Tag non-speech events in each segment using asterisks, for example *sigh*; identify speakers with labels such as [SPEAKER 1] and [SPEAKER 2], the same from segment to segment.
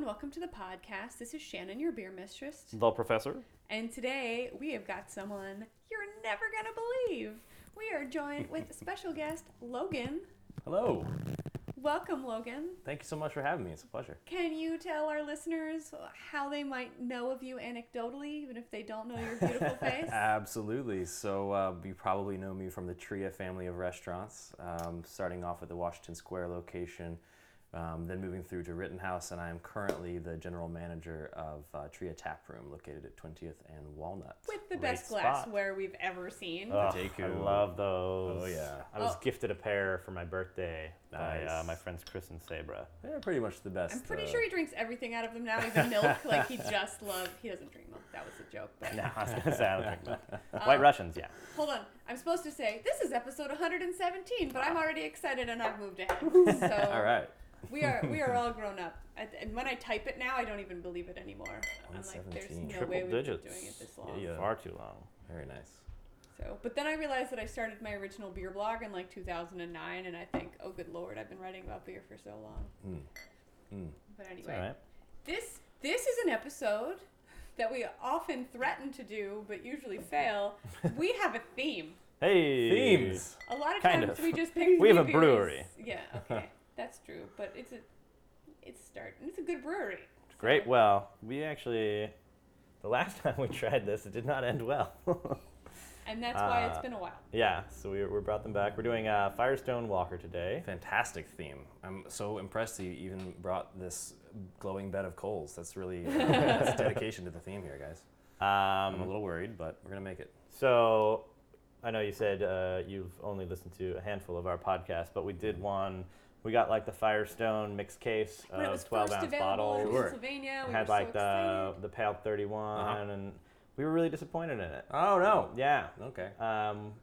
[SPEAKER 1] welcome to the podcast. This is Shannon, your beer mistress.
[SPEAKER 2] The Professor.
[SPEAKER 1] And today we have got someone you're never going to believe. We are joined
[SPEAKER 3] *laughs*
[SPEAKER 1] with special guest Logan.
[SPEAKER 2] Hello.
[SPEAKER 1] Welcome, Logan.
[SPEAKER 2] Thank you so much for having me. It's a pleasure.
[SPEAKER 1] Can you tell our listeners how they might know of you anecdotally, even if they don't know your
[SPEAKER 3] *laughs*
[SPEAKER 1] beautiful face?
[SPEAKER 2] Absolutely. So, uh, you probably know me from the Tria family of restaurants, um, starting off at the Washington Square location, um, then moving through to Rittenhouse, and I am currently the general manager of uh, Tria Tap Room, located at 20th and Walnut.
[SPEAKER 1] With the best
[SPEAKER 3] Great spot.
[SPEAKER 1] glassware we've ever seen.
[SPEAKER 3] Ugh, I
[SPEAKER 2] Deku.
[SPEAKER 3] love those.
[SPEAKER 2] Oh, yeah.
[SPEAKER 3] I was
[SPEAKER 1] Oh.
[SPEAKER 3] gifted a pair for my birthday by uh,
[SPEAKER 2] Nice.
[SPEAKER 3] my friends Chris and
[SPEAKER 2] *laughs*
[SPEAKER 3] Sabra.
[SPEAKER 2] They're pretty much the best.
[SPEAKER 1] I'm pretty
[SPEAKER 2] uh,
[SPEAKER 1] sure he drinks everything out of them now, even milk. Like he
[SPEAKER 3] *laughs*
[SPEAKER 1] just loves. He doesn't drink milk. That was a joke. But
[SPEAKER 3] No, I was gonna say I don't drink milk. White Russians, yeah.
[SPEAKER 1] hold on, I'm supposed to say this is episode 117, but I'm already excited and I've moved
[SPEAKER 2] *laughs*
[SPEAKER 1] ahead. So
[SPEAKER 2] All right.
[SPEAKER 1] we are we are all grown up. I- And when I type it now, I don't even believe it anymore. I'm like, there's
[SPEAKER 2] 117.
[SPEAKER 1] no
[SPEAKER 3] Triple
[SPEAKER 1] way we've
[SPEAKER 3] digits.
[SPEAKER 1] been doing it this long.
[SPEAKER 2] Yeah.
[SPEAKER 3] Far too long.
[SPEAKER 2] Very nice.
[SPEAKER 1] So, but then I realized that I started my original beer blog in like 2009, and I think, oh good lord, I've been writing about beer for so long.
[SPEAKER 2] Mm. Mm.
[SPEAKER 1] But
[SPEAKER 3] It's
[SPEAKER 1] anyway,
[SPEAKER 3] all right.
[SPEAKER 1] This this is an episode that we often threaten to do but usually
[SPEAKER 2] *laughs*
[SPEAKER 1] fail. We have a theme.
[SPEAKER 3] Hey.
[SPEAKER 2] Themes.
[SPEAKER 1] A lot of
[SPEAKER 3] Kind
[SPEAKER 1] times
[SPEAKER 3] of.
[SPEAKER 1] we just pick.
[SPEAKER 3] *laughs* We have
[SPEAKER 1] three
[SPEAKER 3] a
[SPEAKER 1] beers.
[SPEAKER 3] brewery. *laughs*
[SPEAKER 1] Yeah, okay, that's true. But it's a it's a start. And it's a good brewery.
[SPEAKER 3] Great. Well, we actually, the last *laughs* time we tried this, it did not end well. *laughs*
[SPEAKER 1] And that's why it's
[SPEAKER 3] Uh,
[SPEAKER 1] been a while.
[SPEAKER 3] yeah. So we, we brought them back. We're doing uh, Firestone Walker today.
[SPEAKER 2] Fantastic theme. I'm so impressed that you even brought this glowing bed of coals. That's really uh, that's
[SPEAKER 3] *laughs*
[SPEAKER 2] dedication to the theme here, guys. I'm a
[SPEAKER 3] Um,
[SPEAKER 2] little worried, but we're gonna make it.
[SPEAKER 3] So, I know you said uh, you've only listened to a handful of our podcasts, but we did one. We got like the Firestone mixed case
[SPEAKER 1] When it
[SPEAKER 3] of
[SPEAKER 1] was
[SPEAKER 3] 12
[SPEAKER 1] first
[SPEAKER 3] uh, ounce
[SPEAKER 1] available in
[SPEAKER 3] bottles.
[SPEAKER 2] Sure.
[SPEAKER 1] Pennsylvania,
[SPEAKER 3] It
[SPEAKER 1] we "Oh,
[SPEAKER 3] had
[SPEAKER 1] were
[SPEAKER 3] like uh,
[SPEAKER 1] so
[SPEAKER 3] the
[SPEAKER 1] excited.
[SPEAKER 3] the Pale 31,
[SPEAKER 2] Uh-huh.
[SPEAKER 3] and we were really disappointed in it.
[SPEAKER 2] Oh no.
[SPEAKER 3] Yeah.
[SPEAKER 2] Okay.
[SPEAKER 3] Um,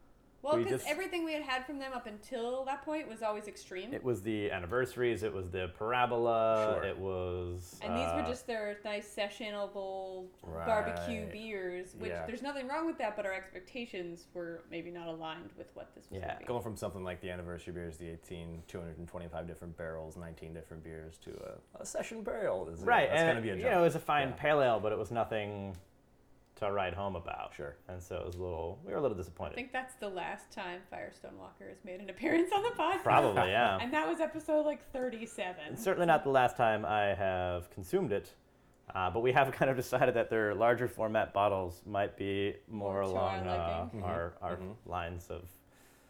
[SPEAKER 1] Well,
[SPEAKER 3] we
[SPEAKER 1] because
[SPEAKER 3] just-
[SPEAKER 1] everything we had had from them up until that point was always extreme,
[SPEAKER 3] it was the anniversaries. It was the parabola.
[SPEAKER 2] Sure.
[SPEAKER 3] It was.
[SPEAKER 1] and these were
[SPEAKER 3] uh,
[SPEAKER 1] just their nice sessionable barbecue
[SPEAKER 2] Right.
[SPEAKER 1] beers, which
[SPEAKER 2] Yeah.
[SPEAKER 1] there's nothing wrong with that, but our expectations were maybe not aligned with what this was
[SPEAKER 3] Yeah.
[SPEAKER 1] going to
[SPEAKER 2] Going from something like the anniversary beers, the 18, 225 different barrels, 19 different beers, to a, a session barrel. Is
[SPEAKER 3] right.
[SPEAKER 2] That's
[SPEAKER 3] and
[SPEAKER 2] gonna be a
[SPEAKER 3] you
[SPEAKER 2] jump.
[SPEAKER 3] know, it was a fine
[SPEAKER 2] Yeah.
[SPEAKER 3] pale ale, but it was nothing to write home about.
[SPEAKER 2] Sure.
[SPEAKER 3] And so it was a little. We were a little disappointed.
[SPEAKER 1] I think that's the last time Firestone Walker has made an appearance on the podcast.
[SPEAKER 2] *laughs*
[SPEAKER 3] Probably, yeah.
[SPEAKER 1] And that was episode like 37.
[SPEAKER 3] It's certainly not the last time I have consumed it, uh, but we have *laughs* kind of decided that their larger format bottles might be more
[SPEAKER 1] More to our
[SPEAKER 3] along uh,
[SPEAKER 1] liking.
[SPEAKER 2] Mhm.
[SPEAKER 3] our, our
[SPEAKER 2] Mhm.
[SPEAKER 3] lines of.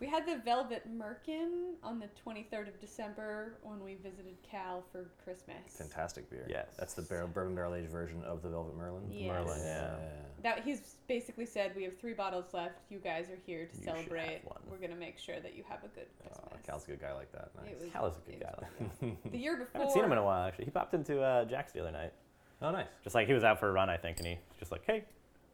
[SPEAKER 1] We had the Velvet Merkin on the 23rd of December when we visited Cal for Christmas.
[SPEAKER 2] Fantastic beer.
[SPEAKER 3] Yes.
[SPEAKER 2] That's the barrel, bourbon barrel aged version of the Velvet Merlin.
[SPEAKER 1] Yes.
[SPEAKER 3] Merlin, yeah.
[SPEAKER 1] That he's basically said we have three bottles left. You guys are here to
[SPEAKER 3] You should have
[SPEAKER 1] celebrate.
[SPEAKER 3] one."
[SPEAKER 1] We're gonna make sure that you have a good Christmas.
[SPEAKER 2] Aw, Oh, Cal's a good guy like that. Nice.
[SPEAKER 1] It was-
[SPEAKER 3] Cal is a good
[SPEAKER 1] it
[SPEAKER 3] guy.
[SPEAKER 1] was-
[SPEAKER 3] I *laughs*
[SPEAKER 1] The year before,
[SPEAKER 3] haven't seen him in a while, actually. He popped into uh, Jack's the other night.
[SPEAKER 2] oh, nice.
[SPEAKER 3] Just like he was out for a run, I think, and he was just like, hey,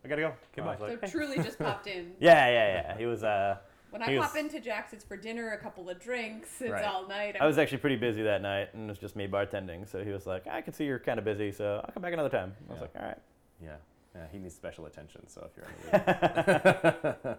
[SPEAKER 3] I gotta go.
[SPEAKER 2] Come
[SPEAKER 3] And I was
[SPEAKER 2] on.
[SPEAKER 3] like,
[SPEAKER 1] so
[SPEAKER 3] "Hey."
[SPEAKER 1] truly just popped in.
[SPEAKER 3] *laughs* Yeah, yeah, yeah. He was. Uh,
[SPEAKER 1] When
[SPEAKER 3] He
[SPEAKER 1] I
[SPEAKER 3] was-
[SPEAKER 1] pop into Jack's, it's for dinner, a couple of drinks, it's
[SPEAKER 2] Right.
[SPEAKER 1] all night.
[SPEAKER 3] I was actually pretty busy that night, and it was just me bartending. So he was like, I can see you're kind of busy, so I'll come back another time. I was
[SPEAKER 2] Yeah.
[SPEAKER 3] like, all right.
[SPEAKER 2] Yeah. Yeah, he needs special attention. So
[SPEAKER 3] *laughs*
[SPEAKER 2] *laughs* if you're in the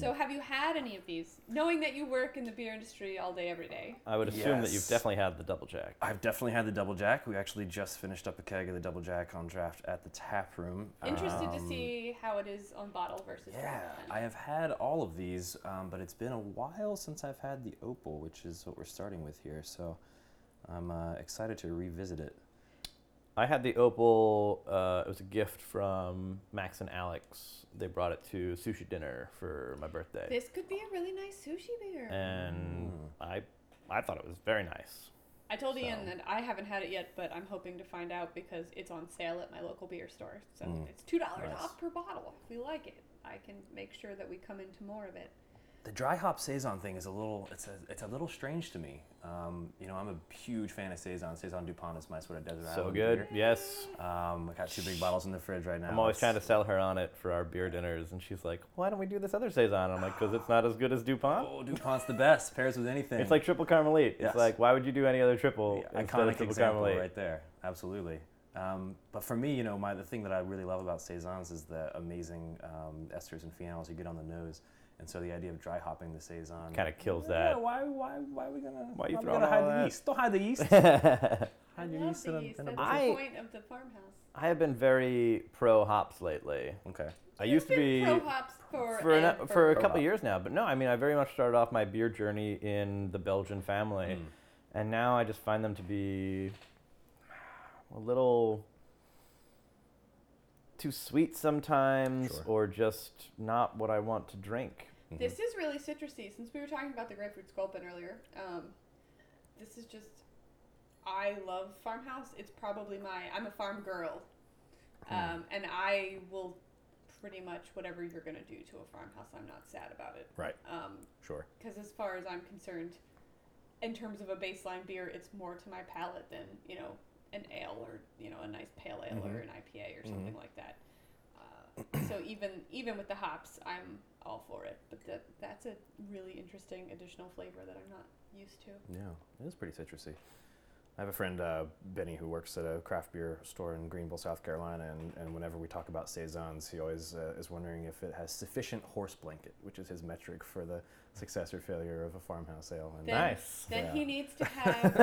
[SPEAKER 1] So have you had any of these? Knowing that you work in the beer industry all day, every day.
[SPEAKER 3] I would assume that you've
[SPEAKER 2] Yes.
[SPEAKER 3] definitely had the double jack.
[SPEAKER 2] I've definitely had the double jack. We actually just finished up a keg of the double jack on draft at the tap room.
[SPEAKER 1] Interested to
[SPEAKER 2] Um,
[SPEAKER 1] see how it is on bottle versus
[SPEAKER 2] Yeah,
[SPEAKER 1] can.
[SPEAKER 2] I have had all of these, um, but it's been a while since I've had the opal, which is what we're starting with here. So I'm uh, excited to revisit it.
[SPEAKER 3] I had the opal. Uh, it was a gift from Max and Alex. They brought it to sushi dinner for my birthday,
[SPEAKER 1] This could be a really nice sushi beer.
[SPEAKER 3] and
[SPEAKER 2] Mm.
[SPEAKER 3] I, I thought it was very nice.
[SPEAKER 1] I told
[SPEAKER 3] so-
[SPEAKER 1] Ian that I haven't had it yet, but I'm hoping to find out because it's on sale at my local beer store. So
[SPEAKER 2] Mm.
[SPEAKER 1] it's two dollars
[SPEAKER 2] Nice.
[SPEAKER 1] off per bottle. If we like it, I can make sure that we come into more of it.
[SPEAKER 2] The dry hop saison thing is a little it's a it's a little strange to me. Um, you know, I'm a huge fan of saison. Saison Dupont is my sort of desert
[SPEAKER 3] so
[SPEAKER 2] island
[SPEAKER 3] good.
[SPEAKER 2] beer.
[SPEAKER 3] Yes.
[SPEAKER 2] Um, I got two big bottles in the fridge right now.
[SPEAKER 3] I'm always
[SPEAKER 2] It's-
[SPEAKER 3] trying to sell her on it for our beer dinners, and she's like, "Why don't we do this other saison?" I'm like, "Cause it's not as good as Dupont.
[SPEAKER 2] Oh, Dupont's the best. Pairs with anything.
[SPEAKER 3] It's like triple Carmelite.
[SPEAKER 2] Yes.
[SPEAKER 3] It's like, why would you do any other triple
[SPEAKER 2] Yeah,
[SPEAKER 3] instead of
[SPEAKER 2] iconic
[SPEAKER 3] triple
[SPEAKER 2] example
[SPEAKER 3] Carmelite?
[SPEAKER 2] right there. Absolutely. Um, but for me, you know, my, the thing that I really love about saisons is the amazing um, esters and phenols you get on the nose, and so the idea of dry hopping the saison
[SPEAKER 3] Kind of kills
[SPEAKER 2] Yeah,
[SPEAKER 3] that.
[SPEAKER 2] why, why, why are we gonna?
[SPEAKER 3] Why you
[SPEAKER 2] are we
[SPEAKER 3] throwing
[SPEAKER 2] gonna hide
[SPEAKER 3] all
[SPEAKER 2] the
[SPEAKER 3] that? *laughs*
[SPEAKER 2] yeast? Don't hide the yeast.
[SPEAKER 1] I
[SPEAKER 2] How do you
[SPEAKER 1] love
[SPEAKER 2] use
[SPEAKER 1] the
[SPEAKER 2] them
[SPEAKER 1] yeast.
[SPEAKER 2] in a
[SPEAKER 1] That's
[SPEAKER 3] I-
[SPEAKER 1] the point of the farmhouse.
[SPEAKER 3] I have been very pro hops lately.
[SPEAKER 2] Okay.
[SPEAKER 3] I used to be
[SPEAKER 1] pro hops for
[SPEAKER 3] for, an, e,
[SPEAKER 1] and
[SPEAKER 3] for a
[SPEAKER 2] Pro
[SPEAKER 3] couple
[SPEAKER 2] hop.
[SPEAKER 3] years now, but no, I mean I very much started off my beer journey in the Belgian family,
[SPEAKER 2] Mm.
[SPEAKER 3] and now I just find them to be a little too sweet sometimes,
[SPEAKER 2] Sure.
[SPEAKER 3] or just not what I want to drink.
[SPEAKER 2] Mhm.
[SPEAKER 1] This is really citrusy. Since we were talking about the grapefruit sculpin earlier, um, this is just. I love farmhouse. It's probably my. I'm a farm girl, um, and I will pretty much whatever you're gonna do to a farmhouse. I'm not sad about it.
[SPEAKER 2] Right.
[SPEAKER 1] Um,
[SPEAKER 2] Sure.
[SPEAKER 1] because as far as I'm concerned, in terms of a baseline beer, it's more to my palate than you know an ale or you know a nice pale ale or
[SPEAKER 3] Mm-hmm.
[SPEAKER 2] Mhm.
[SPEAKER 1] an IPA or something like that. Uh, so even even with the hops, I'm all for it. But that that's a really interesting additional flavor that I'm not used to.
[SPEAKER 2] Yeah, it is pretty citrusy. I have a friend, uh, Benny, who works at a craft beer store in Greenville, South Carolina, and, and whenever we talk about saisons, he always uh, is wondering if it has sufficient horse blanket, which is his metric for the success or failure of a farmhouse ale. And
[SPEAKER 1] Then-
[SPEAKER 3] nice *laughs*
[SPEAKER 1] Then
[SPEAKER 2] Yeah.
[SPEAKER 1] he needs to have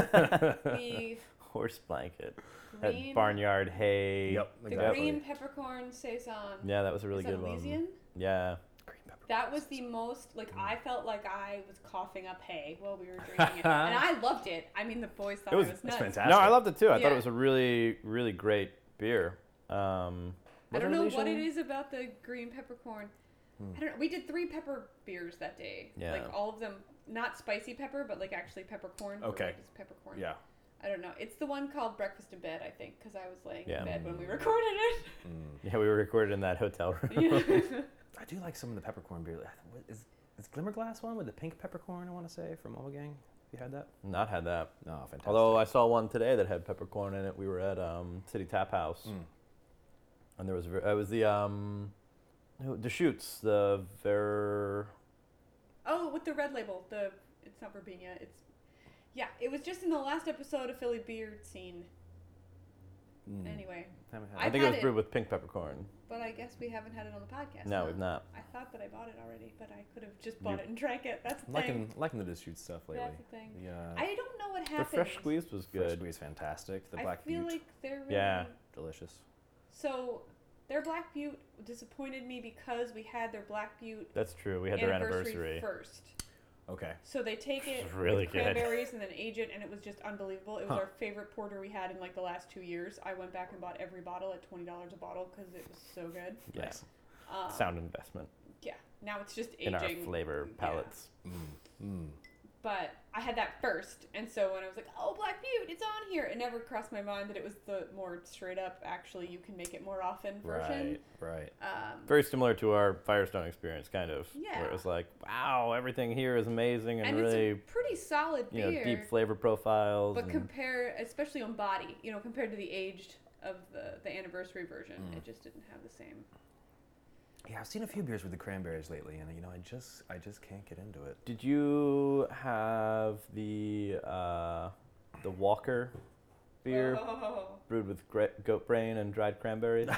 [SPEAKER 1] the
[SPEAKER 3] horse blanket at
[SPEAKER 1] green,
[SPEAKER 3] barnyard hay.
[SPEAKER 2] Yep,
[SPEAKER 1] the
[SPEAKER 2] exactly.
[SPEAKER 1] green peppercorn saison.
[SPEAKER 3] Yeah, that was a really
[SPEAKER 1] Is that
[SPEAKER 3] good
[SPEAKER 1] Elysian?
[SPEAKER 3] one. Yeah.
[SPEAKER 2] Green pepper.
[SPEAKER 1] That was the most like I felt like I was coughing up hay while we were drinking it, and I loved it. I mean, the boys thought
[SPEAKER 3] It
[SPEAKER 1] it
[SPEAKER 3] was-
[SPEAKER 1] was,
[SPEAKER 2] that's
[SPEAKER 1] nuts.
[SPEAKER 2] fantastic.
[SPEAKER 3] No, I loved it too. I thought
[SPEAKER 1] Yeah.
[SPEAKER 3] it was a really, really great beer.
[SPEAKER 1] I
[SPEAKER 3] Um, was
[SPEAKER 1] don't
[SPEAKER 3] it
[SPEAKER 1] know what
[SPEAKER 3] Elysian?
[SPEAKER 1] it is about the green peppercorn. I don't know. We did three pepper beers that day.
[SPEAKER 3] Yeah.
[SPEAKER 1] Like all of them, not spicy pepper, but like actually peppercorn. but,
[SPEAKER 2] Okay.
[SPEAKER 1] like, it's peppercorn.
[SPEAKER 2] Yeah.
[SPEAKER 1] I don't know. It's the one called Breakfast in Bed, I think, because I was laying
[SPEAKER 3] Yeah.
[SPEAKER 1] in bed when we recorded it. *laughs*
[SPEAKER 3] Yeah, we were recorded in that hotel room. *laughs*
[SPEAKER 1] Yeah.
[SPEAKER 2] Mm. I do like some of the peppercorn beer. Like, what Is, is Glimmerglass one with the pink peppercorn, I want to say, from Omegang? Have you had that?
[SPEAKER 3] Not had that.
[SPEAKER 2] No, fantastic.
[SPEAKER 3] Although uh, I saw one today that had peppercorn in it. We were at um, City Tap House,
[SPEAKER 2] Mm.
[SPEAKER 3] and there was a ver- it was the um, who- the shoots the ver.
[SPEAKER 1] Oh, with the red label. The it's not Verbena. It's yeah. It was just in the last episode of Philly Beard Scene.
[SPEAKER 2] Mm.
[SPEAKER 1] Anyway,
[SPEAKER 2] Haven't had
[SPEAKER 3] I
[SPEAKER 1] I've
[SPEAKER 2] that.
[SPEAKER 3] think it
[SPEAKER 1] had
[SPEAKER 3] was
[SPEAKER 1] it.
[SPEAKER 3] brewed with pink peppercorn.
[SPEAKER 1] but I guess we haven't had it on the podcast.
[SPEAKER 3] no,
[SPEAKER 1] huh?
[SPEAKER 3] we've not.
[SPEAKER 1] I thought that I bought it already, but I could have just
[SPEAKER 2] You-
[SPEAKER 1] bought it and drank it. That's the
[SPEAKER 2] I'm
[SPEAKER 1] thing.
[SPEAKER 2] liking, liking the Deschutes stuff lately.
[SPEAKER 1] That's the thing.
[SPEAKER 2] The, uh,
[SPEAKER 1] I don't know what
[SPEAKER 3] The
[SPEAKER 1] happened.
[SPEAKER 3] fresh squeezed was
[SPEAKER 2] Fresh
[SPEAKER 3] good.
[SPEAKER 2] squeeze fantastic. The
[SPEAKER 1] I
[SPEAKER 2] black
[SPEAKER 1] feel
[SPEAKER 2] butte,
[SPEAKER 1] like they're really
[SPEAKER 3] Yeah.
[SPEAKER 2] delicious.
[SPEAKER 1] so their black butte disappointed me because we had their black butte
[SPEAKER 3] That's true. We had their anniversary.
[SPEAKER 1] first.
[SPEAKER 2] Okay.
[SPEAKER 1] So they take
[SPEAKER 3] *laughs*
[SPEAKER 1] it
[SPEAKER 3] It's really
[SPEAKER 1] with
[SPEAKER 3] good.
[SPEAKER 1] cranberries and then age it, and it was just unbelievable. It was
[SPEAKER 2] Huh.
[SPEAKER 1] our favorite porter we had in like the last two years. I went back and bought every bottle at twenty dollars a bottle because it was so good.
[SPEAKER 3] Yeah.
[SPEAKER 2] Nice.
[SPEAKER 1] Um,
[SPEAKER 3] Sound investment
[SPEAKER 1] Yeah. Now it's just aging.
[SPEAKER 3] in our flavor
[SPEAKER 1] yeah.
[SPEAKER 3] palettes.
[SPEAKER 2] Mm. Mm.
[SPEAKER 1] but I had that first, and so when I was like, "Oh, Black Butte, it's on here," it never crossed my mind that it was the more straight up. Actually, you can make it more often version.
[SPEAKER 2] Right. Right.
[SPEAKER 1] Um,
[SPEAKER 3] Very similar to our Firestone experience, kind of. Where
[SPEAKER 1] Yeah.
[SPEAKER 3] it was like, wow, everything here is amazing and,
[SPEAKER 1] and
[SPEAKER 3] really,
[SPEAKER 1] it's a pretty solid
[SPEAKER 3] you know,
[SPEAKER 1] beer,
[SPEAKER 3] deep flavor profiles.
[SPEAKER 1] but
[SPEAKER 3] and-
[SPEAKER 1] compare, especially on body, you know, compared to the aged of the the anniversary version,
[SPEAKER 3] Mm.
[SPEAKER 1] it just didn't have the same.
[SPEAKER 2] Yeah, I've seen a few beers with the cranberries lately, and you know, I just, I just can't get into it.
[SPEAKER 3] Did you have the uh, the Walker beer
[SPEAKER 1] Oh.
[SPEAKER 3] brewed with gra- goat brain and dried *laughs* cranberries?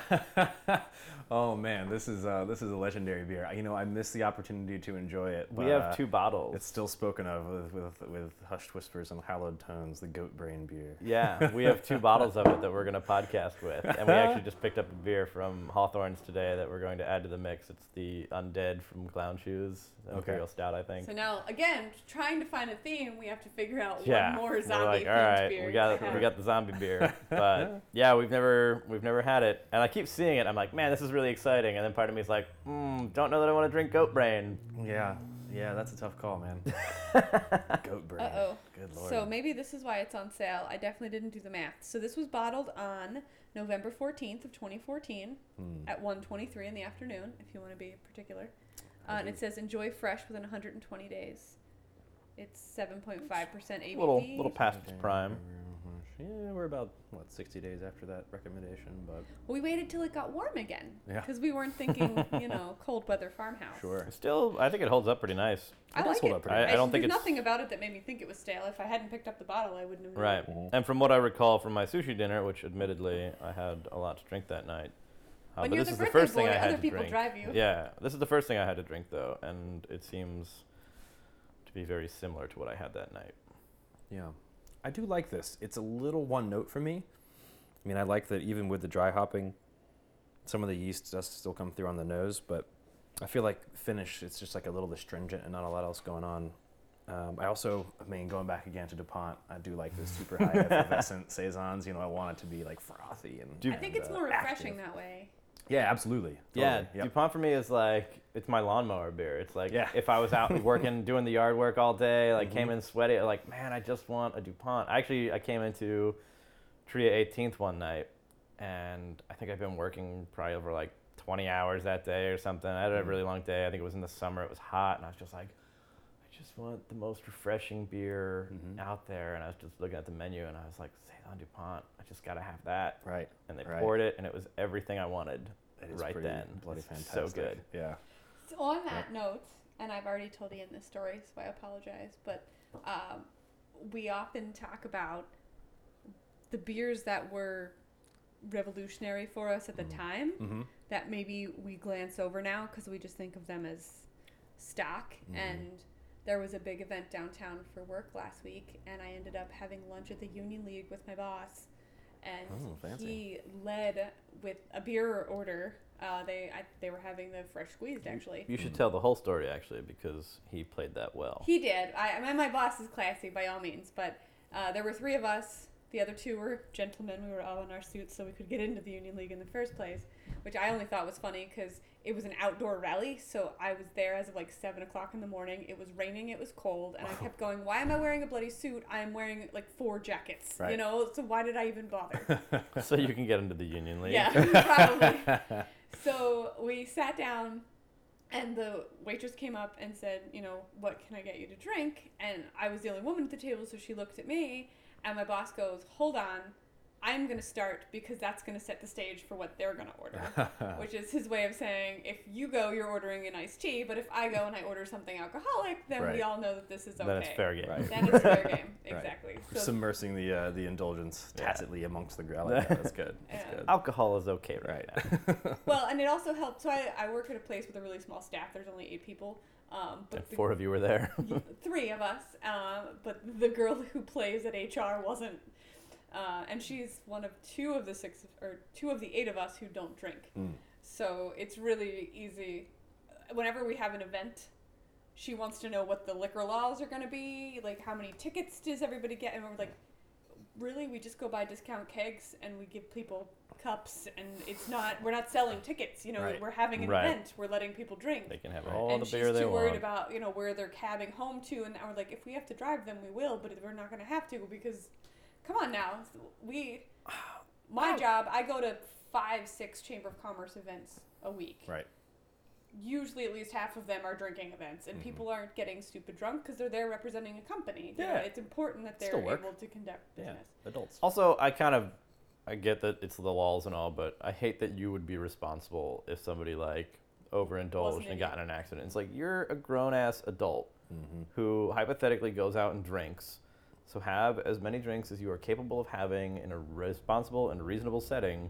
[SPEAKER 2] *laughs* oh man, this is, uh, this is a legendary beer. I- You know, I missed the opportunity to enjoy it.
[SPEAKER 3] we
[SPEAKER 2] but,
[SPEAKER 3] have
[SPEAKER 2] uh,
[SPEAKER 3] two bottles.
[SPEAKER 2] It's still spoken of with, with, with hushed whispers and hallowed tones. The goat brain beer.
[SPEAKER 3] yeah, we *laughs* have two bottles of it that we're going to podcast with. And we actually just picked up a beer from Hawthorne's today that we're going to add to the mix. It's the Undead from Clown Shoes, the
[SPEAKER 2] Okay.
[SPEAKER 3] Imperial Stout, I think.
[SPEAKER 1] So now, again, trying to find a theme, we have to figure out
[SPEAKER 3] yeah,
[SPEAKER 1] what more
[SPEAKER 3] we're
[SPEAKER 1] zombie
[SPEAKER 3] like, all
[SPEAKER 1] themed
[SPEAKER 3] right,
[SPEAKER 1] beer *laughs*
[SPEAKER 3] we got we got the zombie beer, *laughs* but yeah, we've never we've never had it, and I keep seeing it. I'm like, man, this is really exciting, and then part of me is like, mm, don't know that I want to drink goat brain.
[SPEAKER 2] Yeah. Yeah, that's a tough call, *laughs* man. goat brain.
[SPEAKER 1] Uh oh.
[SPEAKER 2] Good lord.
[SPEAKER 1] So maybe this is why it's on sale. I definitely didn't do the math. So this was bottled on November 14th of 2014
[SPEAKER 2] Hmm.
[SPEAKER 1] at 1:23 in the afternoon if you want to be particular.
[SPEAKER 2] I
[SPEAKER 1] Uh, and
[SPEAKER 2] do.
[SPEAKER 1] it says enjoy fresh within 120 days. It's 7.5% ABV.
[SPEAKER 3] Little little past its
[SPEAKER 2] Okay.
[SPEAKER 3] prime.
[SPEAKER 2] Yeah, we're about what 60 days after that recommendation, but
[SPEAKER 1] we waited till it got warm again
[SPEAKER 2] Yeah.
[SPEAKER 1] cuz we weren't
[SPEAKER 3] *laughs*
[SPEAKER 1] thinking, you know, cold weather farmhouse.
[SPEAKER 2] sure.
[SPEAKER 3] Still, I think it holds up pretty nice,
[SPEAKER 1] I
[SPEAKER 2] It does
[SPEAKER 1] like
[SPEAKER 2] hold
[SPEAKER 1] it.
[SPEAKER 2] up pretty
[SPEAKER 3] I- I
[SPEAKER 1] It's-
[SPEAKER 3] don't think
[SPEAKER 1] there's
[SPEAKER 3] it's-
[SPEAKER 1] nothing about it that made me think it was stale. If I hadn't picked up the bottle, I wouldn't have known.
[SPEAKER 3] right?
[SPEAKER 2] Mhm.
[SPEAKER 3] And from what I recall from my sushi dinner, which admittedly I had a lot to drink that night, uh,
[SPEAKER 1] When
[SPEAKER 3] but
[SPEAKER 1] you're
[SPEAKER 3] this
[SPEAKER 1] the
[SPEAKER 3] is the
[SPEAKER 1] birthday
[SPEAKER 3] first thing
[SPEAKER 1] boy,
[SPEAKER 3] I had
[SPEAKER 1] other
[SPEAKER 3] to
[SPEAKER 1] people
[SPEAKER 3] drink.
[SPEAKER 1] drive you.
[SPEAKER 3] Yeah, this is the first thing I had to drink though, and it seems to be very similar to what I had that night.
[SPEAKER 2] Yeah. I do like this. It's a little one note for me. I mean, I like that even with the dry hopping, some of the yeast does still come through on the nose, but I feel like finish, it's just like a little astringent and not a lot else going on. Um, I also, I mean, going back again to DuPont, I do like the super high effervescent Saisons. You know, I want it to be like frothy and.
[SPEAKER 3] Do-
[SPEAKER 1] I think it's
[SPEAKER 2] and, uh,
[SPEAKER 1] more refreshing
[SPEAKER 2] active.
[SPEAKER 1] that way.
[SPEAKER 2] Yeah, absolutely.
[SPEAKER 3] Yeah,
[SPEAKER 2] Totally. Yep.
[SPEAKER 3] DuPont for me is like it's my lawnmower beer. It's like
[SPEAKER 2] Yeah.
[SPEAKER 3] if I was
[SPEAKER 2] *laughs*
[SPEAKER 3] out working doing the yard work all day, like came
[SPEAKER 2] Mhm.
[SPEAKER 3] in sweaty, like man, I just want a DuPont. Actually, I came into Tria 18th one night, and I think I've been working probably over like 20 hours that day or something. I had a
[SPEAKER 2] Mhm.
[SPEAKER 3] really long day. I think it was in the summer. It was hot, and I was just like, I just want the most refreshing beer
[SPEAKER 2] Mhm.
[SPEAKER 3] out there. And I was just looking at the menu, and I was like, Saison DuPont. I just gotta have that.
[SPEAKER 2] Right.
[SPEAKER 3] And they
[SPEAKER 2] Right.
[SPEAKER 3] poured it, and it was everything I wanted
[SPEAKER 2] It is
[SPEAKER 3] right
[SPEAKER 2] pretty
[SPEAKER 3] then.
[SPEAKER 2] Bloody
[SPEAKER 3] It's
[SPEAKER 2] fantastic.
[SPEAKER 3] So good.
[SPEAKER 2] Yeah.
[SPEAKER 1] So on that note, and I've already told Ian this story, so I apologize, but um, we often talk about the beers that were revolutionary for us at the time *laughs*
[SPEAKER 2] Mm-hmm.
[SPEAKER 1] that maybe we glance over now because we just think of them as stock.
[SPEAKER 2] Mhm.
[SPEAKER 1] And there was a big event downtown for work last week, and I ended up having lunch at the Union League with my boss, and
[SPEAKER 2] Oh, fancy.
[SPEAKER 1] he led with a beer order. Uh, they I, they were having the fresh squeezed
[SPEAKER 2] Mm-hmm.
[SPEAKER 1] actually.
[SPEAKER 3] You should tell the whole story actually because he played
[SPEAKER 1] *laughs*
[SPEAKER 3] that well.
[SPEAKER 1] He did. I, I mean, my boss is classy by all means, but uh, there were three of us. The other two were gentlemen. We were all in our suits so we could get into the Union League in the first place, which I only thought was funny because it was an outdoor rally. So I was there as of like 7 o'clock in the morning. It was raining, it was cold, and I kept going, Why am I wearing a bloody suit? I'm wearing like four jackets, you
[SPEAKER 2] Right.
[SPEAKER 1] know? So why did I even bother?
[SPEAKER 3] so you can get into the union league. *laughs*
[SPEAKER 1] Yeah, probably. so we sat down, and the waitress came up and said, you know, what can I get you to drink? And I was the only woman at the table, so she looked at me, and my boss goes, hold on, I'm going to start because that's going to set the stage for what they're going to
[SPEAKER 3] *laughs*
[SPEAKER 1] order. Which is his way of saying, if you go, you're ordering an iced tea, but if I go and I order something alcoholic, then we
[SPEAKER 2] Right.
[SPEAKER 1] all know that this is okay.
[SPEAKER 3] Then it's fair game.
[SPEAKER 1] *laughs*
[SPEAKER 2] Right.
[SPEAKER 3] *laughs*
[SPEAKER 1] Then it's fair game, exactly. So
[SPEAKER 2] Submersing the uh, the indulgence
[SPEAKER 3] Yeah.
[SPEAKER 2] tacitly amongst the growl. Like that. That's good. That's
[SPEAKER 1] Yeah.
[SPEAKER 2] good.
[SPEAKER 3] Alcohol is okay right,
[SPEAKER 2] Right.
[SPEAKER 3] now.
[SPEAKER 1] Well, and it also helped. So I, I work at a place with a really small staff. There's only eight people. Um,
[SPEAKER 3] *laughs* And
[SPEAKER 1] but the,
[SPEAKER 3] four of you were there. *laughs*
[SPEAKER 1] *laughs* three of us. Um, but the girl *laughs* who plays at HR wasn't, uh, and she's one of two of the six or two of the eight of us who don't drink.
[SPEAKER 2] Mm.
[SPEAKER 1] So it's really easy. Whenever we have an event, she wants to know what the liquor laws are going to be. Like, how many tickets does everybody get? And we're like, really? We just go buy discount kegs and we give people cups, and it's not. We're not selling tickets. You know,
[SPEAKER 2] Right.
[SPEAKER 1] we're having an
[SPEAKER 3] Right.
[SPEAKER 1] event. We're letting people drink
[SPEAKER 3] They can have
[SPEAKER 2] Right.
[SPEAKER 3] all
[SPEAKER 1] and
[SPEAKER 3] the
[SPEAKER 1] she's
[SPEAKER 3] beer they
[SPEAKER 1] too worried
[SPEAKER 3] want.
[SPEAKER 1] about you know where they're cabbing home to, and we're like, if we have to drive them, we will, but we're not going to have to because, come on now, we, my job, I go to five, six chamber of commerce events a week.
[SPEAKER 2] Right.
[SPEAKER 1] Usually, at least half of them are drinking events, and
[SPEAKER 2] Mhm.
[SPEAKER 1] people aren't getting stupid drunk because they're there representing a company. You know,
[SPEAKER 2] Yeah.
[SPEAKER 1] it's important that they're
[SPEAKER 2] Still work.
[SPEAKER 1] able to conduct
[SPEAKER 2] Yeah.
[SPEAKER 1] business.
[SPEAKER 2] Adults.
[SPEAKER 3] also, I kind of I get that it's the laws and all, but I hate that you would be responsible if somebody like
[SPEAKER 1] Wasn't
[SPEAKER 3] overindulged
[SPEAKER 1] in
[SPEAKER 3] and got in an accident. It's like you're a grown ass adult
[SPEAKER 2] Mm-hmm.
[SPEAKER 3] who hypothetically goes out and drinks. So have as many drinks as you are capable of having in a responsible and reasonable setting,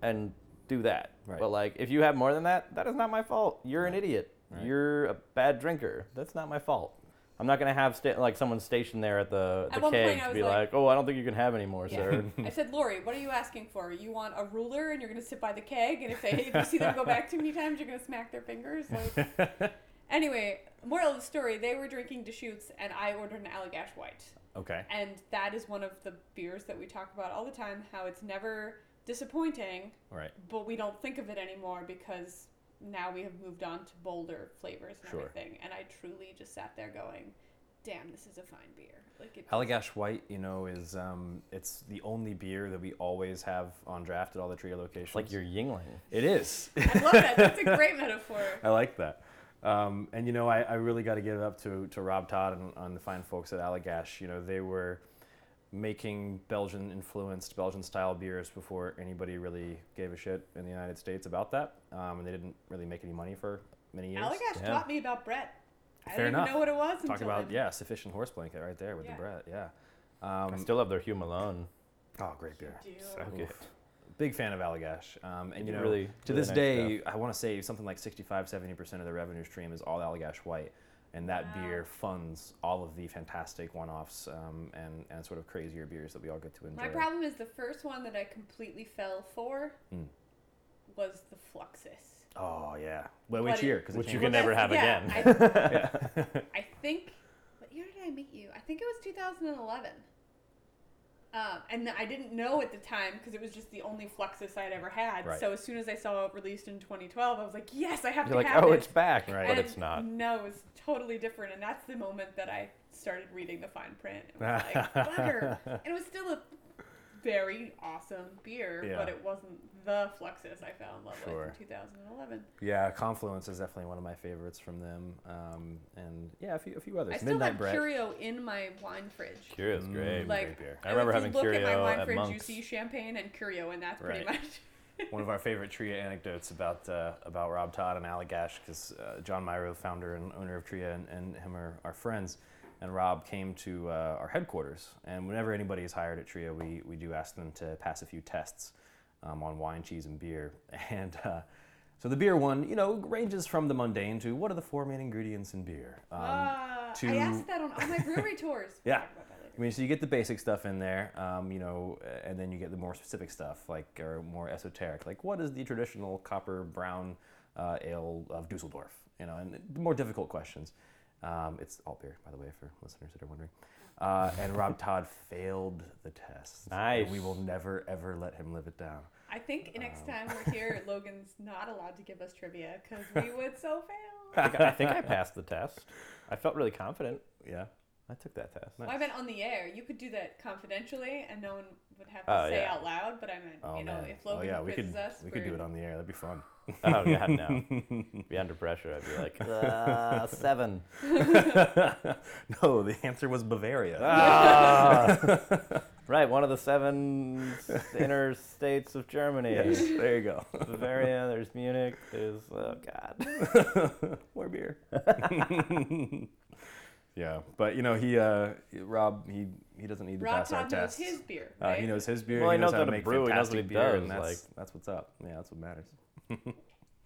[SPEAKER 3] and do that.
[SPEAKER 2] Right.
[SPEAKER 3] But like, if you have more than that, that is not my fault. You're an idiot.
[SPEAKER 2] Right.
[SPEAKER 3] You're a bad drinker. That's not my fault. I'm not gonna have sta- like someone stationed there at the
[SPEAKER 1] At
[SPEAKER 3] the
[SPEAKER 1] one point
[SPEAKER 3] keg
[SPEAKER 1] I
[SPEAKER 3] to
[SPEAKER 1] was
[SPEAKER 3] be
[SPEAKER 1] like-
[SPEAKER 3] like, oh, I don't think you can have any more,
[SPEAKER 1] Yeah.
[SPEAKER 2] *laughs*
[SPEAKER 3] sir.
[SPEAKER 1] I said, Lori, what are you asking for? You want a ruler, and you're going to sit by the keg, and if they if you see them go back too many times, you're going to smack their fingers. Like,
[SPEAKER 2] *laughs*
[SPEAKER 1] anyway, moral of the story: they were drinking Deschutes, and I ordered an Allagash White,
[SPEAKER 2] Okay.
[SPEAKER 1] and that is one of the beers that we talk about all the time. How it's never disappointing,
[SPEAKER 2] All right.
[SPEAKER 1] but we don't think of it anymore because now we have moved on to bolder flavors and
[SPEAKER 2] Sure.
[SPEAKER 1] everything. And I truly just sat there going, "Damn, this is a fine beer." Like it.
[SPEAKER 2] Allagash White, you know, is um, it's the only beer that we always have on draft at all the trio locations.
[SPEAKER 3] It's like your Yingling.
[SPEAKER 2] It is.
[SPEAKER 1] I love that. That's a great metaphor.
[SPEAKER 2] I like that. Um, and you know, I, I really got to give it up to, to Rob Todd and, and the fine folks at Allagash. You know, they were making Belgian influenced Belgian style beers before anybody really gave a shit in the United States about that. Um, and they didn't really make any money for many years.
[SPEAKER 1] Allagash
[SPEAKER 3] Yeah.
[SPEAKER 1] taught me about Brett. I
[SPEAKER 2] Fair
[SPEAKER 1] didn't
[SPEAKER 2] enough.
[SPEAKER 1] even know what it was
[SPEAKER 2] Talk
[SPEAKER 1] until
[SPEAKER 2] about
[SPEAKER 1] then.
[SPEAKER 2] yeah, sufficient horse blanket right there with
[SPEAKER 1] Yeah.
[SPEAKER 2] the Brett. Yeah.
[SPEAKER 3] I
[SPEAKER 2] Um,
[SPEAKER 3] still love their Hugh Malone.
[SPEAKER 2] oh, great beer.
[SPEAKER 1] Do you-
[SPEAKER 3] So good.
[SPEAKER 2] Oof. Big fan of Allagash. Um, and
[SPEAKER 3] They
[SPEAKER 2] you
[SPEAKER 3] do
[SPEAKER 2] know,
[SPEAKER 3] really-
[SPEAKER 2] to
[SPEAKER 3] really
[SPEAKER 2] this
[SPEAKER 3] nice
[SPEAKER 2] day, I want to say something like 65, 70% of the revenue stream is all Allagash White. and that
[SPEAKER 1] Wow.
[SPEAKER 2] beer funds all of the fantastic one-offs um, and and sort of crazier beers that we all get to enjoy.
[SPEAKER 1] My problem is the first one that I completely fell for
[SPEAKER 3] Hmm.
[SPEAKER 2] Mm.
[SPEAKER 1] was the Fluxus.
[SPEAKER 2] Oh yeah,
[SPEAKER 1] But
[SPEAKER 2] well, which
[SPEAKER 1] it-
[SPEAKER 2] year? Because
[SPEAKER 3] Which you
[SPEAKER 1] Well,
[SPEAKER 3] can never
[SPEAKER 1] that's-
[SPEAKER 3] have
[SPEAKER 1] yeah,
[SPEAKER 3] again. *laughs*
[SPEAKER 1] I think. What year did I meet you? I think it was 2011. Um, and I didn't know at the time because it was just the only Fluxus I'd ever had.
[SPEAKER 2] Right.
[SPEAKER 1] So as soon as I saw it released in 2012, I was like, yes, I have
[SPEAKER 3] You're
[SPEAKER 1] to
[SPEAKER 3] like,
[SPEAKER 1] have
[SPEAKER 3] oh,
[SPEAKER 1] it.
[SPEAKER 3] it's back,
[SPEAKER 2] Right.
[SPEAKER 3] but
[SPEAKER 1] And
[SPEAKER 3] it's not.
[SPEAKER 1] No, it's totally different, and that's the moment that I started reading the fine print. And was *laughs* like,
[SPEAKER 2] *laughs*
[SPEAKER 1] butter. And it was still a very awesome beer,
[SPEAKER 2] Yeah.
[SPEAKER 1] but it wasn't the Fluxus I fell in love
[SPEAKER 2] Sure.
[SPEAKER 1] with in 2011.
[SPEAKER 2] yeah, Confluence is definitely one of my favorites from them, um, and yeah, a few a few others.
[SPEAKER 1] I still
[SPEAKER 2] Midnight
[SPEAKER 1] have
[SPEAKER 2] Bread.
[SPEAKER 1] Curio in my wine fridge.
[SPEAKER 3] Curio's
[SPEAKER 2] Mm.
[SPEAKER 3] great.
[SPEAKER 2] Like- beer.
[SPEAKER 1] if
[SPEAKER 3] I remember
[SPEAKER 1] you
[SPEAKER 3] having
[SPEAKER 1] look at my
[SPEAKER 3] Curio
[SPEAKER 1] wine
[SPEAKER 3] at
[SPEAKER 1] fridge, you
[SPEAKER 3] Monk's.
[SPEAKER 1] see champagne and Curio, and that's pretty
[SPEAKER 2] Right.
[SPEAKER 1] much. *laughs*
[SPEAKER 2] *laughs* one of our favorite Tria anecdotes about uh, about Rob Todd and Allagash, because uh, John Myro, founder and owner of Tria, and, and him are, are friends. And Rob came to uh, our headquarters, and whenever anybody is hired at Tria, we, we do ask them to pass a few tests um, on wine, cheese, and beer. *laughs* And uh, so the beer one, you know, ranges from the mundane to what are the four main ingredients in beer. Um,
[SPEAKER 1] Ah, I
[SPEAKER 2] to-
[SPEAKER 1] asked that on all my brewery tours. We'll
[SPEAKER 2] Yeah.
[SPEAKER 1] talk about that later.
[SPEAKER 2] I mean, so you get the basic stuff in there, um, you know, uh, and then you get the more specific stuff, like or more esoteric, like what is the traditional copper brown uh, ale of Dusseldorf, you know, and the more difficult questions. Um, it's all beer, by the way, for listeners that are wondering. Uh, and Rob Todd failed the test. And we
[SPEAKER 3] Nice.
[SPEAKER 2] will never ever let him live it down.
[SPEAKER 1] I think next time we're here, Logan's not allowed to give us trivia because we would so fail.
[SPEAKER 3] I think- I think *laughs* I passed the test. I felt really confident.
[SPEAKER 2] Yeah.
[SPEAKER 3] I took that test.
[SPEAKER 1] Well, I meant on the air. You could do that confidentially, and no one would have to
[SPEAKER 3] Oh,
[SPEAKER 1] say
[SPEAKER 3] yeah.
[SPEAKER 1] out loud. But I meant,
[SPEAKER 2] Oh
[SPEAKER 1] you know,
[SPEAKER 2] man.
[SPEAKER 1] if Logan
[SPEAKER 2] oh yeah, we
[SPEAKER 1] quizzes
[SPEAKER 2] could
[SPEAKER 1] us,
[SPEAKER 2] we could do
[SPEAKER 1] we're-
[SPEAKER 2] it on the air. That'd
[SPEAKER 1] *laughs*
[SPEAKER 2] be fun. *laughs*
[SPEAKER 3] Oh yeah, no. *laughs* Be under pressure, I'd be like *laughs* uh, seven.
[SPEAKER 2] no, the answer was Bavaria.
[SPEAKER 3] Ah. *laughs* right, one of the seven s- inner states of Germany.
[SPEAKER 2] Yes, there you go.
[SPEAKER 3] Bavaria. There's Munich. There's oh god.
[SPEAKER 2] More beer. yeah, but you know he, uh, Rob, he he doesn't need to
[SPEAKER 1] Rob
[SPEAKER 2] pass our
[SPEAKER 1] Todd knows
[SPEAKER 2] tests.
[SPEAKER 1] his beer.
[SPEAKER 2] uh,
[SPEAKER 1] Right?
[SPEAKER 2] he knows his beer.
[SPEAKER 3] Well,
[SPEAKER 2] he
[SPEAKER 3] he
[SPEAKER 2] knows
[SPEAKER 3] knows
[SPEAKER 2] how
[SPEAKER 3] how to
[SPEAKER 2] make
[SPEAKER 3] brew, he knows
[SPEAKER 2] fantastic
[SPEAKER 3] what he
[SPEAKER 2] beer,
[SPEAKER 3] does,
[SPEAKER 2] and that's
[SPEAKER 3] like-
[SPEAKER 2] that's what's up. Yeah, that's what matters.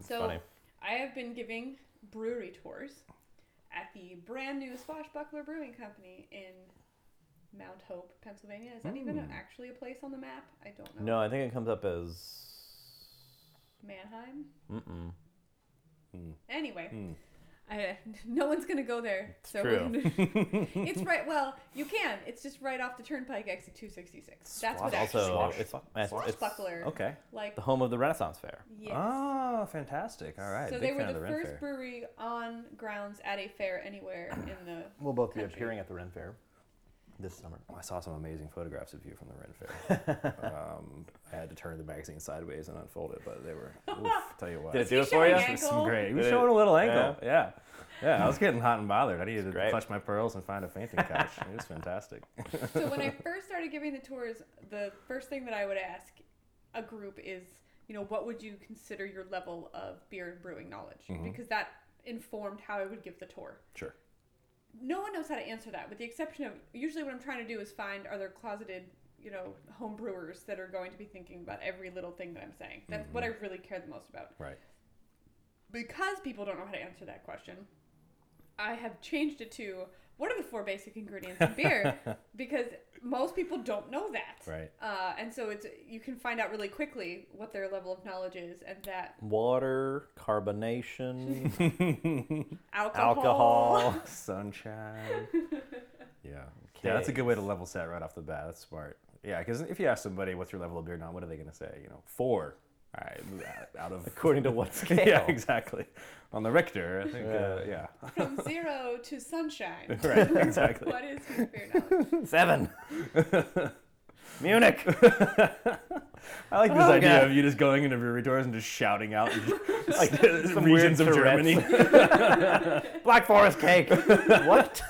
[SPEAKER 1] So
[SPEAKER 3] funny.
[SPEAKER 1] I have been giving brewery tours at the brand new Swashbuckler Brewing Company in Mount Hope, Pennsylvania. Is that even
[SPEAKER 2] Mm.
[SPEAKER 1] actually a place on the map? I don't know.
[SPEAKER 3] No, I think it comes up as.
[SPEAKER 1] Manheim.
[SPEAKER 3] Mm-mm.
[SPEAKER 2] Mm.
[SPEAKER 1] Anyway,
[SPEAKER 2] Mm.
[SPEAKER 1] I, *laughs* no one's gonna go there. so
[SPEAKER 3] true.
[SPEAKER 1] *laughs*
[SPEAKER 2] *laughs*
[SPEAKER 1] it's right. Well, you can. It's just right off the turnpike, exit two sixty six. That's what
[SPEAKER 2] Swash-
[SPEAKER 1] actually.
[SPEAKER 3] Also,
[SPEAKER 2] Swash-
[SPEAKER 3] it's, it's, it's
[SPEAKER 1] Swashbuckler.
[SPEAKER 2] Okay.
[SPEAKER 1] like
[SPEAKER 3] the home of the Renaissance Fair.
[SPEAKER 1] yes.
[SPEAKER 2] Ah, fantastic. All right.
[SPEAKER 1] so
[SPEAKER 2] Big
[SPEAKER 1] they
[SPEAKER 2] fan
[SPEAKER 1] were
[SPEAKER 2] of
[SPEAKER 1] the,
[SPEAKER 2] the Ren
[SPEAKER 1] first
[SPEAKER 2] Fair.
[SPEAKER 1] brewery on grounds at a fair anywhere in the.
[SPEAKER 3] We'll both
[SPEAKER 1] be Country. appearing
[SPEAKER 3] at the Ren Fair this summer.
[SPEAKER 2] Oh, I saw some amazing photographs of you from the Ren
[SPEAKER 3] *laughs*
[SPEAKER 2] Fair. um, I had to turn the magazine sideways and unfold it, but
[SPEAKER 1] *laughs*
[SPEAKER 2] they were. Oof, tell you what.
[SPEAKER 3] Did it do it
[SPEAKER 1] he
[SPEAKER 3] for you?
[SPEAKER 1] showing
[SPEAKER 2] It was some
[SPEAKER 1] Ankle?
[SPEAKER 2] great. He was
[SPEAKER 3] Did it-
[SPEAKER 2] showing a little
[SPEAKER 3] yeah.
[SPEAKER 2] ankle. Yeah. Yeah. I was getting hot and bothered. I needed to
[SPEAKER 3] great.
[SPEAKER 2] clutch my pearls and find a
[SPEAKER 3] *laughs*
[SPEAKER 2] fainting couch. it was fantastic.
[SPEAKER 1] So when I first started giving the tours, the first thing that I would ask a group is, you know, what would you consider your level of beer and brewing knowledge? Because that informed how I would give the tour.
[SPEAKER 2] Mm-hmm. Sure.
[SPEAKER 1] no one knows how to answer that with the exception of usually what i'm trying to do is find are there closeted you know home brewers that are going to be thinking about every little thing that i'm saying that's what i really care the most about
[SPEAKER 2] Mm-hmm. Right.
[SPEAKER 1] because people don't know how to answer that question i have changed it to what are the four basic ingredients in
[SPEAKER 3] *laughs*
[SPEAKER 1] beer because most people don't know that
[SPEAKER 2] Right.
[SPEAKER 1] uh, and so it's you can find out really quickly what their level of knowledge is and that
[SPEAKER 3] Water, carbonation,
[SPEAKER 1] alcohol.
[SPEAKER 3] alcohol.
[SPEAKER 2] Oh, *laughs* Sunshine. yeah. Yeah, that's a good way to level set right off the bat. That's smart. Yeah, because if you ask somebody what's your level of beer now, what are they going to say? You know, four. All right, out of
[SPEAKER 3] According to what
[SPEAKER 2] *laughs*
[SPEAKER 3] scale?
[SPEAKER 2] yeah, exactly. On the Richter, I think. Uh, yeah.
[SPEAKER 1] *laughs* from zero to
[SPEAKER 3] *laughs*
[SPEAKER 1] sunshine *laughs*
[SPEAKER 2] *laughs* right. Exactly.
[SPEAKER 1] what is your beer knowledge
[SPEAKER 3] Seven. Munich.
[SPEAKER 2] I like this
[SPEAKER 3] Oh,
[SPEAKER 2] idea
[SPEAKER 3] God.
[SPEAKER 2] of you just going into brewery tours and just shouting *laughs* out like *laughs*
[SPEAKER 3] Some
[SPEAKER 2] regions of
[SPEAKER 3] weird Tourette's.
[SPEAKER 2] *laughs* Germany.
[SPEAKER 3] Black Forest cake. what?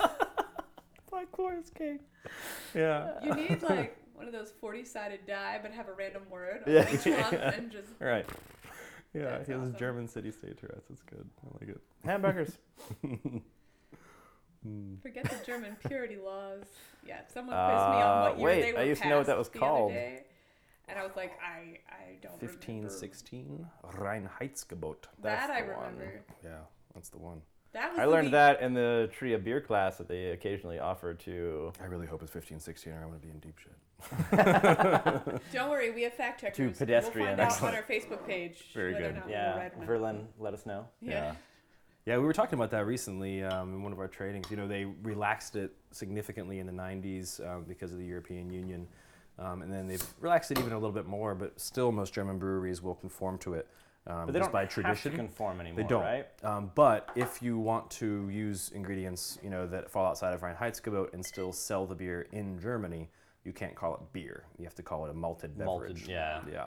[SPEAKER 2] *laughs* Black Forest cake. Yeah.
[SPEAKER 1] You need like one of those forty-sided die, but have a random word on
[SPEAKER 3] Yeah.
[SPEAKER 1] each one,
[SPEAKER 3] *laughs*
[SPEAKER 1] and just
[SPEAKER 2] All right. Yeah,
[SPEAKER 1] That's
[SPEAKER 2] he has
[SPEAKER 1] awesome.
[SPEAKER 2] German city state Tourette's. That's good. I like it.
[SPEAKER 3] Hamburgers.
[SPEAKER 2] Mm.
[SPEAKER 1] forget the German purity laws. Yeah, someone quizzed me on
[SPEAKER 3] Uh,
[SPEAKER 1] what year
[SPEAKER 3] wait,
[SPEAKER 1] they were
[SPEAKER 3] I used to know what that
[SPEAKER 1] passed
[SPEAKER 3] was
[SPEAKER 1] the other
[SPEAKER 3] called.
[SPEAKER 1] day, and I was like, I, I don't remember.
[SPEAKER 2] 1516 Reinheitsgebot.
[SPEAKER 1] That
[SPEAKER 3] That's
[SPEAKER 1] I
[SPEAKER 3] the one.
[SPEAKER 1] remember.
[SPEAKER 2] Yeah, that's the one.
[SPEAKER 1] That was
[SPEAKER 3] I
[SPEAKER 1] the
[SPEAKER 3] learned
[SPEAKER 1] week.
[SPEAKER 3] that in the Tria beer class that they occasionally offer to.
[SPEAKER 2] I really hope it's 15, 16, or I'm going to be in deep shit.
[SPEAKER 1] Don't worry, we have fact checkers.
[SPEAKER 3] pedestrian,
[SPEAKER 1] We'll find
[SPEAKER 2] *laughs*
[SPEAKER 3] excellent.
[SPEAKER 1] out on our Facebook page
[SPEAKER 2] Very
[SPEAKER 1] whether
[SPEAKER 2] good.
[SPEAKER 1] or not we were
[SPEAKER 3] Yeah,
[SPEAKER 1] right or not.
[SPEAKER 3] Verlin, let us know.
[SPEAKER 1] yeah.
[SPEAKER 2] Yeah, we were talking about that recently um, in one of our tradings. You know, they relaxed it significantly in the 90s um, because of the European Union. Um, and then they've relaxed it even a little bit more, but still most German breweries will conform to it um,
[SPEAKER 3] But they
[SPEAKER 2] just
[SPEAKER 3] don't
[SPEAKER 2] by
[SPEAKER 3] have to
[SPEAKER 2] tradition.
[SPEAKER 3] conform anymore,
[SPEAKER 2] they don't.
[SPEAKER 3] right?
[SPEAKER 2] Um, but if you want to use ingredients, you know, that fall outside of Rheinheitsgebot and still sell the beer in Germany, you can't call it beer. You have to call it a malted
[SPEAKER 3] Malted,
[SPEAKER 2] beverage.
[SPEAKER 3] yeah.
[SPEAKER 2] Yeah.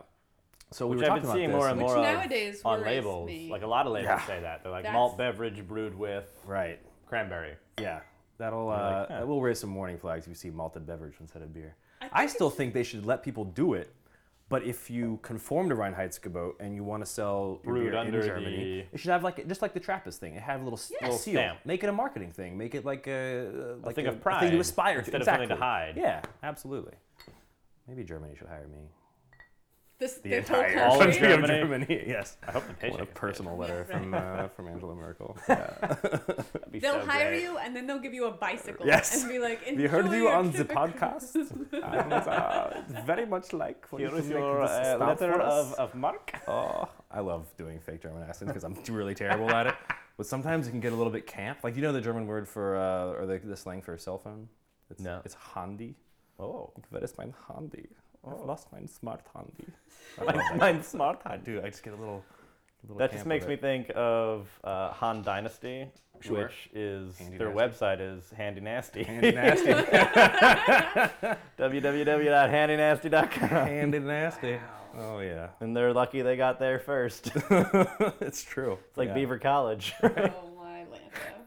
[SPEAKER 2] So we
[SPEAKER 3] Which
[SPEAKER 2] were talking
[SPEAKER 3] I've been
[SPEAKER 2] about
[SPEAKER 3] seeing
[SPEAKER 2] this,
[SPEAKER 3] more and
[SPEAKER 2] like-
[SPEAKER 3] more of
[SPEAKER 1] nowadays
[SPEAKER 3] on
[SPEAKER 1] worries
[SPEAKER 3] labels.
[SPEAKER 1] me.
[SPEAKER 3] Like a lot of labels
[SPEAKER 2] Yeah.
[SPEAKER 3] say that. They're like
[SPEAKER 1] That's-
[SPEAKER 3] malt beverage brewed with
[SPEAKER 2] Right.
[SPEAKER 3] cranberry.
[SPEAKER 2] Yeah, that'll uh,
[SPEAKER 3] like, huh.
[SPEAKER 2] that will raise some warning flags if you see malted beverage instead of beer. I,
[SPEAKER 1] think it's
[SPEAKER 2] still think they should let people do it, but if you conform to Reinheitsgebot and you want to sell your
[SPEAKER 3] Brewed
[SPEAKER 2] beer
[SPEAKER 3] under
[SPEAKER 2] in Germany,
[SPEAKER 3] the-
[SPEAKER 2] it should have like just like the Trappist thing. It have a little, s- little
[SPEAKER 3] Yes.
[SPEAKER 2] seal.
[SPEAKER 3] Stamp.
[SPEAKER 2] Make it a marketing thing. Make it like a like
[SPEAKER 3] thing
[SPEAKER 2] a,
[SPEAKER 3] of
[SPEAKER 2] a thing
[SPEAKER 3] pride
[SPEAKER 2] to aspire to
[SPEAKER 3] instead of
[SPEAKER 2] exactly.
[SPEAKER 3] something to hide.
[SPEAKER 2] Yeah, absolutely. Maybe Germany should hire me.
[SPEAKER 1] This,
[SPEAKER 2] The
[SPEAKER 1] their
[SPEAKER 2] entire
[SPEAKER 1] whole
[SPEAKER 3] All of
[SPEAKER 1] country.
[SPEAKER 2] country of
[SPEAKER 3] Germany?
[SPEAKER 2] Germany, *laughs* Yes.
[SPEAKER 3] I hope the paycheck.
[SPEAKER 2] What a
[SPEAKER 3] is good.
[SPEAKER 2] personal letter
[SPEAKER 1] Yeah,
[SPEAKER 2] from uh, from Angela
[SPEAKER 3] *laughs*
[SPEAKER 2] Merkel. Yeah.
[SPEAKER 3] That'd be
[SPEAKER 1] They'll
[SPEAKER 3] so
[SPEAKER 1] hire
[SPEAKER 3] great.
[SPEAKER 1] you and then they'll give you a bicycle.
[SPEAKER 2] Yes.
[SPEAKER 1] And be like,
[SPEAKER 2] We heard
[SPEAKER 1] "Enjoy
[SPEAKER 2] you
[SPEAKER 1] your
[SPEAKER 2] on the
[SPEAKER 1] trip across."
[SPEAKER 2] podcast.
[SPEAKER 1] *laughs*
[SPEAKER 2] and, uh, it's very much like what
[SPEAKER 3] Here
[SPEAKER 2] you
[SPEAKER 3] is
[SPEAKER 2] make
[SPEAKER 3] your
[SPEAKER 2] this
[SPEAKER 3] uh,
[SPEAKER 2] stuff
[SPEAKER 3] letter
[SPEAKER 2] for us.
[SPEAKER 3] of, of mark.
[SPEAKER 2] Oh, I love doing fake German accents because I'm *laughs* really terrible at it. But sometimes it can get a little bit camp. Like you know the German word for uh, or the, the slang for a cell phone. It's,
[SPEAKER 3] No.
[SPEAKER 2] It's handy.
[SPEAKER 3] Oh,
[SPEAKER 2] Where is mein handy? I've lost mein smart handy. Oh. I love
[SPEAKER 3] like
[SPEAKER 2] that.
[SPEAKER 3] *laughs* mine smart hand.
[SPEAKER 2] Dude, I just get a little. a little
[SPEAKER 3] *laughs* That just
[SPEAKER 2] camp
[SPEAKER 3] makes
[SPEAKER 2] with
[SPEAKER 3] me
[SPEAKER 2] it.
[SPEAKER 3] think of uh, Han Dynasty,
[SPEAKER 2] Sure.
[SPEAKER 3] which is
[SPEAKER 2] Handy
[SPEAKER 3] their
[SPEAKER 2] Nasty.
[SPEAKER 3] website is handy
[SPEAKER 2] *laughs*
[SPEAKER 3] nasty. *laughs*
[SPEAKER 2] handy nasty.
[SPEAKER 3] www.handynasty.com.
[SPEAKER 2] handy nasty. Oh yeah, *laughs*
[SPEAKER 3] And they're lucky they got there first. *laughs* It's
[SPEAKER 2] it's true. It's
[SPEAKER 3] like Beaver College. *laughs*
[SPEAKER 1] oh my
[SPEAKER 2] *laughs*
[SPEAKER 1] Lanta.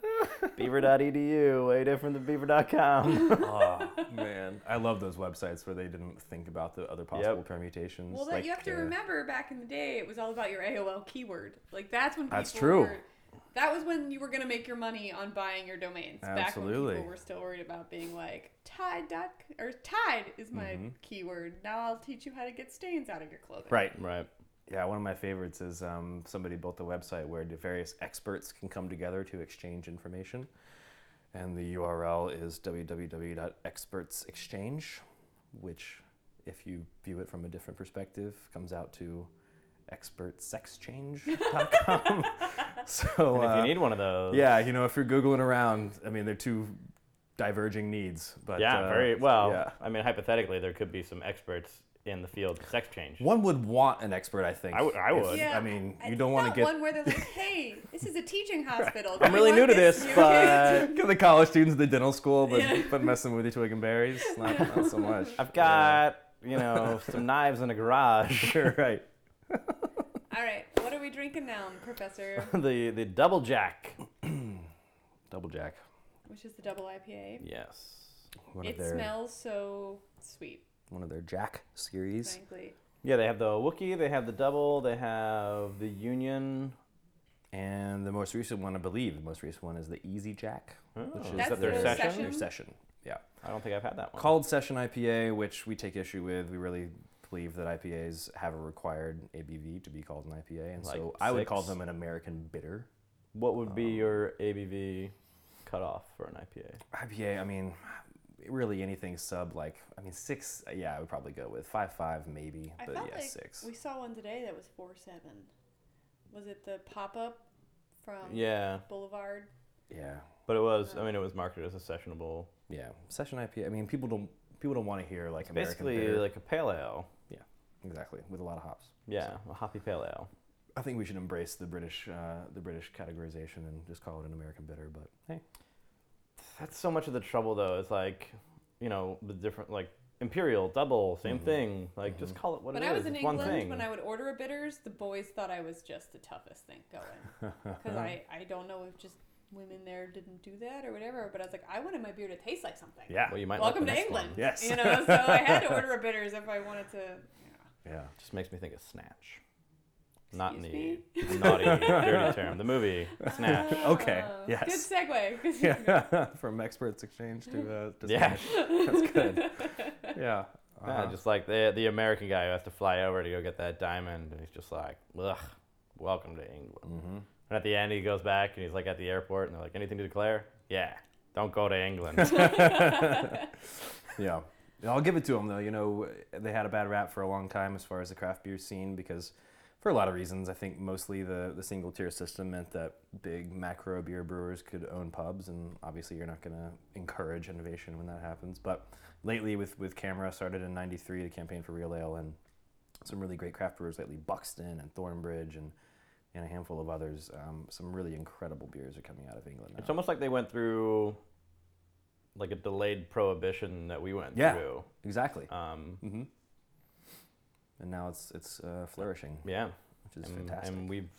[SPEAKER 3] Beaver.edu, way different than Beaver.com.
[SPEAKER 2] Oh man, I love those websites where they didn't think about the other possible permutations.
[SPEAKER 1] Well, that you
[SPEAKER 2] like,
[SPEAKER 1] have to
[SPEAKER 2] uh,
[SPEAKER 1] remember back in the day, it was all about your AOL keyword. Like, that's when people
[SPEAKER 2] That's true.
[SPEAKER 1] Were, that was when you were going to make your money on buying your domains. Back when
[SPEAKER 2] Absolutely.
[SPEAKER 1] people were still worried about being like, Tide dot, or Tide is my
[SPEAKER 2] Mm-hmm.
[SPEAKER 1] keyword. Now I'll teach you how to get stains out of your clothing.
[SPEAKER 2] Right.
[SPEAKER 3] right.
[SPEAKER 2] Yeah, one of my favorites is um, somebody built a website where the various experts can come together to exchange information, and the URL is www.expertsexchange, which, if you view it from a different perspective, comes out to expertsexchange.com. *laughs* so
[SPEAKER 3] *laughs* And if
[SPEAKER 2] uh,
[SPEAKER 3] you need one of those.
[SPEAKER 2] Yeah, you know, if you're googling around, I mean, they're two diverging needs. But
[SPEAKER 3] Yeah,
[SPEAKER 2] uh,
[SPEAKER 3] very well.
[SPEAKER 2] yeah.
[SPEAKER 3] I mean, hypothetically, there could be some experts in the field of sex change.
[SPEAKER 2] One would want an expert, I think.
[SPEAKER 3] I would- I
[SPEAKER 2] If-
[SPEAKER 3] would.
[SPEAKER 1] Yeah.
[SPEAKER 2] I mean,
[SPEAKER 1] I
[SPEAKER 2] you don't want to
[SPEAKER 1] felt
[SPEAKER 2] get
[SPEAKER 1] one where they're like, "Hey, this is a
[SPEAKER 2] *laughs*
[SPEAKER 1] teaching hospital. Do
[SPEAKER 3] I'm
[SPEAKER 1] you
[SPEAKER 3] really new
[SPEAKER 1] want
[SPEAKER 3] to this,
[SPEAKER 1] new
[SPEAKER 3] but
[SPEAKER 2] get the college students at the dental school, but
[SPEAKER 1] Yeah.
[SPEAKER 2] but messing with your twig and berries, not, not so much. uh,
[SPEAKER 3] I've got, you *laughs* know, some knives in a garage.
[SPEAKER 2] You're right.
[SPEAKER 1] kid?" *laughs* All right, what are we drinking now, Professor?
[SPEAKER 3] *laughs* the the double jack.
[SPEAKER 2] Double Jack.
[SPEAKER 1] Which is the double IPA.
[SPEAKER 3] Yes.
[SPEAKER 2] One
[SPEAKER 1] It
[SPEAKER 2] of their
[SPEAKER 1] smells so sweet,
[SPEAKER 2] one of their Jack series.
[SPEAKER 1] frankly.
[SPEAKER 3] Yeah, they have the Wookiee, they have the double, they have the Union.
[SPEAKER 2] And the most recent one, I believe, the most recent one is the Easy Jack.
[SPEAKER 3] Oh.
[SPEAKER 1] That's
[SPEAKER 3] that their
[SPEAKER 1] the
[SPEAKER 3] session?
[SPEAKER 2] Their
[SPEAKER 1] session?
[SPEAKER 2] session. Yeah.
[SPEAKER 3] I don't think I've had that one.
[SPEAKER 2] Called Session IPA, which we take issue with. We really believe that IPAs have a required ABV to be called an IPA, and
[SPEAKER 3] Like
[SPEAKER 2] so I would call
[SPEAKER 3] six?
[SPEAKER 2] them an American bitter.
[SPEAKER 3] What would be your ABV cutoff for an IPA?
[SPEAKER 2] IPA, I mean, really anything sub like, I mean, six, yeah, I would probably go with five, five, maybe,
[SPEAKER 1] I
[SPEAKER 2] but
[SPEAKER 1] felt
[SPEAKER 2] yeah,
[SPEAKER 1] like
[SPEAKER 2] six.
[SPEAKER 1] we saw one today that was four seven. Was it the pop up from
[SPEAKER 3] Yeah,
[SPEAKER 1] Boulevard?
[SPEAKER 2] Yeah,
[SPEAKER 3] but it was.
[SPEAKER 1] um,
[SPEAKER 3] I mean, it was marketed as a sessionable.
[SPEAKER 2] yeah. Session IPA. I mean, people don't people don't want to hear like American
[SPEAKER 3] Basically,
[SPEAKER 2] bitter.
[SPEAKER 3] like a pale ale.
[SPEAKER 2] exactly with a lot of hops.
[SPEAKER 3] Yeah, a hoppy pale ale.
[SPEAKER 2] I think we should embrace the British uh, the British categorization and just call it an American bitter. But hey,
[SPEAKER 3] That's so much of the trouble, though. It's like, you know, the different like imperial, double, same thing. Like, just call it what
[SPEAKER 1] when
[SPEAKER 3] it is.
[SPEAKER 1] I was in
[SPEAKER 3] It's one
[SPEAKER 1] England,
[SPEAKER 3] thing.
[SPEAKER 1] when I would order a bitters, the boys thought I was just the toughest thing
[SPEAKER 3] *laughs*
[SPEAKER 1] going. Because I, I don't know if just women there didn't do that or whatever, but I was like, I wanted my beer to taste like something.
[SPEAKER 2] yeah,
[SPEAKER 3] well, you might like
[SPEAKER 1] Welcome
[SPEAKER 3] the
[SPEAKER 1] to
[SPEAKER 3] next one.
[SPEAKER 1] England.
[SPEAKER 2] Yes.
[SPEAKER 1] You know, so I had to order
[SPEAKER 3] *laughs*
[SPEAKER 1] a bitters if I wanted to. Yeah.
[SPEAKER 2] yeah.
[SPEAKER 3] Just makes me think of Snatch. Not in the
[SPEAKER 1] Excuse *laughs*
[SPEAKER 3] naughty, dirty term. The movie Snatch.
[SPEAKER 2] Okay,
[SPEAKER 1] Uh,
[SPEAKER 2] yes.
[SPEAKER 1] Good segue. *laughs* 'cause-
[SPEAKER 2] Yeah, *laughs* from experts exchange to uh, to
[SPEAKER 3] Yeah.
[SPEAKER 2] Spanish. that's
[SPEAKER 3] *laughs*
[SPEAKER 2] good. Yeah,
[SPEAKER 3] Yeah,
[SPEAKER 2] Uh-huh.
[SPEAKER 3] just like the the American guy who has to fly over to go get that diamond, and he's just like, ugh, welcome to England. And at the end, he goes back and he's like at the airport, and they're like, anything to declare? Yeah. Don't go to
[SPEAKER 2] *laughs*
[SPEAKER 3] England. mm-hmm. *laughs*
[SPEAKER 2] Yeah. And I'll give it to them though. You know, they had a bad rap for a long time as far as the craft beer scene because, for a lot of reasons, I think mostly the the single tier system meant that big macro beer brewers could own pubs, and obviously you're not going to encourage innovation when that happens. But lately, with with Camera started in '93 to campaign for real ale, and some really great craft brewers lately, Buxton and Thornbridge, and and a handful of others. Um, some really incredible beers are coming out of England
[SPEAKER 3] It's
[SPEAKER 2] now.
[SPEAKER 3] almost like they went through like a delayed prohibition that we went
[SPEAKER 2] Yeah.
[SPEAKER 3] through.
[SPEAKER 2] Exactly.
[SPEAKER 3] Um,
[SPEAKER 2] hmm And now it's it's uh, flourishing,
[SPEAKER 3] yeah.
[SPEAKER 2] which is
[SPEAKER 3] and,
[SPEAKER 2] fantastic.
[SPEAKER 3] and we've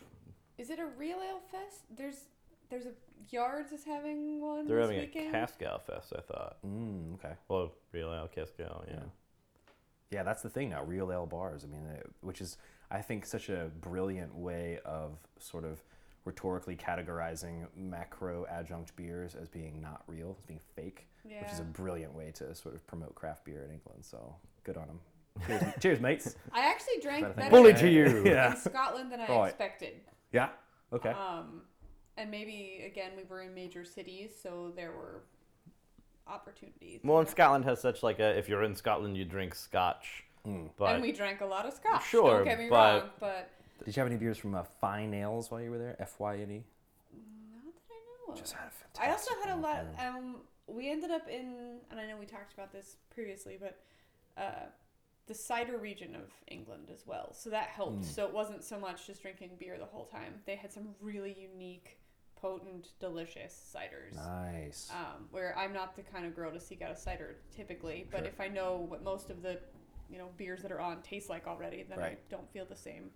[SPEAKER 1] Is it a real ale fest? There's there's a Yards is having one
[SPEAKER 3] they're
[SPEAKER 1] this
[SPEAKER 3] having
[SPEAKER 1] weekend.
[SPEAKER 3] a Cascal fest, I thought.
[SPEAKER 2] Mm, okay.
[SPEAKER 3] Well, real ale Cascal, yeah.
[SPEAKER 2] Yeah. Yeah, that's the thing now. Real ale bars. I mean, uh, which is I think such a brilliant way of sort of rhetorically categorizing macro adjunct beers as being not real, as being fake,
[SPEAKER 1] yeah.
[SPEAKER 2] which is a brilliant way to sort of promote craft beer in England. So good on them. Cheers, *laughs*
[SPEAKER 1] *laughs*
[SPEAKER 2] cheers mates.
[SPEAKER 1] I actually drank
[SPEAKER 2] Gotta think
[SPEAKER 1] better
[SPEAKER 3] Bully
[SPEAKER 1] beer
[SPEAKER 2] *laughs*
[SPEAKER 3] to you.
[SPEAKER 1] in Scotland than I
[SPEAKER 2] Right.
[SPEAKER 1] expected.
[SPEAKER 2] Yeah. Okay.
[SPEAKER 1] Um, and maybe again we were in major cities, so there were opportunities.
[SPEAKER 3] Well, and Scotland has such like a if you're in Scotland, you drink Scotch,
[SPEAKER 2] Mm.
[SPEAKER 3] but
[SPEAKER 1] and we drank a lot of scotch.
[SPEAKER 3] Sure,
[SPEAKER 1] don't get me
[SPEAKER 3] but-
[SPEAKER 1] wrong, but
[SPEAKER 2] Did you have any beers from uh, Fine Ales while you were there? F Y N E.
[SPEAKER 1] not that I know of.
[SPEAKER 2] Just had a fantastic.
[SPEAKER 1] Oh. I also had a
[SPEAKER 2] one.
[SPEAKER 1] lot.
[SPEAKER 2] Yeah.
[SPEAKER 1] Um, we ended up in, and I know we talked about this previously, but uh, the cider region of England as well. So that helped.
[SPEAKER 3] Hmm.
[SPEAKER 2] Mm.
[SPEAKER 1] So it wasn't so much just drinking beer the whole time. They had some really unique, potent, delicious ciders.
[SPEAKER 2] Nice.
[SPEAKER 1] Um, where I'm not the kind of girl to seek out a cider typically, but
[SPEAKER 2] Sure.
[SPEAKER 1] if I know what most of the, you know, beers that are on taste like already, then
[SPEAKER 2] Right.
[SPEAKER 1] I don't feel the same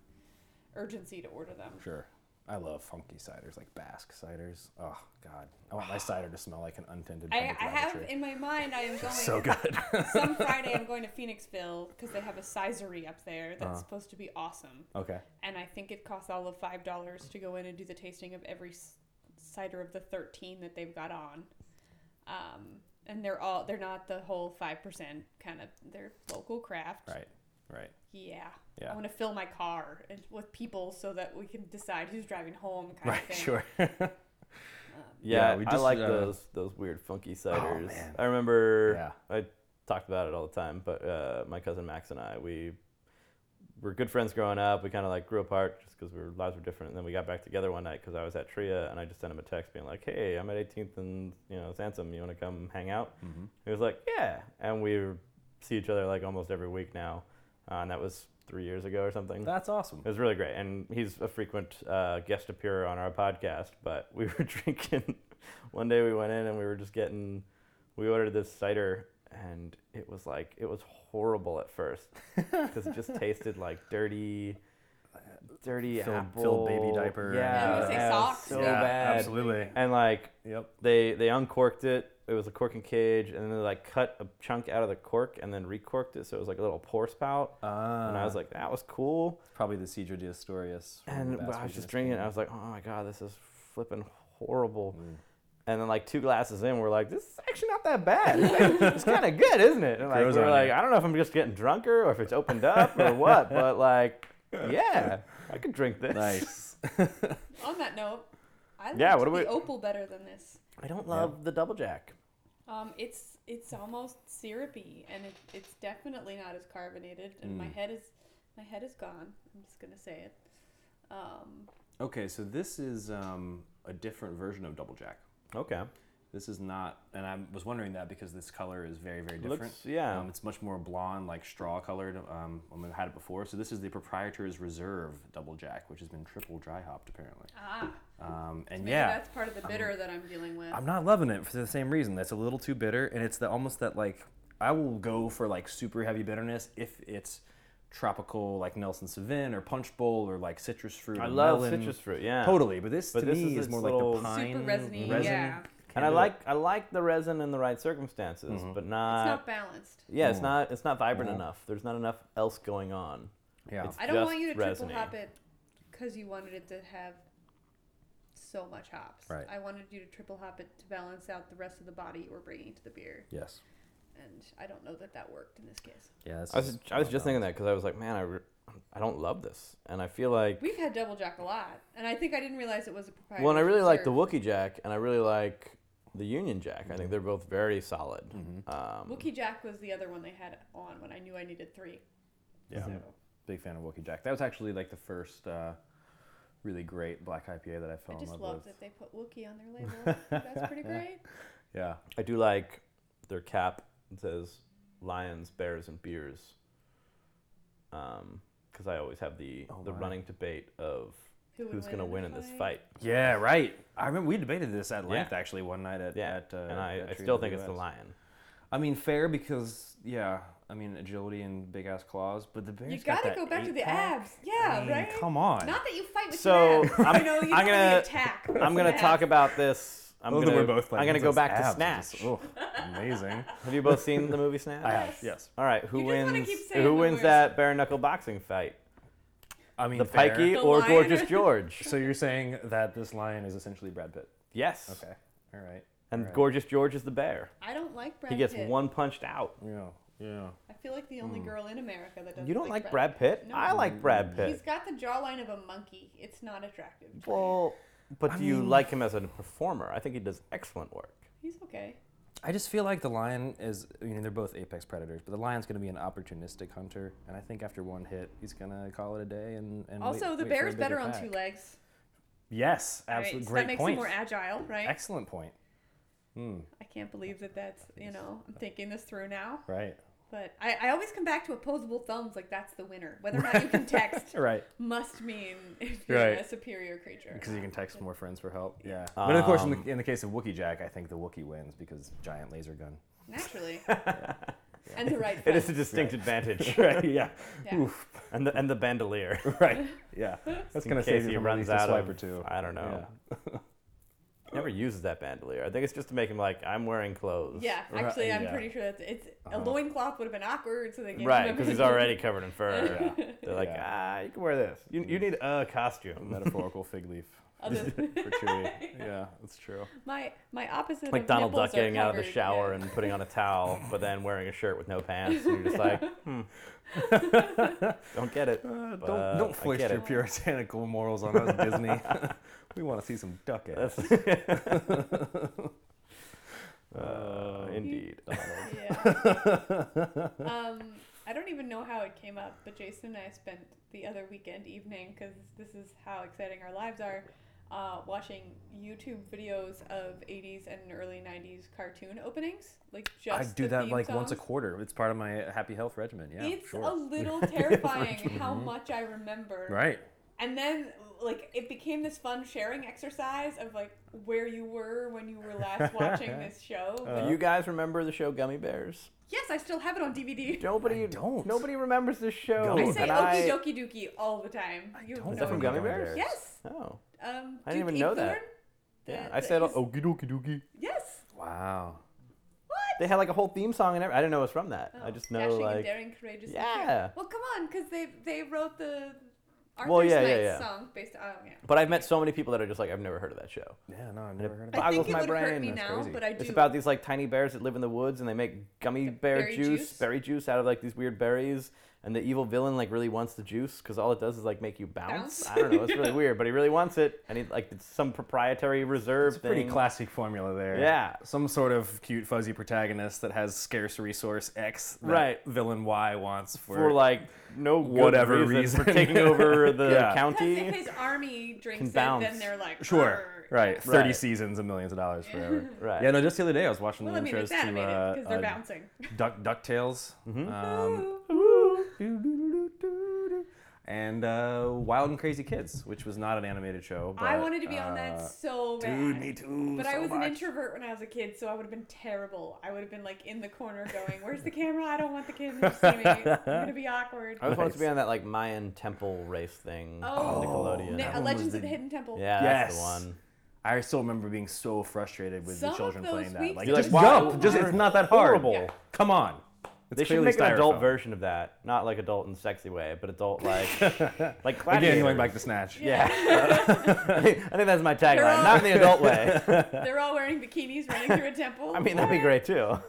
[SPEAKER 1] urgency to order them.
[SPEAKER 2] Sure. I love funky ciders, like Basque ciders. Oh God,
[SPEAKER 1] *sighs*
[SPEAKER 2] I want my cider to smell like an untinted.
[SPEAKER 1] I,
[SPEAKER 2] pine
[SPEAKER 1] I
[SPEAKER 2] climber
[SPEAKER 1] have
[SPEAKER 2] tree.
[SPEAKER 1] in my mind I am going
[SPEAKER 2] *laughs* so good.
[SPEAKER 1] some
[SPEAKER 2] *laughs*
[SPEAKER 1] Friday I'm going to Phoenixville because they have a sizery up there that's
[SPEAKER 2] Uh-huh.
[SPEAKER 1] supposed to be awesome.
[SPEAKER 2] okay.
[SPEAKER 1] And I think it costs all of five dollars to go in and do the tasting of every s- cider of the thirteen that they've got on. Um, and they're all they're not the whole five percent kind of they're local craft.
[SPEAKER 2] Right. Right.
[SPEAKER 1] Yeah.
[SPEAKER 2] Yeah.
[SPEAKER 1] I want to fill my car and- with people so that we can decide who's driving home. Kind of
[SPEAKER 2] Right.
[SPEAKER 1] thing. Um,
[SPEAKER 2] Sure.
[SPEAKER 3] yeah,
[SPEAKER 2] Yeah, we
[SPEAKER 3] I
[SPEAKER 2] just,
[SPEAKER 3] like
[SPEAKER 2] uh, Oh,
[SPEAKER 3] those those weird funky ciders.
[SPEAKER 2] man.
[SPEAKER 3] I remember
[SPEAKER 2] yeah.
[SPEAKER 3] I talked about it all the time, but uh, my cousin Max and I, we were good friends growing up. We kind of like grew apart just because our lives were different. And then we got back together one night because I was at Tria and I just sent him a text being like, hey, I'm at 18th and, you know, Sansom, you want to come hang out?
[SPEAKER 2] Mm-hmm.
[SPEAKER 3] He was like, yeah. And we see each other like almost every week now. Uh, and that was three years ago or something.
[SPEAKER 2] That's awesome.
[SPEAKER 3] It was really great, and he's a frequent uh, guest appearer on our podcast. But we *laughs* were drinking. One day we went in and we were just getting. We ordered this cider, and it was like it was horrible at first *laughs* because it just tasted like dirty, dirty
[SPEAKER 2] Filled-
[SPEAKER 3] apple,
[SPEAKER 2] filled baby diaper.
[SPEAKER 1] Yeah,
[SPEAKER 3] Yeah,
[SPEAKER 1] you say
[SPEAKER 3] yeah,
[SPEAKER 1] socks.
[SPEAKER 3] so
[SPEAKER 1] Yeah,
[SPEAKER 3] bad.
[SPEAKER 2] Absolutely.
[SPEAKER 3] And like
[SPEAKER 2] Yep.
[SPEAKER 3] they they uncorked it. It was a corking cage, and then they like cut a chunk out of the cork and then recorked it, so it was like a little pour spout.
[SPEAKER 2] Uh,
[SPEAKER 3] And I was like, that was cool.
[SPEAKER 2] probably the Cedra Diastorius. from
[SPEAKER 3] And
[SPEAKER 2] Basque
[SPEAKER 3] I was
[SPEAKER 2] region
[SPEAKER 3] just
[SPEAKER 2] of
[SPEAKER 3] drinking it.
[SPEAKER 2] Spain.
[SPEAKER 3] I was like, oh my God, this is flipping horrible.
[SPEAKER 2] Mm.
[SPEAKER 3] And then, like, two glasses in, we're like, this is actually not that bad.
[SPEAKER 2] *laughs*
[SPEAKER 3] it's kind of good, isn't it? And like,
[SPEAKER 2] Grows
[SPEAKER 3] we're
[SPEAKER 2] on
[SPEAKER 3] like,
[SPEAKER 2] you.
[SPEAKER 3] I don't know if I'm just getting drunker or if it's opened up or what, but like,
[SPEAKER 2] *laughs*
[SPEAKER 3] yeah, I could drink this.
[SPEAKER 2] Nice.
[SPEAKER 1] *laughs* On that note, I
[SPEAKER 3] Yeah,
[SPEAKER 1] liked
[SPEAKER 3] what do
[SPEAKER 1] the
[SPEAKER 3] we-
[SPEAKER 1] opal better than this.
[SPEAKER 3] I don't love the double jack.
[SPEAKER 1] Um, it's it's almost syrupy, and it, it's definitely not as carbonated. And my
[SPEAKER 2] Mm.
[SPEAKER 1] head is my head is gone. I'm just gonna say it. Um,
[SPEAKER 2] okay, so this is um, a different version of Double Jack.
[SPEAKER 3] Okay.
[SPEAKER 2] This is not, and I was wondering that because this color is very, very different.
[SPEAKER 3] Looks, yeah.
[SPEAKER 2] Um, it's much more blonde, like straw colored. Um, when we've had it before. So this is the proprietor's reserve double jack, which has been triple dry hopped apparently.
[SPEAKER 1] ah,
[SPEAKER 2] Um, and
[SPEAKER 1] maybe
[SPEAKER 2] yeah,
[SPEAKER 1] that's part of the bitter that I'm dealing with.
[SPEAKER 2] I'm not loving it for the same reason. That's a little too bitter, and it's the almost that like I will go for like super heavy bitterness if it's tropical, like Nelson Savin or Punch Bowl or like citrus fruit.
[SPEAKER 3] I
[SPEAKER 2] or
[SPEAKER 3] love
[SPEAKER 2] melon.
[SPEAKER 3] citrus fruit, yeah.
[SPEAKER 2] Totally, but this
[SPEAKER 3] But
[SPEAKER 2] to
[SPEAKER 3] this
[SPEAKER 2] me
[SPEAKER 3] is
[SPEAKER 2] is,
[SPEAKER 3] its
[SPEAKER 2] more
[SPEAKER 3] little-
[SPEAKER 2] like the pine
[SPEAKER 1] Super resiny,
[SPEAKER 2] resin.
[SPEAKER 1] yeah.
[SPEAKER 3] And I
[SPEAKER 2] Kinda.
[SPEAKER 3] like I like the resin in the right circumstances, but
[SPEAKER 1] it's
[SPEAKER 3] not,
[SPEAKER 1] not balanced.
[SPEAKER 3] yeah, it's
[SPEAKER 2] Mm-hmm. Mm.
[SPEAKER 3] not it's not vibrant
[SPEAKER 2] Mhm.
[SPEAKER 3] enough. There's not enough else going on.
[SPEAKER 2] Yeah.
[SPEAKER 3] It's
[SPEAKER 1] I don't want
[SPEAKER 3] just
[SPEAKER 1] you to
[SPEAKER 3] resiny.
[SPEAKER 1] triple hop it because you wanted it to have so much hops.
[SPEAKER 2] Right.
[SPEAKER 1] I wanted you to triple hop it to balance out the rest of the body you were bringing to the beer.
[SPEAKER 2] yes.
[SPEAKER 1] and I don't know that that worked in this case.
[SPEAKER 2] Yeah, that's
[SPEAKER 3] I was,
[SPEAKER 2] just
[SPEAKER 3] I was
[SPEAKER 2] wild
[SPEAKER 3] just thinking
[SPEAKER 2] dogs.
[SPEAKER 3] that because I was like, man, I, re- I don't love this, and I feel like
[SPEAKER 1] We've had double jack a lot, and I think I didn't realize it was a proprietary.
[SPEAKER 3] well, and I really like the
[SPEAKER 1] reserve.
[SPEAKER 3] Wookiee Jack, and I really like the Union Jack. I
[SPEAKER 2] Mm-hmm.
[SPEAKER 3] think they're both very solid. Um,
[SPEAKER 1] Wookie Jack was the other one they had on when I knew I needed three.
[SPEAKER 2] Yeah, I'm a big fan of Wookiee Jack. That was actually like the first uh, really great black IPA that I fell
[SPEAKER 1] I just
[SPEAKER 2] in
[SPEAKER 1] love
[SPEAKER 2] love
[SPEAKER 1] that they put Wookie on their
[SPEAKER 3] *laughs*
[SPEAKER 1] label. That's pretty great.
[SPEAKER 2] with. Yeah,
[SPEAKER 3] I do like their cap. It says lions, bears, and beers. Um, because I always have the
[SPEAKER 2] Oh,
[SPEAKER 3] the
[SPEAKER 2] wow.
[SPEAKER 3] running debate of
[SPEAKER 1] Who would
[SPEAKER 3] who's
[SPEAKER 1] win
[SPEAKER 3] going to
[SPEAKER 1] in
[SPEAKER 3] win
[SPEAKER 1] the
[SPEAKER 3] in this fight,
[SPEAKER 2] yeah, right. I remember we debated this at
[SPEAKER 3] Yeah.
[SPEAKER 2] length actually one night at
[SPEAKER 3] Yeah,
[SPEAKER 2] at, uh,
[SPEAKER 3] and I,
[SPEAKER 2] at
[SPEAKER 3] I
[SPEAKER 2] Tree
[SPEAKER 3] still
[SPEAKER 2] of
[SPEAKER 3] think it's the
[SPEAKER 2] US.
[SPEAKER 3] lion.
[SPEAKER 2] I mean, fair because yeah, I mean agility and big ass claws, but the bears
[SPEAKER 1] You
[SPEAKER 2] got
[SPEAKER 1] gotta
[SPEAKER 2] that
[SPEAKER 1] go back to
[SPEAKER 2] eight
[SPEAKER 1] the
[SPEAKER 2] pack.
[SPEAKER 1] abs. Yeah,
[SPEAKER 2] I mean,
[SPEAKER 1] right.
[SPEAKER 2] Come on.
[SPEAKER 1] Not that you fight with
[SPEAKER 3] So,
[SPEAKER 1] your abs.
[SPEAKER 3] *laughs* I'm-
[SPEAKER 1] you know, you don't
[SPEAKER 3] I'm
[SPEAKER 1] really
[SPEAKER 3] gonna-
[SPEAKER 1] attack.
[SPEAKER 3] I'm going to talk about this. I'm
[SPEAKER 2] Oh,
[SPEAKER 3] going
[SPEAKER 2] that
[SPEAKER 3] to
[SPEAKER 2] we're both playing
[SPEAKER 3] I'm going to
[SPEAKER 2] with
[SPEAKER 3] go
[SPEAKER 2] those
[SPEAKER 3] back to
[SPEAKER 2] abs.
[SPEAKER 3] Snatch.
[SPEAKER 2] It's just- oh, *laughs* amazing.
[SPEAKER 3] Have you both seen the movie Snatch?
[SPEAKER 2] I have. Yes.
[SPEAKER 3] All right, who
[SPEAKER 1] You just wanna
[SPEAKER 3] wins?
[SPEAKER 1] keep saying
[SPEAKER 3] Who
[SPEAKER 1] the
[SPEAKER 3] wins
[SPEAKER 1] words.
[SPEAKER 3] that bare knuckle boxing fight?
[SPEAKER 2] I mean,
[SPEAKER 3] The
[SPEAKER 2] fair.
[SPEAKER 3] Pikey
[SPEAKER 1] The
[SPEAKER 3] or
[SPEAKER 1] lion
[SPEAKER 3] Gorgeous
[SPEAKER 1] or-
[SPEAKER 3] George?
[SPEAKER 1] *laughs*
[SPEAKER 2] So you're saying that this lion is essentially Brad Pitt?
[SPEAKER 3] Yes.
[SPEAKER 2] Okay. All right.
[SPEAKER 3] And
[SPEAKER 2] Alright.
[SPEAKER 3] Gorgeous George is the bear.
[SPEAKER 1] I don't like Brad
[SPEAKER 3] He gets
[SPEAKER 1] Pitt.
[SPEAKER 3] one punched out.
[SPEAKER 2] Yeah. Yeah.
[SPEAKER 1] I feel like the only girl in America that doesn't.
[SPEAKER 3] You don't like,
[SPEAKER 1] Brad
[SPEAKER 3] Brad Pitt?
[SPEAKER 1] No.
[SPEAKER 3] I like Brad Pitt.
[SPEAKER 1] He's got the jawline of a monkey. It's not attractive. to me.
[SPEAKER 3] Well, but
[SPEAKER 2] I
[SPEAKER 3] do you
[SPEAKER 2] mean-
[SPEAKER 3] like him as a performer? I think he does excellent *laughs* work.
[SPEAKER 1] He's okay.
[SPEAKER 2] I just feel like the lion is, you know, they're both apex predators, but the lion's going to be an opportunistic hunter. And I think after one hit, he's going to call it a day. And, and
[SPEAKER 1] Also,
[SPEAKER 2] wait,
[SPEAKER 1] the
[SPEAKER 2] wait
[SPEAKER 1] bear
[SPEAKER 2] for a
[SPEAKER 1] is better
[SPEAKER 2] bigger
[SPEAKER 1] on
[SPEAKER 2] pack.
[SPEAKER 1] two legs.
[SPEAKER 2] Yes,
[SPEAKER 1] All right,
[SPEAKER 2] absolutely.
[SPEAKER 1] so
[SPEAKER 2] Great
[SPEAKER 1] that makes
[SPEAKER 2] point.
[SPEAKER 1] him more agile, right?
[SPEAKER 2] Excellent point. Hmm.
[SPEAKER 1] I can't believe that that's you know I'm thinking this through now.
[SPEAKER 2] right.
[SPEAKER 1] But I, I always come back to opposable thumbs like that's the winner. Whether or not you
[SPEAKER 3] *laughs*
[SPEAKER 1] can text
[SPEAKER 2] Right.
[SPEAKER 1] must mean if you're
[SPEAKER 2] Right.
[SPEAKER 1] a superior creature.
[SPEAKER 2] Because you can text more friends for help. Yeah. Um, but of course, in the, in the case of Wookiee Jack, I think the Wookiee wins because giant laser gun.
[SPEAKER 1] Naturally. And the right
[SPEAKER 3] *laughs* It is a
[SPEAKER 1] friend.
[SPEAKER 3] distinct *laughs*
[SPEAKER 2] *laughs*
[SPEAKER 3] advantage.
[SPEAKER 2] right. Yeah.
[SPEAKER 1] Yeah.
[SPEAKER 2] Oof.
[SPEAKER 3] And the, and the *laughs* bandolier.
[SPEAKER 2] *laughs* Right. Yeah. *laughs* That's
[SPEAKER 3] In
[SPEAKER 2] going to save
[SPEAKER 3] case
[SPEAKER 2] you
[SPEAKER 3] he
[SPEAKER 2] from
[SPEAKER 3] runs
[SPEAKER 2] at least
[SPEAKER 3] out
[SPEAKER 2] a swipe
[SPEAKER 3] of-
[SPEAKER 2] or two.
[SPEAKER 3] I don't know. Never uses that bandolier. I think it's just to make him like, I'm wearing clothes.
[SPEAKER 1] Yeah,
[SPEAKER 2] Right,
[SPEAKER 1] actually, I'm
[SPEAKER 2] yeah.
[SPEAKER 1] pretty sure that's it's a
[SPEAKER 2] Uh-huh.
[SPEAKER 1] loincloth would have been awkward, so they gave
[SPEAKER 3] Right,
[SPEAKER 1] him a-
[SPEAKER 3] because he's
[SPEAKER 1] *laughs*
[SPEAKER 3] already covered in fur.
[SPEAKER 2] Yeah.
[SPEAKER 3] They're like,
[SPEAKER 2] Yeah. Mm.
[SPEAKER 3] ah, you can wear this. You, you need a
[SPEAKER 2] *laughs*
[SPEAKER 3] costume.
[SPEAKER 2] Metaphorical fig leaf.
[SPEAKER 1] I'll just- *laughs*
[SPEAKER 2] *laughs* for Chewie. Yeah, that's true.
[SPEAKER 1] my my opposite
[SPEAKER 3] Like
[SPEAKER 1] of
[SPEAKER 3] Donald
[SPEAKER 1] nipples
[SPEAKER 3] Duck
[SPEAKER 1] are
[SPEAKER 3] getting out of the
[SPEAKER 1] covered,
[SPEAKER 3] shower
[SPEAKER 1] yeah.
[SPEAKER 3] and putting on a towel, but then wearing a shirt with no pants. And you're
[SPEAKER 1] *laughs*
[SPEAKER 3] just like,
[SPEAKER 2] *laughs*
[SPEAKER 3] hmm. Don't get it.
[SPEAKER 2] Uh, don't
[SPEAKER 3] But
[SPEAKER 2] don't
[SPEAKER 3] I
[SPEAKER 2] foist
[SPEAKER 3] get
[SPEAKER 2] your
[SPEAKER 3] it.
[SPEAKER 2] puritanical morals on
[SPEAKER 3] *laughs*
[SPEAKER 2] us, Disney. *laughs* we want to see some duck ass. *laughs*
[SPEAKER 3] Uh,
[SPEAKER 1] *laughs*
[SPEAKER 3] indeed.
[SPEAKER 1] *laughs* Yeah.
[SPEAKER 3] *laughs*
[SPEAKER 1] um, I don't even know how it came up, but Jason and I spent the other weekend evening because this is how exciting our lives are. Uh, watching YouTube videos of 80s and early 90s cartoon openings, like just
[SPEAKER 2] I do
[SPEAKER 1] the
[SPEAKER 2] that
[SPEAKER 1] theme
[SPEAKER 2] like once a
[SPEAKER 1] songs.
[SPEAKER 2] quarter. It's part of my happy health regimen. Yeah,
[SPEAKER 1] it's
[SPEAKER 2] sure.
[SPEAKER 1] a
[SPEAKER 3] *laughs*
[SPEAKER 1] little terrifying how much I remember.
[SPEAKER 2] right.
[SPEAKER 1] And then, like, it became this fun sharing exercise of like where you were when you were
[SPEAKER 3] *laughs*
[SPEAKER 1] last watching this show.
[SPEAKER 2] Uh,
[SPEAKER 3] Do you guys remember the show Gummy Bears?
[SPEAKER 1] yes, I still have it on DVD.
[SPEAKER 3] Nobody
[SPEAKER 2] I don't.
[SPEAKER 3] Nobody remembers this show.
[SPEAKER 2] Don't.
[SPEAKER 1] I say
[SPEAKER 3] and
[SPEAKER 1] okie dokie dookie all the time. You
[SPEAKER 2] don't
[SPEAKER 1] have
[SPEAKER 3] Is that
[SPEAKER 1] no
[SPEAKER 3] from
[SPEAKER 1] idea.
[SPEAKER 3] Gummy Bears?
[SPEAKER 1] Yes.
[SPEAKER 3] Oh.
[SPEAKER 1] Um,
[SPEAKER 3] I didn't
[SPEAKER 1] Duke
[SPEAKER 3] even know that.
[SPEAKER 1] Eathorn?
[SPEAKER 3] Yeah.
[SPEAKER 1] The-
[SPEAKER 3] I
[SPEAKER 1] the-
[SPEAKER 3] said oh.
[SPEAKER 1] his-
[SPEAKER 3] okie dokie dookie.
[SPEAKER 1] Yes.
[SPEAKER 2] Wow.
[SPEAKER 1] What?
[SPEAKER 3] They had like a whole theme song and everything. I didn't know it was from that. I
[SPEAKER 1] Oh,
[SPEAKER 3] just know
[SPEAKER 1] Dashing and
[SPEAKER 3] like
[SPEAKER 1] daring, courageous. and true.
[SPEAKER 3] Yeah.
[SPEAKER 1] Well, come on, because they they wrote the Arthur's
[SPEAKER 3] Well, yeah, yeah,
[SPEAKER 1] Knights
[SPEAKER 3] yeah.
[SPEAKER 1] song based on. Oh, yeah.
[SPEAKER 3] But I've met so many people that are just like, I've never heard of that show.
[SPEAKER 2] Yeah, no, I've never heard of
[SPEAKER 3] But
[SPEAKER 2] that.
[SPEAKER 1] I
[SPEAKER 3] boggles
[SPEAKER 1] think it
[SPEAKER 3] my
[SPEAKER 1] would hurt
[SPEAKER 3] brain.
[SPEAKER 1] me
[SPEAKER 2] That's
[SPEAKER 1] now,
[SPEAKER 2] crazy.
[SPEAKER 1] but I do.
[SPEAKER 3] It's about these like tiny bears that live in the woods and they make gummy bear
[SPEAKER 1] berry
[SPEAKER 3] juice,
[SPEAKER 1] juice?
[SPEAKER 3] berry juice out of like these weird berries. And the evil villain like really wants the juice because all it does is like make you bounce.
[SPEAKER 1] Bounce?
[SPEAKER 3] I don't know. It's
[SPEAKER 1] *laughs*
[SPEAKER 3] really weird, but he really wants it. And he like it's some proprietary reserve
[SPEAKER 2] It's a
[SPEAKER 3] thing.
[SPEAKER 2] pretty classic formula there.
[SPEAKER 3] Yeah.
[SPEAKER 2] Some sort of cute fuzzy protagonist that has scarce resource X that
[SPEAKER 3] Right.
[SPEAKER 2] villain Y wants for,
[SPEAKER 3] for like no good
[SPEAKER 2] whatever
[SPEAKER 3] reason, for
[SPEAKER 2] reason. *laughs*
[SPEAKER 3] taking over the
[SPEAKER 1] Because
[SPEAKER 2] Yeah.
[SPEAKER 3] county.
[SPEAKER 1] if his army drinks
[SPEAKER 3] *laughs* Can
[SPEAKER 1] it, then
[SPEAKER 3] bounce.
[SPEAKER 1] they're like.
[SPEAKER 2] Sure.
[SPEAKER 1] "Arr."
[SPEAKER 2] Right. 30
[SPEAKER 3] Right.
[SPEAKER 2] seasons and millions of dollars
[SPEAKER 1] *laughs*
[SPEAKER 2] forever.
[SPEAKER 3] Right.
[SPEAKER 2] Yeah, no, just the other day I was watching
[SPEAKER 1] Well,
[SPEAKER 2] the
[SPEAKER 1] I mean,
[SPEAKER 2] intros
[SPEAKER 1] it's animated
[SPEAKER 2] to uh,
[SPEAKER 1] because they're
[SPEAKER 2] uh,
[SPEAKER 1] bouncing. *laughs*
[SPEAKER 2] Duck DuckTales.
[SPEAKER 3] Mm-hmm.
[SPEAKER 2] Um, and uh, Wild and Crazy Kids, which was not an animated show. But,
[SPEAKER 1] I wanted to be on
[SPEAKER 2] uh,
[SPEAKER 1] that so bad.
[SPEAKER 2] Dude, me too.
[SPEAKER 1] But
[SPEAKER 2] so
[SPEAKER 1] I was
[SPEAKER 2] much.
[SPEAKER 1] an introvert when I was a kid, so I would have been terrible. I would have been like in the corner going, "Where's the camera? I don't want the kids to
[SPEAKER 3] *laughs*
[SPEAKER 1] see me. I'm gonna be awkward."
[SPEAKER 3] I was supposed to be
[SPEAKER 2] Nice.
[SPEAKER 3] on that like Mayan temple race thing.
[SPEAKER 1] Oh.
[SPEAKER 3] on Nickelodeon.
[SPEAKER 1] Ne-
[SPEAKER 2] that
[SPEAKER 1] uh,
[SPEAKER 2] one was
[SPEAKER 1] Legends
[SPEAKER 2] the-
[SPEAKER 1] of the Hidden Temple.
[SPEAKER 3] yeah, that's the
[SPEAKER 2] Yes.
[SPEAKER 3] one.
[SPEAKER 2] I still remember being so frustrated with
[SPEAKER 1] Some
[SPEAKER 2] the
[SPEAKER 1] of
[SPEAKER 2] children
[SPEAKER 1] those
[SPEAKER 2] playing that.
[SPEAKER 1] weeks
[SPEAKER 2] Like,
[SPEAKER 1] You're
[SPEAKER 2] just
[SPEAKER 1] like, wow,
[SPEAKER 2] jump. Just it's not that
[SPEAKER 3] horrible.
[SPEAKER 2] hard. Come on. It's
[SPEAKER 3] they should
[SPEAKER 2] clearly
[SPEAKER 3] make an adult
[SPEAKER 2] styrofoam.
[SPEAKER 3] version of that, not like adult in sexy way, but adult like
[SPEAKER 2] *laughs*
[SPEAKER 3] like
[SPEAKER 2] Again, going
[SPEAKER 3] gladiators.
[SPEAKER 2] back to Snatch.
[SPEAKER 3] Yeah. *laughs* I think I think that's my tagline.
[SPEAKER 1] all-
[SPEAKER 3] Not in the
[SPEAKER 1] *laughs*
[SPEAKER 3] adult way.
[SPEAKER 1] They're all wearing bikinis running through a temple.
[SPEAKER 3] *laughs* I mean, that'd be great too.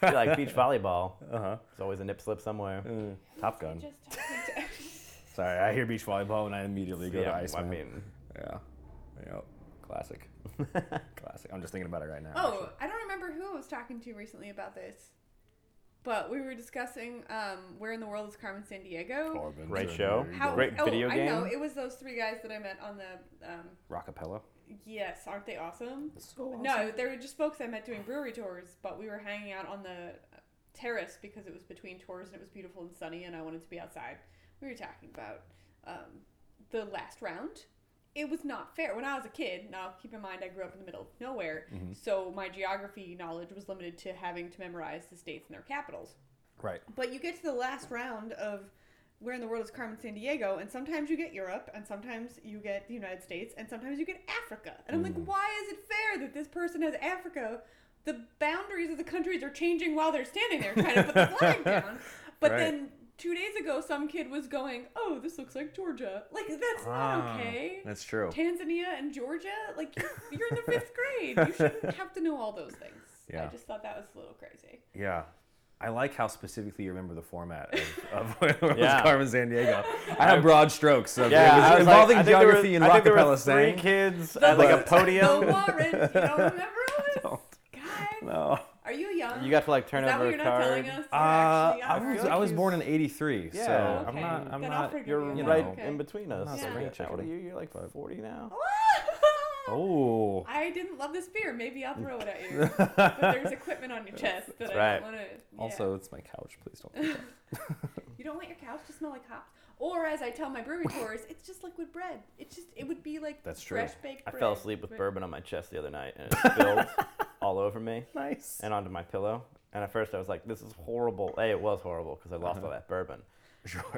[SPEAKER 3] Be
[SPEAKER 2] *laughs*
[SPEAKER 3] like beach volleyball.
[SPEAKER 2] Uh-huh.
[SPEAKER 3] There's always a nip slip somewhere.
[SPEAKER 2] Uh, Top Gun.
[SPEAKER 3] *laughs*
[SPEAKER 1] Just talking to-
[SPEAKER 2] Sorry, I hear beach volleyball and I immediately go to
[SPEAKER 3] Yeah,
[SPEAKER 2] Iceman.
[SPEAKER 3] I mean,
[SPEAKER 2] yeah. Yep. *laughs* Classic. Classic. I'm just thinking about it right now.
[SPEAKER 1] Oh, I don't remember who I was talking to recently about this, but we were discussing um, where in the world is Carmen San Diego?
[SPEAKER 2] actually.
[SPEAKER 3] Great show. Great
[SPEAKER 1] oh,
[SPEAKER 3] video
[SPEAKER 1] I know
[SPEAKER 3] game.
[SPEAKER 1] it was those three guys that I met on the. Um,
[SPEAKER 2] Rockapella.
[SPEAKER 1] yes, aren't they awesome?
[SPEAKER 2] So
[SPEAKER 1] No, they were just folks I met doing brewery tours, but we were hanging out on the uh, terrace because it was between tours and it was beautiful and sunny, and I wanted to be outside. We were talking about um, the last round. It was not fair. When I was a kid, now keep in mind I grew up in the middle of nowhere, so my geography knowledge was limited to having to memorize the states and their capitals.
[SPEAKER 2] Right.
[SPEAKER 1] But you get to the last round of where in the world is Carmen San Diego, and sometimes you get Europe, and sometimes you get the United States, and sometimes you get Africa. And I'm
[SPEAKER 2] Mm.
[SPEAKER 1] like, why is it fair that this person has Africa? The boundaries of the countries are changing while they're standing there trying to put
[SPEAKER 2] *laughs*
[SPEAKER 1] the flag down. But
[SPEAKER 2] Right.
[SPEAKER 1] then two days ago, some kid was going, oh, this looks like Georgia. Like, that's not okay.
[SPEAKER 2] Ah, That's true.
[SPEAKER 1] Tanzania and Georgia, like, you're, you're
[SPEAKER 2] *laughs*
[SPEAKER 1] in the fifth grade. You shouldn't have to know all those things. I
[SPEAKER 2] Yeah.
[SPEAKER 1] just thought that was a little crazy.
[SPEAKER 2] Yeah. I like how specifically you remember the format of,
[SPEAKER 3] *laughs*
[SPEAKER 2] of when it was
[SPEAKER 3] Yeah.
[SPEAKER 2] Carmen San
[SPEAKER 3] *laughs*
[SPEAKER 2] Diego. I have broad strokes. Of it was
[SPEAKER 3] I was like-
[SPEAKER 2] involving
[SPEAKER 3] I think there were-
[SPEAKER 2] geography
[SPEAKER 3] I think
[SPEAKER 2] and
[SPEAKER 3] there were
[SPEAKER 2] rockapella
[SPEAKER 3] Three
[SPEAKER 2] saying.
[SPEAKER 3] kids at uh,
[SPEAKER 2] *laughs*
[SPEAKER 3] like a *laughs*
[SPEAKER 2] But-
[SPEAKER 1] The
[SPEAKER 3] podium.
[SPEAKER 1] Warrens, you don't remember
[SPEAKER 3] *laughs*
[SPEAKER 1] all this? Guys,
[SPEAKER 2] No.
[SPEAKER 1] are you young?
[SPEAKER 3] You got to like turn
[SPEAKER 1] Is that
[SPEAKER 3] over
[SPEAKER 1] what
[SPEAKER 3] a
[SPEAKER 1] you're
[SPEAKER 3] card.
[SPEAKER 1] not telling us? You're
[SPEAKER 2] Uh,
[SPEAKER 1] actually
[SPEAKER 2] I
[SPEAKER 1] younger?
[SPEAKER 2] was
[SPEAKER 3] feel like
[SPEAKER 1] *laughs*
[SPEAKER 2] I was
[SPEAKER 3] he's-
[SPEAKER 2] born in '83, so
[SPEAKER 3] Yeah.
[SPEAKER 2] I'm
[SPEAKER 1] Okay,
[SPEAKER 2] not I'm
[SPEAKER 1] then I'll
[SPEAKER 2] not.
[SPEAKER 1] forgive
[SPEAKER 3] You're
[SPEAKER 1] you.
[SPEAKER 2] know,
[SPEAKER 3] right
[SPEAKER 1] Okay.
[SPEAKER 3] in between us.
[SPEAKER 2] Not
[SPEAKER 1] a spring
[SPEAKER 3] Right now. What are
[SPEAKER 2] chicken.
[SPEAKER 3] you? You're like 40 now.
[SPEAKER 2] Oh,
[SPEAKER 1] I didn't love this beer. Maybe I'll throw it at
[SPEAKER 3] *laughs*
[SPEAKER 1] you. but there's equipment on your chest that I
[SPEAKER 3] right.
[SPEAKER 1] don't want to.
[SPEAKER 2] also it's my couch. Please
[SPEAKER 1] *laughs*
[SPEAKER 2] don't.
[SPEAKER 1] you don't want your couch to smell like hops. Or as I tell my
[SPEAKER 3] *laughs*
[SPEAKER 1] brewery tours, it's just liquid bread. It's just it would be like
[SPEAKER 2] That's true.
[SPEAKER 1] fresh baked
[SPEAKER 3] I
[SPEAKER 1] bread.
[SPEAKER 3] fell asleep with
[SPEAKER 1] but-
[SPEAKER 3] bourbon on my chest the other night and it
[SPEAKER 2] *laughs*
[SPEAKER 3] spilled all over me
[SPEAKER 2] nice. *laughs*
[SPEAKER 3] and onto my pillow. And at first I was like, this is horrible. A, it was horrible because I lost all that bourbon. *laughs*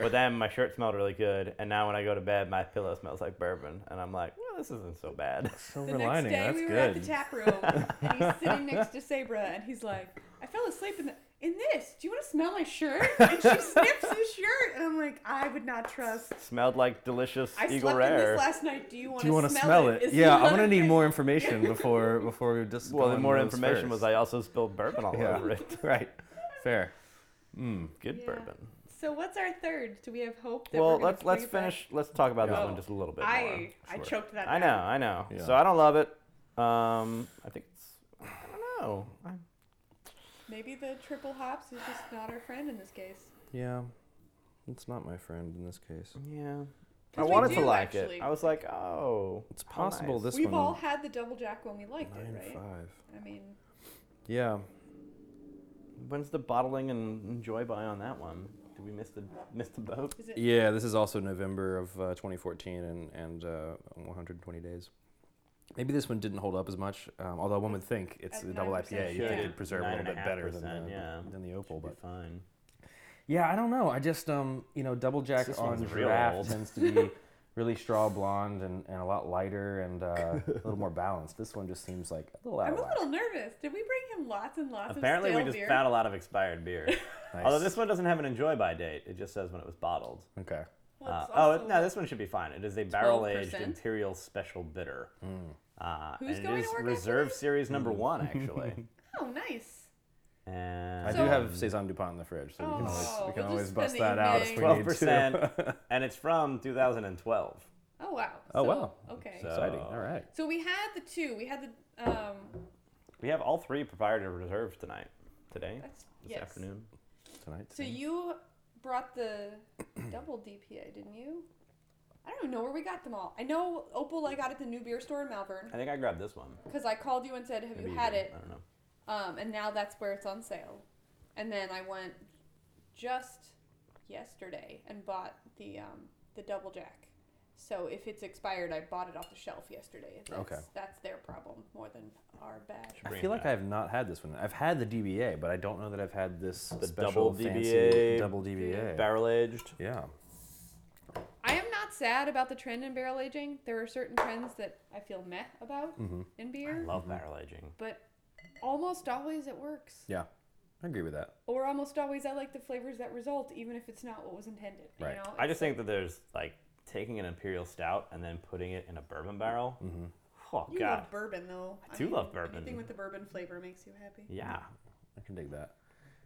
[SPEAKER 3] But then my shirt smelled really good. And now when I go to bed, my pillow smells like bourbon. And I'm like, well, this isn't so *laughs* bad.
[SPEAKER 2] Silver
[SPEAKER 1] The next
[SPEAKER 2] lining.
[SPEAKER 1] day
[SPEAKER 2] That's
[SPEAKER 1] we were at the
[SPEAKER 2] good.
[SPEAKER 1] tap room and
[SPEAKER 3] *laughs*
[SPEAKER 1] he's sitting next to Sabra and he's like, I fell asleep in the in this. Do you want to smell my shirt? And
[SPEAKER 3] *laughs*
[SPEAKER 1] she sniffs his shirt and I'm like, I would not trust
[SPEAKER 3] smelled like delicious
[SPEAKER 1] I
[SPEAKER 3] Eagle
[SPEAKER 1] slept in
[SPEAKER 3] Rare.
[SPEAKER 1] this last night. Do you want
[SPEAKER 2] Do you
[SPEAKER 1] to
[SPEAKER 2] want to smell it?
[SPEAKER 1] Is
[SPEAKER 2] Yeah, I'm
[SPEAKER 1] not
[SPEAKER 2] gonna
[SPEAKER 1] a
[SPEAKER 2] need
[SPEAKER 1] thing. *laughs*
[SPEAKER 2] more information before before we just.
[SPEAKER 3] Well,
[SPEAKER 2] go
[SPEAKER 3] the
[SPEAKER 2] on
[SPEAKER 3] more
[SPEAKER 2] those
[SPEAKER 3] information
[SPEAKER 2] first.
[SPEAKER 3] was I also spilled bourbon *laughs* all
[SPEAKER 2] Yeah.
[SPEAKER 3] over it.
[SPEAKER 2] *laughs* right. Fair. Mm.
[SPEAKER 3] Good
[SPEAKER 1] Yeah.
[SPEAKER 3] bourbon.
[SPEAKER 1] So what's our third? Do we have hope? That
[SPEAKER 3] Well,
[SPEAKER 1] we're gonna
[SPEAKER 3] let's let's
[SPEAKER 1] bring it back?
[SPEAKER 3] finish. Let's talk about this
[SPEAKER 1] Yeah.
[SPEAKER 3] one just a little bit
[SPEAKER 1] I
[SPEAKER 3] more.
[SPEAKER 1] I
[SPEAKER 2] Sure.
[SPEAKER 1] choked that.
[SPEAKER 3] I know,
[SPEAKER 1] down.
[SPEAKER 3] I know.
[SPEAKER 2] Yeah.
[SPEAKER 3] So I don't love it. Um, I think it's. I don't know. I,
[SPEAKER 1] Maybe the triple hops is just not our friend in this case.
[SPEAKER 2] Yeah, it's not my friend in this case.
[SPEAKER 3] yeah.
[SPEAKER 1] 'Cause
[SPEAKER 3] I
[SPEAKER 1] we
[SPEAKER 3] wanted
[SPEAKER 1] do,
[SPEAKER 3] to like
[SPEAKER 1] actually.
[SPEAKER 3] it. I was like, oh,
[SPEAKER 2] It's
[SPEAKER 3] how
[SPEAKER 2] possible
[SPEAKER 3] nice.
[SPEAKER 2] this
[SPEAKER 1] We've
[SPEAKER 2] one.
[SPEAKER 1] all had the double jack when we liked
[SPEAKER 2] nine
[SPEAKER 1] it, right?
[SPEAKER 2] five.
[SPEAKER 1] I mean,
[SPEAKER 2] Yeah.
[SPEAKER 3] When's the bottling and enjoy buy on that one? Did we miss the miss the boat?
[SPEAKER 1] is it?
[SPEAKER 2] Yeah, this is also November of uh, 2014 and, and uh, 120 days. Maybe this one didn't hold up as much, um, although one would think it's
[SPEAKER 1] At
[SPEAKER 2] a double
[SPEAKER 1] 9%,
[SPEAKER 2] IPA. You'd think
[SPEAKER 1] yeah.
[SPEAKER 2] it'd preserve a little bit better than
[SPEAKER 3] 9.5%,
[SPEAKER 2] the,
[SPEAKER 3] yeah.
[SPEAKER 2] than the Opal.
[SPEAKER 3] Be
[SPEAKER 2] But
[SPEAKER 3] fine.
[SPEAKER 2] yeah, I don't know. I just, um, you know, Double Jack
[SPEAKER 3] This
[SPEAKER 2] on
[SPEAKER 3] one's real
[SPEAKER 2] draft
[SPEAKER 3] old.
[SPEAKER 2] tends to *laughs* be really straw blonde and, and a lot lighter and uh, a little more balanced. This one just seems like a little out
[SPEAKER 1] I'm
[SPEAKER 2] of
[SPEAKER 1] a
[SPEAKER 2] whack.
[SPEAKER 1] little nervous. Did we bring him lots and lots
[SPEAKER 3] Apparently,
[SPEAKER 1] of
[SPEAKER 3] we
[SPEAKER 1] stale
[SPEAKER 3] just
[SPEAKER 1] beer?
[SPEAKER 3] found a lot of
[SPEAKER 1] *laughs*
[SPEAKER 3] expired beer.
[SPEAKER 2] Nice.
[SPEAKER 3] Although this one doesn't have an enjoy by date. It just says when it was bottled.
[SPEAKER 2] Okay.
[SPEAKER 1] Well, it's
[SPEAKER 3] Uh, oh
[SPEAKER 1] also-
[SPEAKER 3] no, this one should be fine. It is a barrel aged
[SPEAKER 1] 12%.
[SPEAKER 3] imperial special bitter.
[SPEAKER 2] Hmm.
[SPEAKER 3] Uh,
[SPEAKER 1] Who's
[SPEAKER 3] and
[SPEAKER 1] going
[SPEAKER 3] it is
[SPEAKER 1] to work after
[SPEAKER 3] reserve
[SPEAKER 1] this?
[SPEAKER 3] series
[SPEAKER 2] *laughs*
[SPEAKER 3] number one actually.
[SPEAKER 1] Oh, nice.
[SPEAKER 2] I
[SPEAKER 3] and
[SPEAKER 2] do
[SPEAKER 1] So-
[SPEAKER 2] have Saison Dupont in the fridge, so we can always,
[SPEAKER 1] Oh,
[SPEAKER 2] we can
[SPEAKER 1] we'll
[SPEAKER 2] always
[SPEAKER 1] just
[SPEAKER 2] bust
[SPEAKER 1] spend the
[SPEAKER 2] that out if we *laughs*
[SPEAKER 1] evening.
[SPEAKER 3] twelve
[SPEAKER 2] need to.
[SPEAKER 3] percent,
[SPEAKER 2] *laughs*
[SPEAKER 3] and it's from 2012.
[SPEAKER 1] Oh wow.
[SPEAKER 2] Oh,
[SPEAKER 1] So-
[SPEAKER 2] wow.
[SPEAKER 1] Okay.
[SPEAKER 3] So-
[SPEAKER 1] So,
[SPEAKER 2] Exciting. All right.
[SPEAKER 1] we had the two. We had the um.
[SPEAKER 3] We have all three proprietary reserves tonight, today,
[SPEAKER 1] That's
[SPEAKER 3] this
[SPEAKER 1] Uh, yes.
[SPEAKER 3] afternoon.
[SPEAKER 2] Tonight.
[SPEAKER 1] So you brought the double DPA, didn't you? I don't even know where we got them all. I know Opal I got at the new beer store in Malvern
[SPEAKER 3] I think I grabbed this one.
[SPEAKER 1] because I called you and said, "Have
[SPEAKER 3] Maybe
[SPEAKER 1] you had
[SPEAKER 3] didn't.
[SPEAKER 1] it?"
[SPEAKER 3] I don't know.
[SPEAKER 1] Um, and now that's where it's on sale. And then I went just yesterday and bought the um, the double jack. So if it's expired, I bought it off the shelf yesterday. That's,
[SPEAKER 2] Okay.
[SPEAKER 1] That's their problem more than our bad.
[SPEAKER 3] Should
[SPEAKER 2] I
[SPEAKER 3] bring
[SPEAKER 2] feel
[SPEAKER 3] it
[SPEAKER 2] like I
[SPEAKER 3] back.
[SPEAKER 2] have not had this one. I've had the DBA, but I don't know that I've had this
[SPEAKER 3] The
[SPEAKER 2] special
[SPEAKER 3] double
[SPEAKER 2] fancy
[SPEAKER 3] DBA.
[SPEAKER 2] double DBA.
[SPEAKER 3] barrel aged.
[SPEAKER 2] yeah.
[SPEAKER 1] I am not sad about the trend in barrel aging. There are certain trends that I feel meh
[SPEAKER 2] Mm-hmm.
[SPEAKER 1] about in beer,
[SPEAKER 3] Love barrel aging.
[SPEAKER 1] but almost always it works.
[SPEAKER 2] Yeah. I agree with that.
[SPEAKER 1] Or almost always, I like the flavors that result, even if it's not what was intended.
[SPEAKER 2] Right.
[SPEAKER 1] You know?
[SPEAKER 3] I just think that there's like taking an imperial stout and then putting it in a bourbon barrel.
[SPEAKER 2] Mm-hmm.
[SPEAKER 3] Oh
[SPEAKER 1] you
[SPEAKER 3] god.
[SPEAKER 1] love bourbon though.
[SPEAKER 3] I do love bourbon.
[SPEAKER 1] Anything with the bourbon flavor makes you happy.
[SPEAKER 3] yeah.
[SPEAKER 2] I can dig that.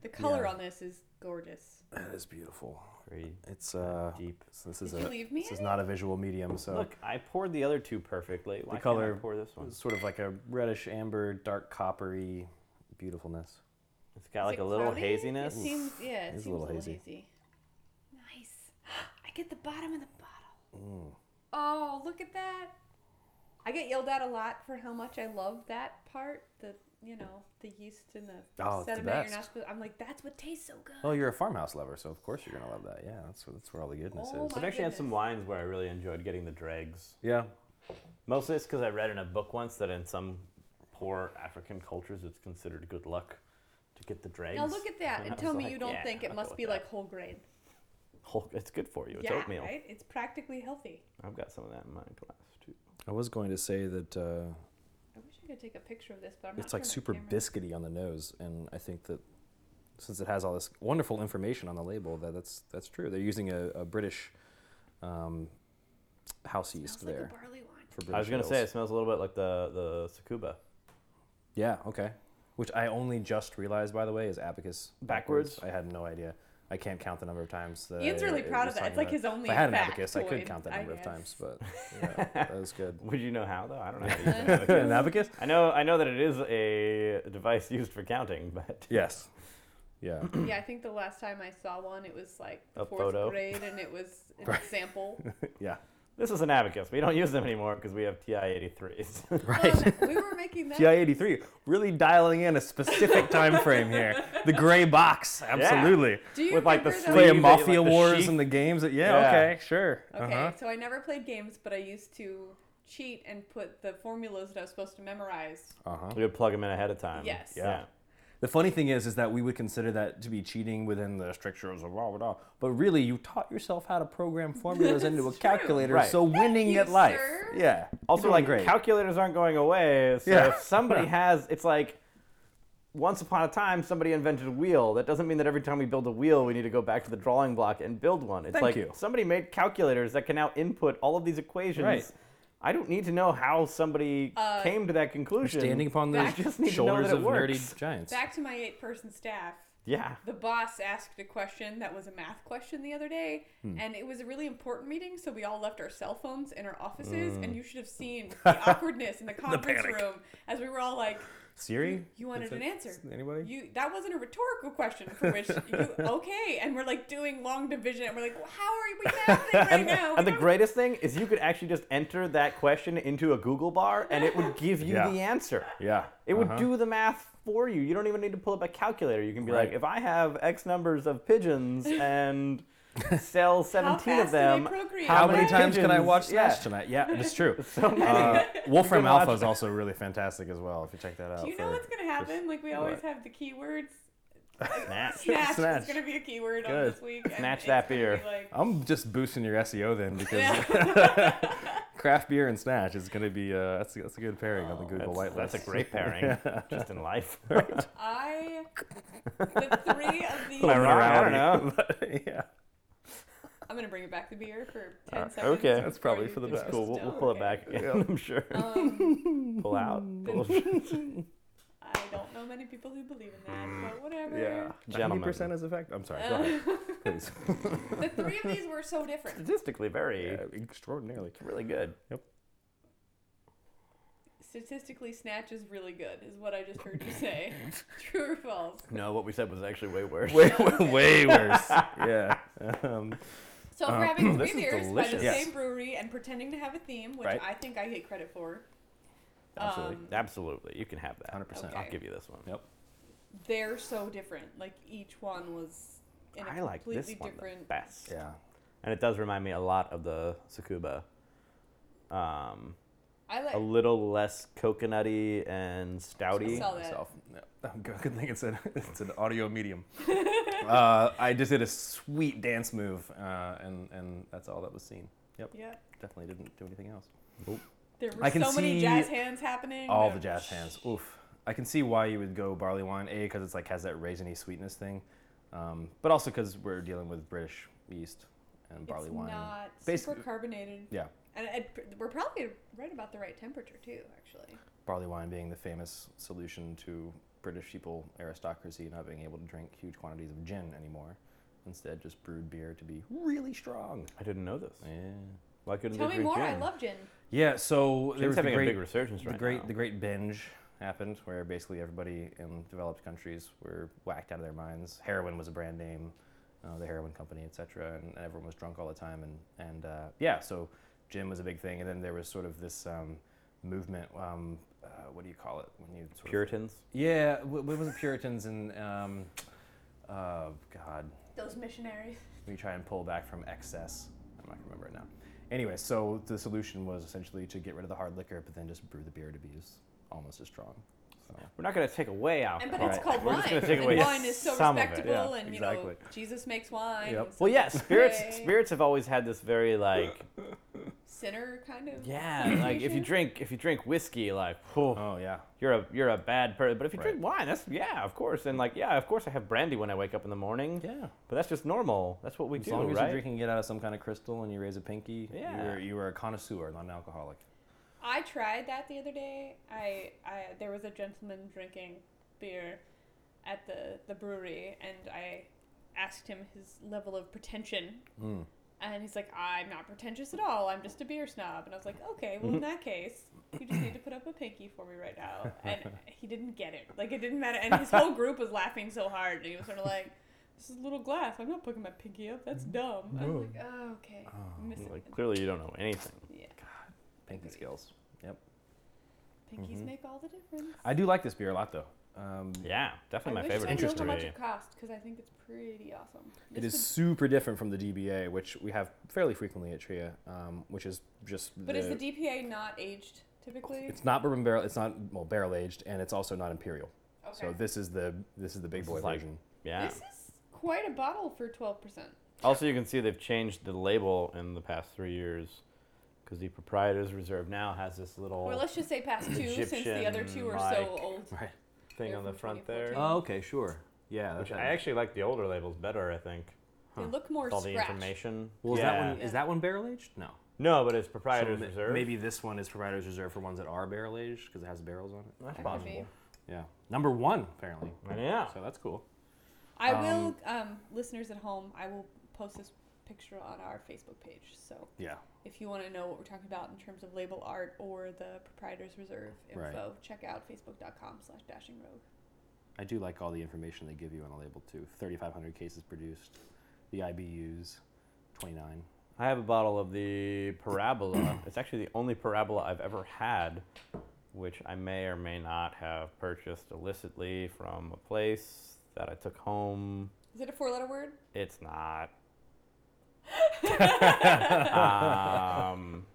[SPEAKER 1] The color
[SPEAKER 2] Yeah.
[SPEAKER 1] on this is gorgeous.
[SPEAKER 2] That is beautiful.
[SPEAKER 3] Very
[SPEAKER 2] It's uh.
[SPEAKER 3] deep.
[SPEAKER 2] So this is
[SPEAKER 1] Did you
[SPEAKER 2] a
[SPEAKER 1] leave me?
[SPEAKER 2] this
[SPEAKER 1] in
[SPEAKER 2] is
[SPEAKER 1] it?
[SPEAKER 2] not a visual medium. So
[SPEAKER 3] Look, I poured the other two perfectly. Why
[SPEAKER 2] color
[SPEAKER 3] can't I pour this one?
[SPEAKER 2] it's sort of like a reddish amber, dark coppery beautifulness.
[SPEAKER 3] It's
[SPEAKER 1] Is
[SPEAKER 3] got like
[SPEAKER 1] it
[SPEAKER 3] a little
[SPEAKER 1] cloudy?
[SPEAKER 3] haziness.
[SPEAKER 1] It seems, yeah, it
[SPEAKER 2] It is
[SPEAKER 1] seems a little hazy. Nice. *gasps* I get the bottom of the bottle.
[SPEAKER 3] Mm.
[SPEAKER 1] Oh, look at that. I get yelled at a lot for how much I love that part. The you know the yeast and the
[SPEAKER 2] Oh, it's the
[SPEAKER 1] sediment. You're not
[SPEAKER 2] best.
[SPEAKER 1] supposed. I'm like, that's what tastes so good.
[SPEAKER 3] Oh,
[SPEAKER 2] Well, Oh, you're a farmhouse lover, so of course you're gonna love that. Yeah, that's where, that's where all the goodness
[SPEAKER 1] Oh
[SPEAKER 2] is.
[SPEAKER 1] my-
[SPEAKER 3] I've actually had some
[SPEAKER 1] goodness.
[SPEAKER 3] wines where I really enjoyed getting the dregs.
[SPEAKER 2] Yeah,
[SPEAKER 3] Mostly it's because I read in a book once that in some poor African cultures it's considered good luck to get the dregs.
[SPEAKER 1] Now look at
[SPEAKER 3] *laughs*
[SPEAKER 1] that
[SPEAKER 3] And I
[SPEAKER 1] and tell
[SPEAKER 3] was
[SPEAKER 1] me
[SPEAKER 3] like,
[SPEAKER 1] you don't
[SPEAKER 3] yeah,
[SPEAKER 1] think it
[SPEAKER 3] I'll go
[SPEAKER 1] must
[SPEAKER 3] with
[SPEAKER 1] be
[SPEAKER 3] that.
[SPEAKER 1] like whole grain.
[SPEAKER 3] Whole- It's good for you. It's
[SPEAKER 1] yeah,
[SPEAKER 3] oatmeal.
[SPEAKER 1] right? It's practically healthy.
[SPEAKER 3] I've got some of that in my glass too.
[SPEAKER 2] I was going to say that uh,
[SPEAKER 1] I wish I could take a picture of this, but I'm not
[SPEAKER 2] it's like
[SPEAKER 1] sure
[SPEAKER 2] super
[SPEAKER 1] my camera-
[SPEAKER 2] biscuity on the nose, and I think that since it has all this wonderful information on the label, that that's that's true. They're using a, a British um, house yeast
[SPEAKER 1] Smells like a
[SPEAKER 2] there
[SPEAKER 1] barley wine.
[SPEAKER 2] for British
[SPEAKER 3] I was gonna say
[SPEAKER 2] ales.
[SPEAKER 3] it smells a little bit like the the Sakuba. *laughs*
[SPEAKER 2] Yeah, okay. Which I only just realized, by the way, is abacus
[SPEAKER 3] Backwards?
[SPEAKER 2] I had no idea. I can't count the number of times that.
[SPEAKER 1] Ian's
[SPEAKER 2] I-
[SPEAKER 1] really
[SPEAKER 2] Uh, it
[SPEAKER 1] proud
[SPEAKER 2] was
[SPEAKER 1] of that.
[SPEAKER 2] talking
[SPEAKER 1] It's like
[SPEAKER 2] about-
[SPEAKER 1] his only.
[SPEAKER 2] If I had an abacus, I
[SPEAKER 1] factoid,
[SPEAKER 2] could count that
[SPEAKER 1] I
[SPEAKER 2] number of
[SPEAKER 1] guess.
[SPEAKER 2] times, but
[SPEAKER 1] *laughs*
[SPEAKER 2] yeah, that was good.
[SPEAKER 3] Would you know how though? I don't know. How to use an abacus.
[SPEAKER 2] an abacus?
[SPEAKER 3] I know. I know that it is a device used for counting, but *laughs*
[SPEAKER 2] Yes.
[SPEAKER 1] *laughs*
[SPEAKER 2] Yeah.
[SPEAKER 1] *clears throat*
[SPEAKER 2] *laughs*
[SPEAKER 1] Yeah, I think the last time I saw one, it was like the
[SPEAKER 3] A
[SPEAKER 1] fourth
[SPEAKER 3] photo.
[SPEAKER 1] grade, and it was
[SPEAKER 2] *laughs*
[SPEAKER 1] an sample.
[SPEAKER 2] Yeah.
[SPEAKER 3] this is an abacus. We don't use them anymore because we have TI 83s.
[SPEAKER 2] *laughs* Right.
[SPEAKER 1] Um, we were making that.
[SPEAKER 2] TI 83, really dialing in a
[SPEAKER 1] *laughs*
[SPEAKER 2] specific time frame here. The gray box, absolutely.
[SPEAKER 1] Do you
[SPEAKER 3] with, like, the
[SPEAKER 1] remember
[SPEAKER 3] sleeve.
[SPEAKER 2] Play
[SPEAKER 3] Leave it,
[SPEAKER 2] Mafia
[SPEAKER 3] like the
[SPEAKER 2] Wars
[SPEAKER 3] sheath.
[SPEAKER 2] and the games. That, yeah,
[SPEAKER 3] Yeah.
[SPEAKER 2] okay, sure.
[SPEAKER 1] Okay,
[SPEAKER 2] Uh-huh.
[SPEAKER 1] so I never played games, but I used to cheat and put the formulas that I was supposed to memorize.
[SPEAKER 2] Uh-huh.
[SPEAKER 3] *laughs* we would plug them in ahead of time.
[SPEAKER 1] Yes.
[SPEAKER 3] Yeah.
[SPEAKER 2] The funny thing is, is that we would consider that to be cheating within the strictures of blah blah blah. But really, you taught yourself how to program formulas into a
[SPEAKER 1] That's
[SPEAKER 2] calculator,
[SPEAKER 3] true.
[SPEAKER 2] so winning
[SPEAKER 1] you,
[SPEAKER 2] at life.
[SPEAKER 1] sir.
[SPEAKER 2] Yeah.
[SPEAKER 3] Also,
[SPEAKER 2] You're doing
[SPEAKER 3] like calculators aren't going away. So
[SPEAKER 2] Yeah.
[SPEAKER 3] if
[SPEAKER 2] *laughs*
[SPEAKER 3] somebody has, it's like. Once upon a time, somebody invented a wheel. That doesn't mean that every time we build a wheel, we need to go back to the drawing block and build one. It's
[SPEAKER 2] Thank
[SPEAKER 3] like
[SPEAKER 2] you.
[SPEAKER 3] somebody made calculators that can now input all of these equations.
[SPEAKER 2] Right.
[SPEAKER 3] I don't need to know how somebody
[SPEAKER 1] Uh,
[SPEAKER 3] came to that conclusion.
[SPEAKER 2] standing upon the
[SPEAKER 1] I
[SPEAKER 3] just need to know
[SPEAKER 2] shoulders
[SPEAKER 3] that it
[SPEAKER 2] of
[SPEAKER 3] works.
[SPEAKER 2] nerdy giants.
[SPEAKER 1] Back to my eight-person staff.
[SPEAKER 3] *laughs* Yeah.
[SPEAKER 1] The boss asked a question that was a math question the other day, and it was a really important meeting, so we all left our cell phones in our offices, and you should have seen the awkwardness in the conference
[SPEAKER 2] panic.
[SPEAKER 1] room as we were all like,
[SPEAKER 2] Siri.
[SPEAKER 1] You wanted
[SPEAKER 2] Is
[SPEAKER 1] an
[SPEAKER 2] it-
[SPEAKER 1] answer.
[SPEAKER 2] Anybody?
[SPEAKER 1] You that wasn't a rhetorical question for which you okay, and we're like doing long division, and we're like, well, how are we mathing right
[SPEAKER 3] And,
[SPEAKER 1] now?
[SPEAKER 3] and the greatest thing is you could actually just enter that question into a Google bar and it would give you
[SPEAKER 2] Yeah.
[SPEAKER 3] the answer.
[SPEAKER 2] yeah.
[SPEAKER 3] It would
[SPEAKER 2] uh-huh.
[SPEAKER 3] do the math for you. You don't even need to pull up a calculator. You can be like,
[SPEAKER 2] Right.
[SPEAKER 3] if I have X numbers
[SPEAKER 1] *laughs*
[SPEAKER 3] of pigeons *laughs* and sell 17
[SPEAKER 1] fast
[SPEAKER 3] of
[SPEAKER 1] do they
[SPEAKER 3] them,
[SPEAKER 1] procreate?
[SPEAKER 2] How many times can I
[SPEAKER 3] pigeons-
[SPEAKER 2] watch
[SPEAKER 3] yeah.
[SPEAKER 2] Smash tonight? Yeah,
[SPEAKER 3] *laughs*
[SPEAKER 2] it's true.
[SPEAKER 3] So many.
[SPEAKER 2] Uh, Wolfram
[SPEAKER 3] *laughs* You can watch
[SPEAKER 2] Alpha is
[SPEAKER 3] it.
[SPEAKER 2] also really fantastic as well. If you check that out.
[SPEAKER 1] Do you know
[SPEAKER 2] for-
[SPEAKER 1] what's gonna happen? Like we always have the keywords.
[SPEAKER 3] Snatch.
[SPEAKER 1] Snatch,
[SPEAKER 2] Snatch.
[SPEAKER 1] is gonna be a keyword on
[SPEAKER 2] Good.
[SPEAKER 1] this week. and
[SPEAKER 3] Snatch
[SPEAKER 1] it's
[SPEAKER 3] that
[SPEAKER 1] gonna be
[SPEAKER 3] beer.
[SPEAKER 1] like-
[SPEAKER 2] *laughs* I'm just boosting your SEO then
[SPEAKER 1] *laughs*
[SPEAKER 2] because
[SPEAKER 1] Yeah.
[SPEAKER 2] craft beer and snatch is going to be uh, that's that's a good pairing on the Google
[SPEAKER 3] Oh,
[SPEAKER 2] whitelist.
[SPEAKER 3] That's, that's
[SPEAKER 2] *laughs*
[SPEAKER 3] a *laughs* great pairing, just in life. *laughs*
[SPEAKER 1] I the three of these.
[SPEAKER 3] Am I wrong? I don't know.
[SPEAKER 2] *laughs* But, yeah.
[SPEAKER 1] I'm gonna bring it back the beer for ten
[SPEAKER 3] Uh,
[SPEAKER 1] seconds.
[SPEAKER 3] okay.
[SPEAKER 1] before
[SPEAKER 2] That's probably
[SPEAKER 1] you
[SPEAKER 2] for the
[SPEAKER 1] do
[SPEAKER 2] best.
[SPEAKER 1] this.
[SPEAKER 3] Cool. We'll, we'll
[SPEAKER 1] Oh,
[SPEAKER 3] pull it
[SPEAKER 1] okay. *laughs*
[SPEAKER 3] back again,
[SPEAKER 2] Yeah.
[SPEAKER 3] I'm sure. *laughs*
[SPEAKER 1] Um, *laughs*
[SPEAKER 3] pull out. Pull-
[SPEAKER 1] I don't know many people who believe in that,
[SPEAKER 3] Mm,
[SPEAKER 1] but whatever.
[SPEAKER 2] Yeah.
[SPEAKER 3] Gentlemen.
[SPEAKER 2] 90% is effective. I'm sorry. Go
[SPEAKER 1] Uh,
[SPEAKER 2] ahead,
[SPEAKER 3] *laughs*
[SPEAKER 2] please.
[SPEAKER 1] the three of these were so different.
[SPEAKER 3] Statistically, very,
[SPEAKER 2] Yeah, extraordinarily.
[SPEAKER 3] really good.
[SPEAKER 1] Statistically, snatch is really good, is what I just heard you
[SPEAKER 3] *laughs*
[SPEAKER 1] say. True or false?
[SPEAKER 3] No, what we said was actually *laughs* way worse.
[SPEAKER 2] Way, way, way worse. *laughs* yeah. Um,
[SPEAKER 1] So if we're having three
[SPEAKER 3] Uh, this is
[SPEAKER 1] beers by the
[SPEAKER 3] delicious.
[SPEAKER 2] Yes.
[SPEAKER 1] same brewery and pretending to have a theme, which
[SPEAKER 2] Right.
[SPEAKER 1] I think I get credit for.
[SPEAKER 2] Absolutely.
[SPEAKER 1] Um,
[SPEAKER 3] *laughs* Absolutely, you can have that.
[SPEAKER 2] 100%.
[SPEAKER 1] Okay.
[SPEAKER 3] I'll give you this one.
[SPEAKER 2] Yep.
[SPEAKER 1] they're so different. Like each one was in a
[SPEAKER 3] I like
[SPEAKER 1] completely
[SPEAKER 3] this one the
[SPEAKER 1] different.
[SPEAKER 3] best.
[SPEAKER 2] yeah.
[SPEAKER 3] And it does remind me a lot of the Sakuba. Um,
[SPEAKER 1] I like.
[SPEAKER 3] a little less coconutty and
[SPEAKER 1] I
[SPEAKER 3] stouty.
[SPEAKER 1] saw that.
[SPEAKER 2] Yeah. Oh, good- Good thing it's *laughs* an, it's an
[SPEAKER 1] *laughs*
[SPEAKER 2] audio medium. uh, I just did a sweet dance move, uh, and, and that's all that was seen. Yep.
[SPEAKER 1] yeah.
[SPEAKER 2] Definitely didn't do anything else.
[SPEAKER 1] There were
[SPEAKER 2] I can
[SPEAKER 1] so many
[SPEAKER 2] see
[SPEAKER 1] jazz hands happening.
[SPEAKER 2] All
[SPEAKER 1] that-
[SPEAKER 2] the jazz hands. Oof. I can see why you would go barley wine. A because it's like has that raisiny sweetness thing, um, but also because we're dealing with British yeast and barley
[SPEAKER 1] it's
[SPEAKER 2] wine.
[SPEAKER 1] not super
[SPEAKER 2] Basically-
[SPEAKER 1] carbonated.
[SPEAKER 2] Yeah.
[SPEAKER 1] And it, we're probably right about the right temperature too, actually.
[SPEAKER 2] Barley wine being the famous solution to British sheeple aristocracy not being able to drink huge quantities of gin anymore. Instead, just brewed beer to be really strong.
[SPEAKER 3] I didn't know this.
[SPEAKER 2] Yeah.
[SPEAKER 3] Why couldn't
[SPEAKER 1] Tell
[SPEAKER 3] they
[SPEAKER 1] me more.
[SPEAKER 3] drink Gin?
[SPEAKER 1] I love gin.
[SPEAKER 2] Yeah. So
[SPEAKER 3] Gin's
[SPEAKER 2] there was the
[SPEAKER 3] having
[SPEAKER 2] great
[SPEAKER 3] a big resurgence right
[SPEAKER 2] the great
[SPEAKER 3] now.
[SPEAKER 2] the great binge happened where basically everybody in developed countries were whacked out of their minds. Heroin was a brand name, uh, the heroin company, etc., and, and everyone was drunk all the time. And and uh, yeah, so gin was a big thing, and then there was sort of this um, movement. Um, uh, what do you call it when you sort of,
[SPEAKER 3] Puritans.
[SPEAKER 2] yeah, wh- what was it? Puritans and um, uh, God,
[SPEAKER 1] Those missionaries.
[SPEAKER 2] we try and pull back from excess. I'm not gonna remember it now. Anyway, so the solution was essentially to get rid of the hard liquor, but then just brew the beer to be as, almost as strong. So,
[SPEAKER 3] We're not going to take away
[SPEAKER 1] And
[SPEAKER 3] alcohol.
[SPEAKER 1] but it's
[SPEAKER 2] Right.
[SPEAKER 1] called
[SPEAKER 3] We're
[SPEAKER 1] wine.
[SPEAKER 3] just gonna take
[SPEAKER 1] and
[SPEAKER 3] away
[SPEAKER 1] wine is so
[SPEAKER 3] some of it.
[SPEAKER 1] respectable,
[SPEAKER 2] Yeah,
[SPEAKER 1] and you know
[SPEAKER 2] exactly.
[SPEAKER 1] Jesus makes wine.
[SPEAKER 2] Yep.
[SPEAKER 1] and so
[SPEAKER 3] Well, yeah,
[SPEAKER 1] it's
[SPEAKER 3] spirits.
[SPEAKER 1] great.
[SPEAKER 3] Spirits have always had this very like,
[SPEAKER 1] *coughs* Sinner kind of.
[SPEAKER 3] yeah, like if you
[SPEAKER 1] Connotation?
[SPEAKER 3] drink if you drink whiskey, like, whew,
[SPEAKER 2] oh yeah,
[SPEAKER 3] you're a you're a bad person. But if you
[SPEAKER 2] Right.
[SPEAKER 3] drink wine, that's yeah, of course. And like, yeah, of course, I have brandy when I wake up in the morning.
[SPEAKER 2] yeah.
[SPEAKER 3] But that's just normal. That's what we
[SPEAKER 2] as
[SPEAKER 3] do,
[SPEAKER 2] long as
[SPEAKER 3] right?
[SPEAKER 2] you're drinking it out of some kind of crystal and you raise a pinky,
[SPEAKER 3] Yeah.
[SPEAKER 2] you are you are a connoisseur, not an alcoholic.
[SPEAKER 1] I tried that the other day. I, I there was a gentleman drinking beer at the, the brewery, and I asked him his level of pretension,
[SPEAKER 2] Mm.
[SPEAKER 1] and he's like, "I'm not pretentious at all. I'm just a beer snob." And I was like, "Okay, well in that case, you just need to put up a pinky for me right now." And he didn't get it. Like it didn't matter. And his whole group was laughing so hard, and he was sort of like. This is a little glass. I'm not putting my pinky up. That's dumb. I was like, oh, okay. Miss it.
[SPEAKER 3] Like, clearly, you don't know anything.
[SPEAKER 1] Yeah.
[SPEAKER 2] Pinky
[SPEAKER 1] Agreed.
[SPEAKER 2] skills.
[SPEAKER 1] Pinkies
[SPEAKER 2] Mhm.
[SPEAKER 1] make all the difference.
[SPEAKER 2] I do like this beer a lot though. Um,
[SPEAKER 3] Yeah,
[SPEAKER 1] I
[SPEAKER 3] definitely
[SPEAKER 1] wish
[SPEAKER 3] my favorite.
[SPEAKER 1] I knew how
[SPEAKER 2] Interesting.
[SPEAKER 1] much it cost because I think it's pretty awesome.
[SPEAKER 2] It
[SPEAKER 1] This
[SPEAKER 2] is super different from the DBA, which we have fairly frequently at Tria, um, which is just.
[SPEAKER 1] would- but is the DPA not aged typically?
[SPEAKER 2] It's not bourbon barrel. It's not well barrel aged, and it's also not imperial.
[SPEAKER 1] okay.
[SPEAKER 2] So this is the this is the big
[SPEAKER 3] This
[SPEAKER 2] boy
[SPEAKER 3] is like-
[SPEAKER 2] version.
[SPEAKER 3] Yeah.
[SPEAKER 1] This is quite a bottle for twelve percent.
[SPEAKER 3] Also, you can see they've changed the label in the past three years because the proprietor's reserve now has this little
[SPEAKER 1] Or let's just say past two, since the other two are so
[SPEAKER 3] Egyptian-like.
[SPEAKER 1] old.
[SPEAKER 2] Right.
[SPEAKER 3] thing
[SPEAKER 1] they're
[SPEAKER 3] on the
[SPEAKER 1] from
[SPEAKER 3] front
[SPEAKER 1] 2014.
[SPEAKER 3] there.
[SPEAKER 1] Oh,
[SPEAKER 2] okay, sure. Yeah,
[SPEAKER 3] Which I actually like the older labels better, I think.
[SPEAKER 1] They
[SPEAKER 2] Huh.
[SPEAKER 1] look more
[SPEAKER 3] With all the
[SPEAKER 1] scratched.
[SPEAKER 3] information.
[SPEAKER 2] Well, is that
[SPEAKER 3] Yeah.
[SPEAKER 2] one is that one barrel aged? No.
[SPEAKER 3] No, but it's
[SPEAKER 2] So
[SPEAKER 3] proprietor's
[SPEAKER 2] ma-
[SPEAKER 3] reserve.
[SPEAKER 2] Maybe this one is proprietor's reserve for ones that are barrel aged because it has barrels on it.
[SPEAKER 1] That
[SPEAKER 3] that's
[SPEAKER 1] could be.
[SPEAKER 3] possible.
[SPEAKER 2] Yeah. Number one apparently.
[SPEAKER 3] Yeah.
[SPEAKER 2] So that's cool.
[SPEAKER 1] I
[SPEAKER 2] Um,
[SPEAKER 1] will, um, listeners at home, I will post this picture on our Facebook page. So
[SPEAKER 2] Yeah.
[SPEAKER 1] if you want to know what we're talking about in terms of label art or the proprietor's reserve info,
[SPEAKER 2] Right.
[SPEAKER 1] check out facebook.com slash dashing rogue.
[SPEAKER 2] I do like all the information they give you on the label too. Thirty five hundred cases produced, the IBUs, twenty nine.
[SPEAKER 3] I have a bottle of the Parabola. it's actually the only Parabola I've ever had, which I may or may not have purchased illicitly from a place that I took home.
[SPEAKER 1] Is it a four letter word?
[SPEAKER 3] It's not.
[SPEAKER 1] *laughs*
[SPEAKER 3] um,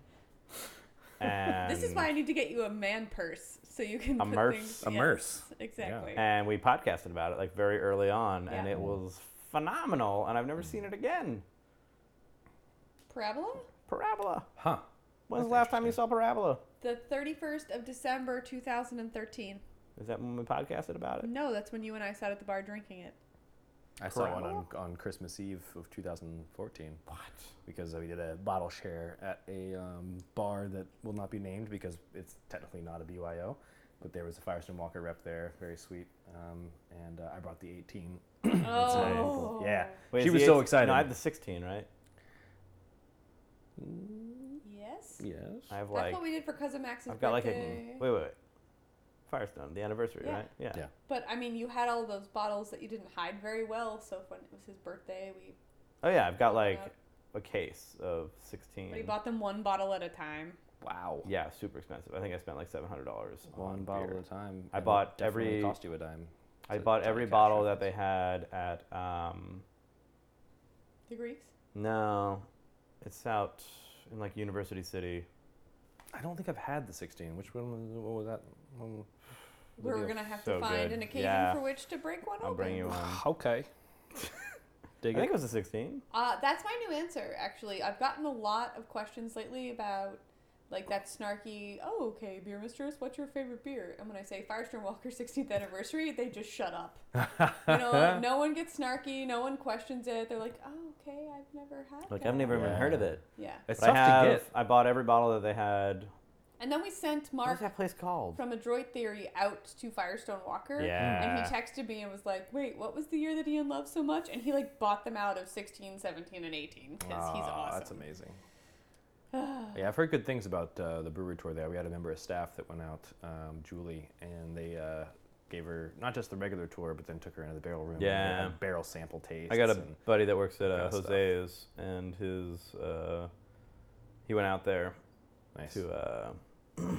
[SPEAKER 3] and
[SPEAKER 1] This is why I need to get you a man purse so you can put
[SPEAKER 3] Immerse.
[SPEAKER 1] things.
[SPEAKER 2] Immerse.
[SPEAKER 1] Yes, exactly.
[SPEAKER 3] And we podcasted about it like very early on, and
[SPEAKER 1] Yeah. Mm.
[SPEAKER 3] it was phenomenal. And I've never seen it again.
[SPEAKER 1] Parabola,
[SPEAKER 3] Parabola.
[SPEAKER 2] Huh.
[SPEAKER 3] When's
[SPEAKER 2] That's
[SPEAKER 3] the last time you
[SPEAKER 2] interesting.
[SPEAKER 3] saw Parabola?
[SPEAKER 1] the thirty first of December, two thousand and thirteen.
[SPEAKER 3] Is that when we podcasted about it?
[SPEAKER 1] No, that's when you and I sat at the bar drinking it.
[SPEAKER 2] I saw one on,
[SPEAKER 3] Parabola?
[SPEAKER 2] on Christmas Eve of 2014
[SPEAKER 3] What?
[SPEAKER 2] because we did a bottle share at a um, bar that will not be named because it's technically not a BYO, but there was a Firestone Walker rep there, very sweet, um, and uh, I brought the 18.
[SPEAKER 1] oh,
[SPEAKER 2] Yeah.
[SPEAKER 3] Wait,
[SPEAKER 2] She
[SPEAKER 3] is
[SPEAKER 2] was
[SPEAKER 3] the
[SPEAKER 2] so
[SPEAKER 3] eight-
[SPEAKER 2] excited.
[SPEAKER 3] No, I have the 16, right?
[SPEAKER 1] Yes,
[SPEAKER 2] Yes.
[SPEAKER 3] I have
[SPEAKER 1] that's
[SPEAKER 3] like
[SPEAKER 1] what we did for cousin Max's
[SPEAKER 3] I've got like
[SPEAKER 1] birthday.
[SPEAKER 3] a wait, wait, wait. Firestone, the anniversary,
[SPEAKER 1] Yeah.
[SPEAKER 3] right? Yeah.
[SPEAKER 2] Yeah.
[SPEAKER 1] But I mean, you had all those bottles that you didn't hide very well. So if when it was his birthday, we
[SPEAKER 3] Oh yeah, I've got
[SPEAKER 1] Open
[SPEAKER 3] like
[SPEAKER 1] up.
[SPEAKER 3] a case of 16.
[SPEAKER 1] but he bought them one bottle at a time.
[SPEAKER 2] Wow.
[SPEAKER 3] yeah, super expensive. I think I spent like $700
[SPEAKER 2] One
[SPEAKER 3] on
[SPEAKER 2] bottle
[SPEAKER 3] beer.
[SPEAKER 2] at a time.
[SPEAKER 3] I
[SPEAKER 2] and it
[SPEAKER 3] bought
[SPEAKER 2] definitely
[SPEAKER 3] every-
[SPEAKER 2] cost you a dime.
[SPEAKER 3] I
[SPEAKER 2] to-
[SPEAKER 3] bought
[SPEAKER 2] to
[SPEAKER 3] every
[SPEAKER 2] cash
[SPEAKER 3] bottle that
[SPEAKER 2] reference.
[SPEAKER 3] they had at um
[SPEAKER 1] The Greeks.
[SPEAKER 3] no, it's out in like University City.
[SPEAKER 2] I don't think I've had the 16. Which one was, what was that? One? The
[SPEAKER 1] We're
[SPEAKER 2] deal.
[SPEAKER 1] gonna have to
[SPEAKER 3] So
[SPEAKER 1] find
[SPEAKER 3] good.
[SPEAKER 1] an occasion
[SPEAKER 3] Yeah.
[SPEAKER 1] for which to break one
[SPEAKER 3] I'll
[SPEAKER 1] open.
[SPEAKER 3] bring you one.
[SPEAKER 2] *laughs* okay.
[SPEAKER 3] I
[SPEAKER 2] Dig
[SPEAKER 3] think
[SPEAKER 2] it.
[SPEAKER 3] it was a 16.
[SPEAKER 1] Uh, that's my new answer, actually. I've gotten a lot of questions lately about Like that snarky, oh, okay, beer mistress, what's your favorite beer? And when I say Firestorm Walker 16th anniversary, they just shut up. You
[SPEAKER 3] *laughs*
[SPEAKER 1] know, no one gets snarky, no one questions it. They're like, oh, okay, I've never had
[SPEAKER 3] Like
[SPEAKER 1] that.
[SPEAKER 3] I've never even heard of
[SPEAKER 2] Yeah.
[SPEAKER 3] it.
[SPEAKER 1] Yeah.
[SPEAKER 4] It's
[SPEAKER 3] But I
[SPEAKER 4] tough
[SPEAKER 3] have.
[SPEAKER 4] to get.
[SPEAKER 3] I bought every bottle that they had.
[SPEAKER 1] And then we sent
[SPEAKER 3] What's
[SPEAKER 1] Mark
[SPEAKER 3] that place called?
[SPEAKER 1] from Adroit Theory out to Firestone Walker. And he
[SPEAKER 3] Yeah.
[SPEAKER 1] texted me and was like, wait, what was the year that Ian loved so much? And he like bought them out of 16, 17, and 18 because he's
[SPEAKER 2] Aw,
[SPEAKER 1] awesome.
[SPEAKER 2] That's
[SPEAKER 1] *sighs*
[SPEAKER 2] amazing. yeah, I've heard good things about uh, the brewery tour there. We had a member of staff that went out, um, Julie, and they uh, gave her not just the regular tour, but then took her into the barrel room. and they had
[SPEAKER 3] Yeah.
[SPEAKER 2] barrel sample taste.
[SPEAKER 3] I got a buddy that works at uh,
[SPEAKER 2] kinda stuff.
[SPEAKER 3] Jose's, and his uh, he went out there
[SPEAKER 2] nice.
[SPEAKER 3] to uh, *clears throat*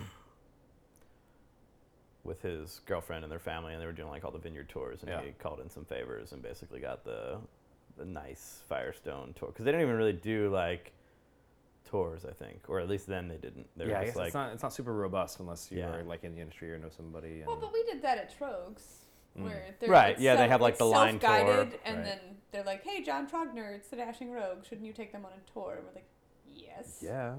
[SPEAKER 3] with his girlfriend and their family, and they were doing like all the vineyard tours, and
[SPEAKER 2] Yeah.
[SPEAKER 3] he called in some favors and basically got the the nice Firestone tour because they didn't even really do like tours, I think, or at least then they didn't. They were
[SPEAKER 2] yeah, I
[SPEAKER 3] just
[SPEAKER 2] guess
[SPEAKER 3] like
[SPEAKER 2] it's not it's not super robust unless you
[SPEAKER 3] Yeah.
[SPEAKER 2] are like in the industry or know somebody. And
[SPEAKER 1] Well, but we did that at Trogs.
[SPEAKER 2] Mm.
[SPEAKER 1] Where they're,
[SPEAKER 3] Right,
[SPEAKER 1] it's
[SPEAKER 3] yeah, they
[SPEAKER 1] self-
[SPEAKER 3] have, like,
[SPEAKER 1] it's
[SPEAKER 3] the line tour,
[SPEAKER 1] self-guided, And
[SPEAKER 3] right.
[SPEAKER 1] then they're like, hey, John Trogner, it's the Dashing Rogue. Shouldn't you take them on a tour? And we're like, yes.
[SPEAKER 2] yeah.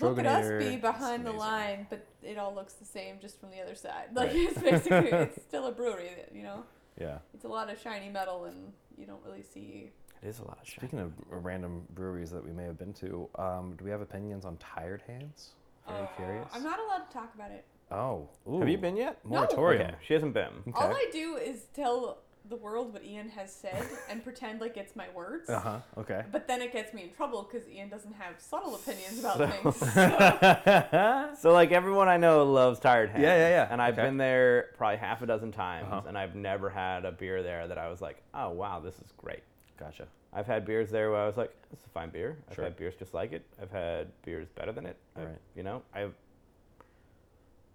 [SPEAKER 1] Look at us
[SPEAKER 2] Troganator,
[SPEAKER 1] be
[SPEAKER 2] it's
[SPEAKER 1] behind the
[SPEAKER 2] amazing.
[SPEAKER 1] line, but it all looks the same just from the other side. Like,
[SPEAKER 2] Right.
[SPEAKER 1] it's basically, it's still a brewery, you know?
[SPEAKER 2] Yeah.
[SPEAKER 1] It's a lot of shiny metal, and you don't really see.
[SPEAKER 3] it is a lot of shit.
[SPEAKER 2] Speaking of random breweries that we may have been to, um, do we have opinions on Tired Hands? Very
[SPEAKER 1] Uh,
[SPEAKER 2] curious.
[SPEAKER 1] I'm not allowed to talk about it.
[SPEAKER 2] Oh,
[SPEAKER 3] Have you
[SPEAKER 2] ooh,
[SPEAKER 3] been yet?
[SPEAKER 1] No.
[SPEAKER 2] Moratorium.
[SPEAKER 3] Okay, she hasn't been.
[SPEAKER 1] All I do is tell the world what Ian has said
[SPEAKER 2] *laughs*
[SPEAKER 1] and pretend like it's my words.
[SPEAKER 2] Uh huh.
[SPEAKER 3] *laughs*
[SPEAKER 2] Okay. *laughs*
[SPEAKER 1] But then it gets me in trouble because Ian doesn't have subtle opinions about things.
[SPEAKER 2] *laughs*
[SPEAKER 3] So like everyone I know loves Tired Hands.
[SPEAKER 2] Uh-huh. Yeah, yeah, yeah.
[SPEAKER 3] And I've
[SPEAKER 2] Okay.
[SPEAKER 3] been there probably half a dozen times,
[SPEAKER 2] Uh-huh.
[SPEAKER 3] and I've never had a beer there that I was like, oh wow, this is great.
[SPEAKER 2] gotcha.
[SPEAKER 3] I've had beers there where I was like, "It's a fine beer." I've
[SPEAKER 2] Sure.
[SPEAKER 3] had beers just like it. I've had beers better than it. I've-
[SPEAKER 2] Right.
[SPEAKER 3] You know, I.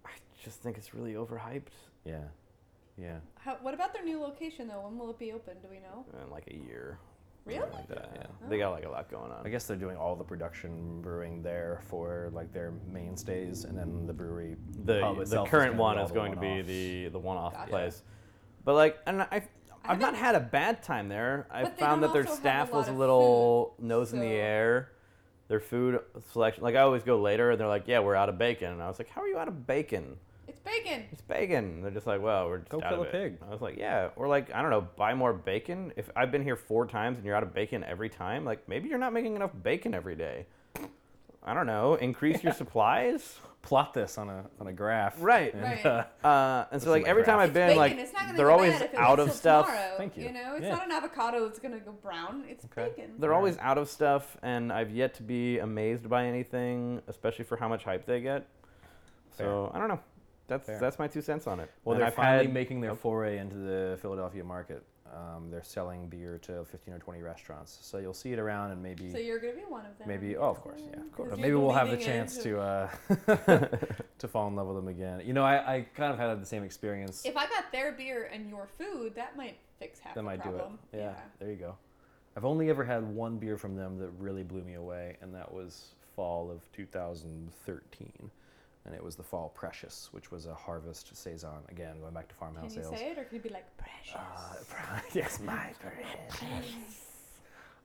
[SPEAKER 3] I just think it's really overhyped
[SPEAKER 2] Yeah. Yeah.
[SPEAKER 1] How, what about their new location though? When will it be open? Do we know?
[SPEAKER 3] in like a year.
[SPEAKER 1] Really?
[SPEAKER 3] something Like that.
[SPEAKER 2] Yeah.
[SPEAKER 3] They got like a lot going
[SPEAKER 2] I
[SPEAKER 3] on.
[SPEAKER 2] guess they're doing all the production brewing there for like their mainstays, and then the brewery. pub
[SPEAKER 3] The, the
[SPEAKER 2] itself
[SPEAKER 3] current
[SPEAKER 2] gonna
[SPEAKER 3] one
[SPEAKER 2] all
[SPEAKER 3] is
[SPEAKER 2] the
[SPEAKER 3] going to be
[SPEAKER 2] one-offs.
[SPEAKER 3] the the one off
[SPEAKER 1] Gotcha.
[SPEAKER 3] place, but like, and I. I've not
[SPEAKER 1] haven't-
[SPEAKER 3] had a bad time there. I
[SPEAKER 1] But they
[SPEAKER 3] found
[SPEAKER 1] don't
[SPEAKER 3] that their
[SPEAKER 1] also have a
[SPEAKER 3] staff
[SPEAKER 1] lot
[SPEAKER 3] was a
[SPEAKER 1] of
[SPEAKER 3] little nose in the
[SPEAKER 1] so-
[SPEAKER 3] air. Their food selection, like I always go later, and they're like, "Yeah, we're out of bacon," and I was like, "How are you out of bacon?"
[SPEAKER 1] It's bacon.
[SPEAKER 3] It's bacon. They're just like, well, we're just
[SPEAKER 2] Go
[SPEAKER 3] out
[SPEAKER 2] kill
[SPEAKER 3] of
[SPEAKER 2] a
[SPEAKER 3] it.
[SPEAKER 2] pig.
[SPEAKER 3] I was like, yeah, or like, I don't know, buy more bacon. If I've been here four times and you're out of bacon every time, like maybe you're not making enough bacon every day. I don't know.
[SPEAKER 2] *laughs*
[SPEAKER 3] Increase your supplies.
[SPEAKER 2] Plot this on a on a graph.
[SPEAKER 3] Right.
[SPEAKER 2] and,
[SPEAKER 1] Right.
[SPEAKER 2] uh,
[SPEAKER 3] Uh, and so
[SPEAKER 2] is
[SPEAKER 3] like
[SPEAKER 2] my
[SPEAKER 3] every time
[SPEAKER 2] craft.
[SPEAKER 3] I've
[SPEAKER 1] Bacon.
[SPEAKER 3] been, like,
[SPEAKER 1] it's not gonna
[SPEAKER 3] they're
[SPEAKER 1] go
[SPEAKER 3] always
[SPEAKER 1] bad if it
[SPEAKER 3] out
[SPEAKER 1] was
[SPEAKER 3] of
[SPEAKER 1] till
[SPEAKER 3] stuff.
[SPEAKER 1] Tomorrow.
[SPEAKER 2] Thank you.
[SPEAKER 1] You know, it's
[SPEAKER 2] Yeah.
[SPEAKER 1] not an avocado that's gonna go brown. It's
[SPEAKER 2] Okay.
[SPEAKER 1] bacon.
[SPEAKER 3] They're always out of stuff, and I've yet to be amazed by anything, especially for how much hype they get. So I don't know. That's
[SPEAKER 2] Fair.
[SPEAKER 3] that's my two cents on it.
[SPEAKER 2] Well,
[SPEAKER 3] And
[SPEAKER 2] they're
[SPEAKER 3] I've
[SPEAKER 2] finally
[SPEAKER 3] had-
[SPEAKER 2] making their
[SPEAKER 3] Oh.
[SPEAKER 2] foray into the Philadelphia market. Um, they're selling beer to 15 or 20 restaurants, so you'll see it around, and maybe
[SPEAKER 1] So you're gonna be one of them.
[SPEAKER 2] Maybe, oh, of course, yeah, of
[SPEAKER 1] Because
[SPEAKER 2] course. But
[SPEAKER 1] you're
[SPEAKER 2] maybe we'll have the
[SPEAKER 1] leading
[SPEAKER 2] chance
[SPEAKER 1] edge
[SPEAKER 2] to uh, *laughs*
[SPEAKER 1] *laughs*
[SPEAKER 2] to fall in love with them again. You know, I, I kind of had the same experience.
[SPEAKER 1] If I got their beer and your food, that might fix half
[SPEAKER 2] that
[SPEAKER 1] the
[SPEAKER 2] might do it.
[SPEAKER 1] problem.
[SPEAKER 2] Yeah, there you go. I've only ever had one beer from them that really blew me away, and that was fall of 2013, and it was the Fall Precious, which was a harvest saison. Again, going back to
[SPEAKER 1] Can
[SPEAKER 2] farmhouse
[SPEAKER 1] you
[SPEAKER 2] sales.
[SPEAKER 1] say it, or can you be like precious?
[SPEAKER 2] Uh, *laughs* yes, my precious.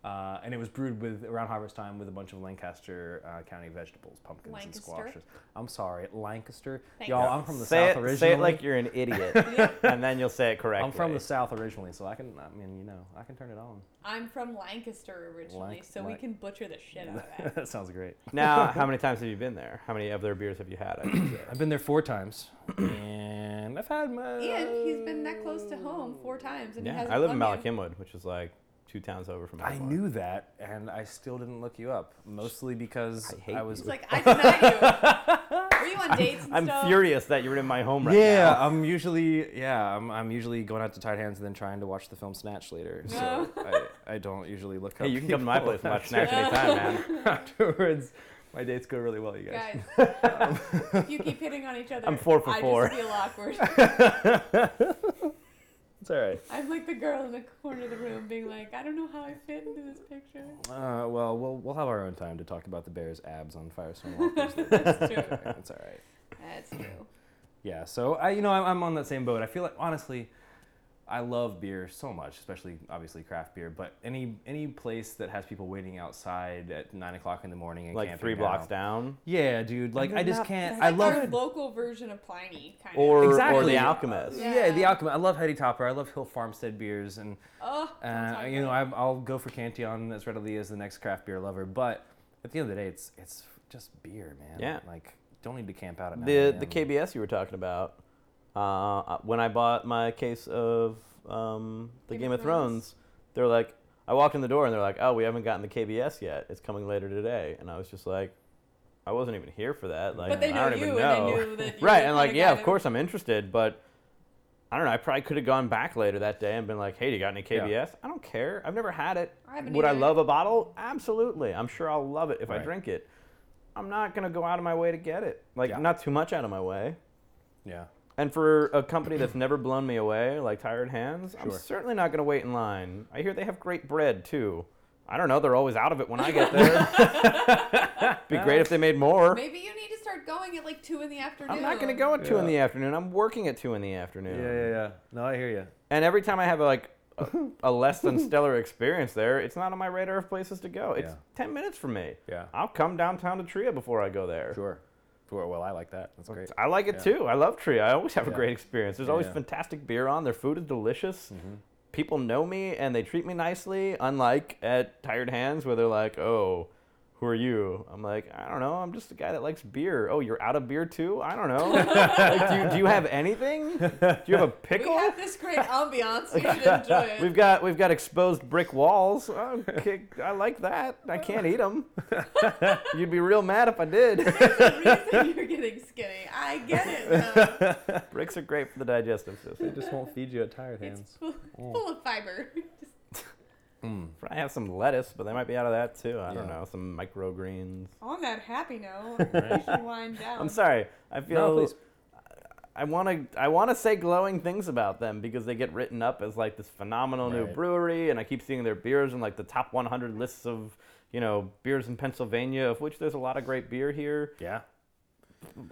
[SPEAKER 2] Uh, and it was brewed with around harvest time with a bunch of Lancaster uh, County vegetables, pumpkins
[SPEAKER 1] Lancaster?
[SPEAKER 2] and squashes. I'm sorry, Lancaster.
[SPEAKER 1] Thank
[SPEAKER 2] Y'all,
[SPEAKER 1] you.
[SPEAKER 2] I'm from the
[SPEAKER 3] say
[SPEAKER 2] south
[SPEAKER 3] it,
[SPEAKER 2] originally.
[SPEAKER 3] Say it like you're an
[SPEAKER 2] *laughs*
[SPEAKER 3] idiot, and then you'll say it correctly.
[SPEAKER 2] I'm from the south originally, so I can. I mean, you know, I can turn it on.
[SPEAKER 1] I'm from Lancaster originally,
[SPEAKER 2] Lanc-
[SPEAKER 1] so we
[SPEAKER 2] Lanc-
[SPEAKER 1] can butcher the shit
[SPEAKER 2] *laughs*
[SPEAKER 1] out of
[SPEAKER 3] *laughs*
[SPEAKER 1] that.
[SPEAKER 2] that sounds great.
[SPEAKER 3] Now, how many times have you been there? How many of their beers have
[SPEAKER 2] *clears throat*
[SPEAKER 3] you had? I should say?
[SPEAKER 2] I've been there four times, and I've had my.
[SPEAKER 1] Ian, he's been that close to home four times, and he
[SPEAKER 3] yeah,
[SPEAKER 1] hasn't
[SPEAKER 3] I live in
[SPEAKER 1] plugged
[SPEAKER 3] Malakimwood, which is like two towns over from.
[SPEAKER 2] I
[SPEAKER 3] Baltimore.
[SPEAKER 2] knew that, and I still didn't look you up, mostly because
[SPEAKER 3] I
[SPEAKER 2] I,
[SPEAKER 3] hate
[SPEAKER 2] was. *laughs*
[SPEAKER 1] He's like, I deny
[SPEAKER 3] *laughs*
[SPEAKER 1] you. Were you on dates and
[SPEAKER 3] I'm
[SPEAKER 1] stuff?
[SPEAKER 3] furious that you're in my home right
[SPEAKER 2] yeah,
[SPEAKER 3] now.
[SPEAKER 2] I'm usually yeah, I'm, I'm usually going out to tight hands and then trying to watch the film
[SPEAKER 1] *laughs*
[SPEAKER 2] Snatch later. So I, I don't usually look up.
[SPEAKER 3] Hey, you can come to my
[SPEAKER 2] people
[SPEAKER 3] place
[SPEAKER 2] *laughs*
[SPEAKER 3] and watch snacks anytime, man.
[SPEAKER 1] *laughs*
[SPEAKER 2] afterwards. My dates go really well, you guys.
[SPEAKER 3] *laughs*
[SPEAKER 1] Guys, if you keep hitting on each other,
[SPEAKER 3] I'm four for
[SPEAKER 1] I
[SPEAKER 3] four.
[SPEAKER 1] just feel
[SPEAKER 3] *laughs*
[SPEAKER 1] awkward.
[SPEAKER 2] *laughs* It's all right.
[SPEAKER 1] I'm like the girl in the corner of the room being like, I don't know how I fit into this picture.
[SPEAKER 2] Uh, well, we'll we'll have our own time to talk about the Bears' abs on Firestone Walkers.
[SPEAKER 1] *laughs* That's
[SPEAKER 3] *laughs*
[SPEAKER 1] true.
[SPEAKER 2] it's all right.
[SPEAKER 1] That's true.
[SPEAKER 2] Yeah, so I, you know, I'm, I'm on that same boat. I feel like honestly, I love beer so much, especially obviously craft beer. But any any place that has people waiting outside at nine o'clock in the morning and
[SPEAKER 3] like
[SPEAKER 2] camping
[SPEAKER 3] three blocks down,
[SPEAKER 2] Yeah, dude. Like
[SPEAKER 3] they're
[SPEAKER 2] I just
[SPEAKER 3] not-
[SPEAKER 2] can't.
[SPEAKER 3] they're
[SPEAKER 2] I
[SPEAKER 1] Like
[SPEAKER 2] love
[SPEAKER 1] our local version of Pliny, kind
[SPEAKER 3] or
[SPEAKER 1] of.
[SPEAKER 3] or
[SPEAKER 2] Exactly.
[SPEAKER 3] the Alchemist.
[SPEAKER 2] Yeah.
[SPEAKER 1] Yeah.
[SPEAKER 2] the Alchemist. I love Hetty Topper. I love Hill Farmstead beers, and
[SPEAKER 1] Oh, don't
[SPEAKER 2] uh,
[SPEAKER 1] talk
[SPEAKER 2] you know
[SPEAKER 1] about it.
[SPEAKER 2] I, I'll go for Canteon as readily as the next craft beer lover. But at the end of the day, it's it's just beer, man.
[SPEAKER 3] Yeah.
[SPEAKER 2] Like don't need to camp out at night.
[SPEAKER 3] The the KBS you were talking about. Uh, when I bought my case of um, the Game, of Thrones, they're like, I walked in the door and they're like, oh, we haven't gotten the KBS yet. It's coming later today. And I was just like, I wasn't even here for that. Like,
[SPEAKER 1] but they
[SPEAKER 3] I
[SPEAKER 1] know
[SPEAKER 3] don't
[SPEAKER 1] you,
[SPEAKER 3] even
[SPEAKER 1] and
[SPEAKER 3] know.
[SPEAKER 1] they knew
[SPEAKER 3] *laughs*
[SPEAKER 1] that. You
[SPEAKER 3] right
[SPEAKER 1] were
[SPEAKER 3] and
[SPEAKER 1] the
[SPEAKER 3] like
[SPEAKER 1] guy
[SPEAKER 3] yeah
[SPEAKER 1] that-
[SPEAKER 3] of course i'm interested but i don't know i probably could have gone back later that day and been like hey do you got any
[SPEAKER 2] Yeah.
[SPEAKER 3] kbs i don't care i've never had it
[SPEAKER 1] I haven't
[SPEAKER 3] would i
[SPEAKER 1] either.
[SPEAKER 3] love a bottle absolutely i'm sure i'll love it if
[SPEAKER 2] Right.
[SPEAKER 3] i drink it i'm not going to go out of my way to get it like
[SPEAKER 2] Yeah.
[SPEAKER 3] not too much out of my way
[SPEAKER 2] Yeah.
[SPEAKER 3] and for a company that's never blown me away like tired hands i'm
[SPEAKER 2] Sure.
[SPEAKER 3] certainly not going to wait in line i hear they have great bread too i don't know they're always out of it when i get there
[SPEAKER 2] *laughs*
[SPEAKER 3] be great if they made more
[SPEAKER 1] Maybe you need to start going at like two in the afternoon.
[SPEAKER 3] I'm not going to go at two in
[SPEAKER 2] Yeah.
[SPEAKER 3] the afternoon. I'm working at two in the afternoon.
[SPEAKER 2] yeah. No, I hear you.
[SPEAKER 3] And every time I have like
[SPEAKER 2] *laughs*
[SPEAKER 3] a, a less than stellar experience there, it's not on my radar of places to go. It's
[SPEAKER 2] Yeah.
[SPEAKER 3] ten minutes from me.
[SPEAKER 2] Yeah.
[SPEAKER 3] I'll come downtown to Tria before I go there.
[SPEAKER 2] Sure. Sure. Well, I like that. That's great.
[SPEAKER 3] I like it
[SPEAKER 2] Yeah.
[SPEAKER 3] too. I love Tria. I always have a
[SPEAKER 2] Yeah.
[SPEAKER 3] great experience. There's
[SPEAKER 2] Yeah,
[SPEAKER 3] always
[SPEAKER 2] yeah.
[SPEAKER 3] fantastic beer on. Their food is delicious.
[SPEAKER 2] Mm-hmm.
[SPEAKER 3] People know me and they treat me nicely. Unlike at Tired Hands, where they're like, "Oh, who are you?" I'm like, "I don't know. I'm just a guy that likes beer." Oh, you're out of beer too? I don't
[SPEAKER 2] *laughs*
[SPEAKER 3] know. Like, do, you, do you have anything? Do you have a
[SPEAKER 1] We
[SPEAKER 3] pickle?
[SPEAKER 1] have this
[SPEAKER 3] *laughs*
[SPEAKER 1] great ambiance. You should enjoy it.
[SPEAKER 3] We've got we've got exposed brick walls. Oh, Okay, I like that. I can't
[SPEAKER 2] *laughs*
[SPEAKER 3] eat them. You'd be real mad if I did. *laughs*
[SPEAKER 1] the reason *laughs* you're getting skinny. I get it.
[SPEAKER 3] *laughs*
[SPEAKER 1] Though.
[SPEAKER 3] Bricks are great for the digestive
[SPEAKER 2] They
[SPEAKER 3] system.
[SPEAKER 2] just won't feed you at tired
[SPEAKER 1] It's full, full of fiber. *laughs* Just-
[SPEAKER 3] I have some lettuce, but they might be out of that too. I don't
[SPEAKER 2] Yeah.
[SPEAKER 3] know. Some microgreens.
[SPEAKER 1] On that happy note, we should wind down.
[SPEAKER 3] I'm sorry. I feel.
[SPEAKER 2] No, please.
[SPEAKER 3] I want to. I want to say glowing things about them because they get written up as like this phenomenal new
[SPEAKER 2] Right.
[SPEAKER 3] brewery, and I keep seeing their beers in like the top 100 lists of you know beers in Pennsylvania, of which there's a lot of great beer here.
[SPEAKER 2] Yeah.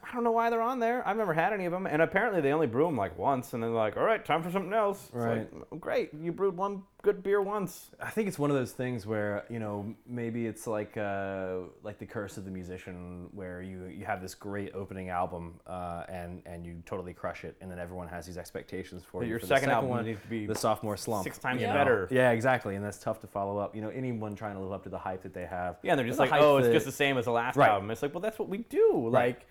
[SPEAKER 3] I don't know why they're on there. I've never had any of them, and apparently they only brew them like once, and they're like, "All right, time for something else." It's
[SPEAKER 2] Right.
[SPEAKER 3] like, Great, you brewed one good beer once.
[SPEAKER 2] I think it's one of those things where you know maybe it's like uh, like the curse of the musician, where you you have this great opening album uh, and and you totally crush it, and then everyone has these expectations for
[SPEAKER 3] But
[SPEAKER 2] you.
[SPEAKER 3] your
[SPEAKER 2] for
[SPEAKER 3] second
[SPEAKER 2] the second
[SPEAKER 3] album
[SPEAKER 2] one,
[SPEAKER 3] needs to be
[SPEAKER 2] the sophomore slump,
[SPEAKER 3] six times
[SPEAKER 2] you know?
[SPEAKER 3] better.
[SPEAKER 2] Yeah, exactly, and that's tough to follow up. You know, anyone trying to live up to the hype that they have.
[SPEAKER 3] Yeah, and they're just
[SPEAKER 2] the
[SPEAKER 3] like,
[SPEAKER 2] hype
[SPEAKER 3] "Oh, it's
[SPEAKER 2] that-
[SPEAKER 3] just the same as the last
[SPEAKER 2] Right.
[SPEAKER 3] album." It's like, well, that's what we do.
[SPEAKER 2] Right.
[SPEAKER 3] Like,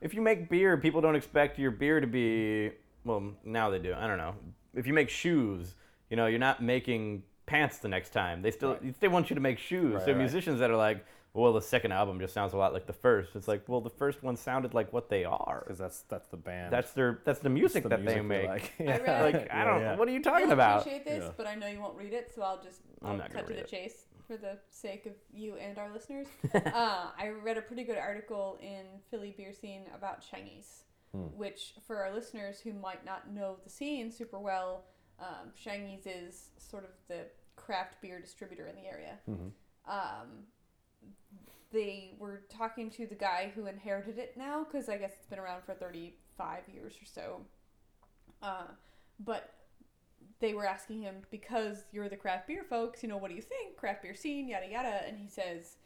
[SPEAKER 3] if you make beer, people don't expect your beer to be. Well, now they do. I don't know. If you make shoes, you know, you're not making pants the next time. They still they want you to make shoes.
[SPEAKER 2] Right,
[SPEAKER 3] so
[SPEAKER 2] right.
[SPEAKER 3] musicians that are like, "Well, the second album just sounds a lot like the first. It's like, well, the first one sounded like what
[SPEAKER 2] *laughs*
[SPEAKER 3] they are.
[SPEAKER 2] because that's that's the band.
[SPEAKER 3] That's their that's the music
[SPEAKER 2] the
[SPEAKER 3] that they
[SPEAKER 2] music
[SPEAKER 3] make.
[SPEAKER 2] like.
[SPEAKER 1] really-
[SPEAKER 3] *laughs*
[SPEAKER 2] *laughs*
[SPEAKER 3] Like I
[SPEAKER 2] Yeah,
[SPEAKER 3] don't
[SPEAKER 2] yeah.
[SPEAKER 3] what are you
[SPEAKER 1] I
[SPEAKER 3] talking about?
[SPEAKER 1] appreciate this,
[SPEAKER 2] Yeah.
[SPEAKER 1] but I know you won't read it, so I'll just
[SPEAKER 3] I'm
[SPEAKER 1] I'll
[SPEAKER 3] not gonna
[SPEAKER 1] cut to
[SPEAKER 3] read
[SPEAKER 1] the
[SPEAKER 3] it.
[SPEAKER 1] chase for the sake of you and our
[SPEAKER 3] *laughs*
[SPEAKER 1] listeners. uh, I read a pretty good article in Philly Beer Scene about Shangy's,
[SPEAKER 3] Hmm.
[SPEAKER 1] which for our listeners who might not know the scene super well, um, Shangy's is sort of the craft beer distributor in the area.
[SPEAKER 2] Mm-hmm.
[SPEAKER 1] Um, they were talking to the guy who inherited it now, because I guess it's been around for 35 years or so. Uh, but they were asking him because you're the craft beer folks, you know, what do you think? Craft beer scene, yada yada. And he says,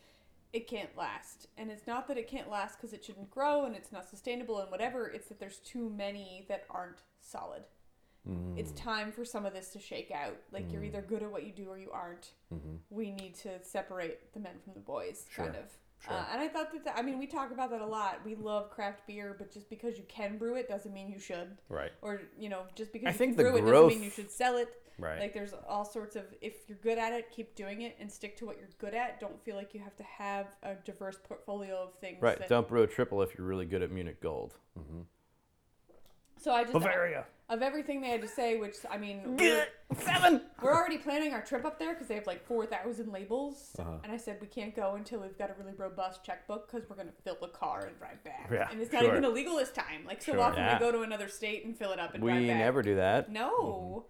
[SPEAKER 1] it can't last. And it's not that it can't last because it shouldn't grow and it's not sustainable and whatever. It's that there's too many that aren't solid.
[SPEAKER 2] Mm-hmm.
[SPEAKER 1] It's time for some of this to shake out. Like you're either good at what you do or you aren't.
[SPEAKER 2] Mm-hmm.
[SPEAKER 1] We need to separate the men from the boys, kind
[SPEAKER 2] Sure.
[SPEAKER 1] of. Uh, and I thought that, that I mean we talk about that a lot. We love craft beer, but just because you can brew it doesn't mean you should
[SPEAKER 2] right,
[SPEAKER 1] or you know just because
[SPEAKER 3] I
[SPEAKER 1] you
[SPEAKER 3] think
[SPEAKER 1] can
[SPEAKER 3] the
[SPEAKER 1] brew it
[SPEAKER 3] growth-
[SPEAKER 1] doesn't mean you should sell it
[SPEAKER 2] right.
[SPEAKER 1] like there's all sorts of if you're good at it keep doing it and stick to what you're good at don't feel like you have to have a diverse portfolio of things
[SPEAKER 3] Right,
[SPEAKER 1] that-
[SPEAKER 3] don't brew a triple if you're really good at Munich Gold.
[SPEAKER 1] so i just of everything they had to say which i mean we're,
[SPEAKER 3] Seven.
[SPEAKER 1] we're already planning our trip up there because they have like 4000 labels
[SPEAKER 3] Uh-huh.
[SPEAKER 1] and i said we can't go until we've got a really robust checkbook because we're going to fill the car and drive back
[SPEAKER 3] Yeah,
[SPEAKER 1] and it's not
[SPEAKER 2] sure.
[SPEAKER 1] even illegal this time like so
[SPEAKER 2] Sure.
[SPEAKER 1] often
[SPEAKER 3] Yeah.
[SPEAKER 1] we go to another state and fill it up and
[SPEAKER 3] We
[SPEAKER 1] drive back
[SPEAKER 3] never Mm-hmm. do that,
[SPEAKER 1] no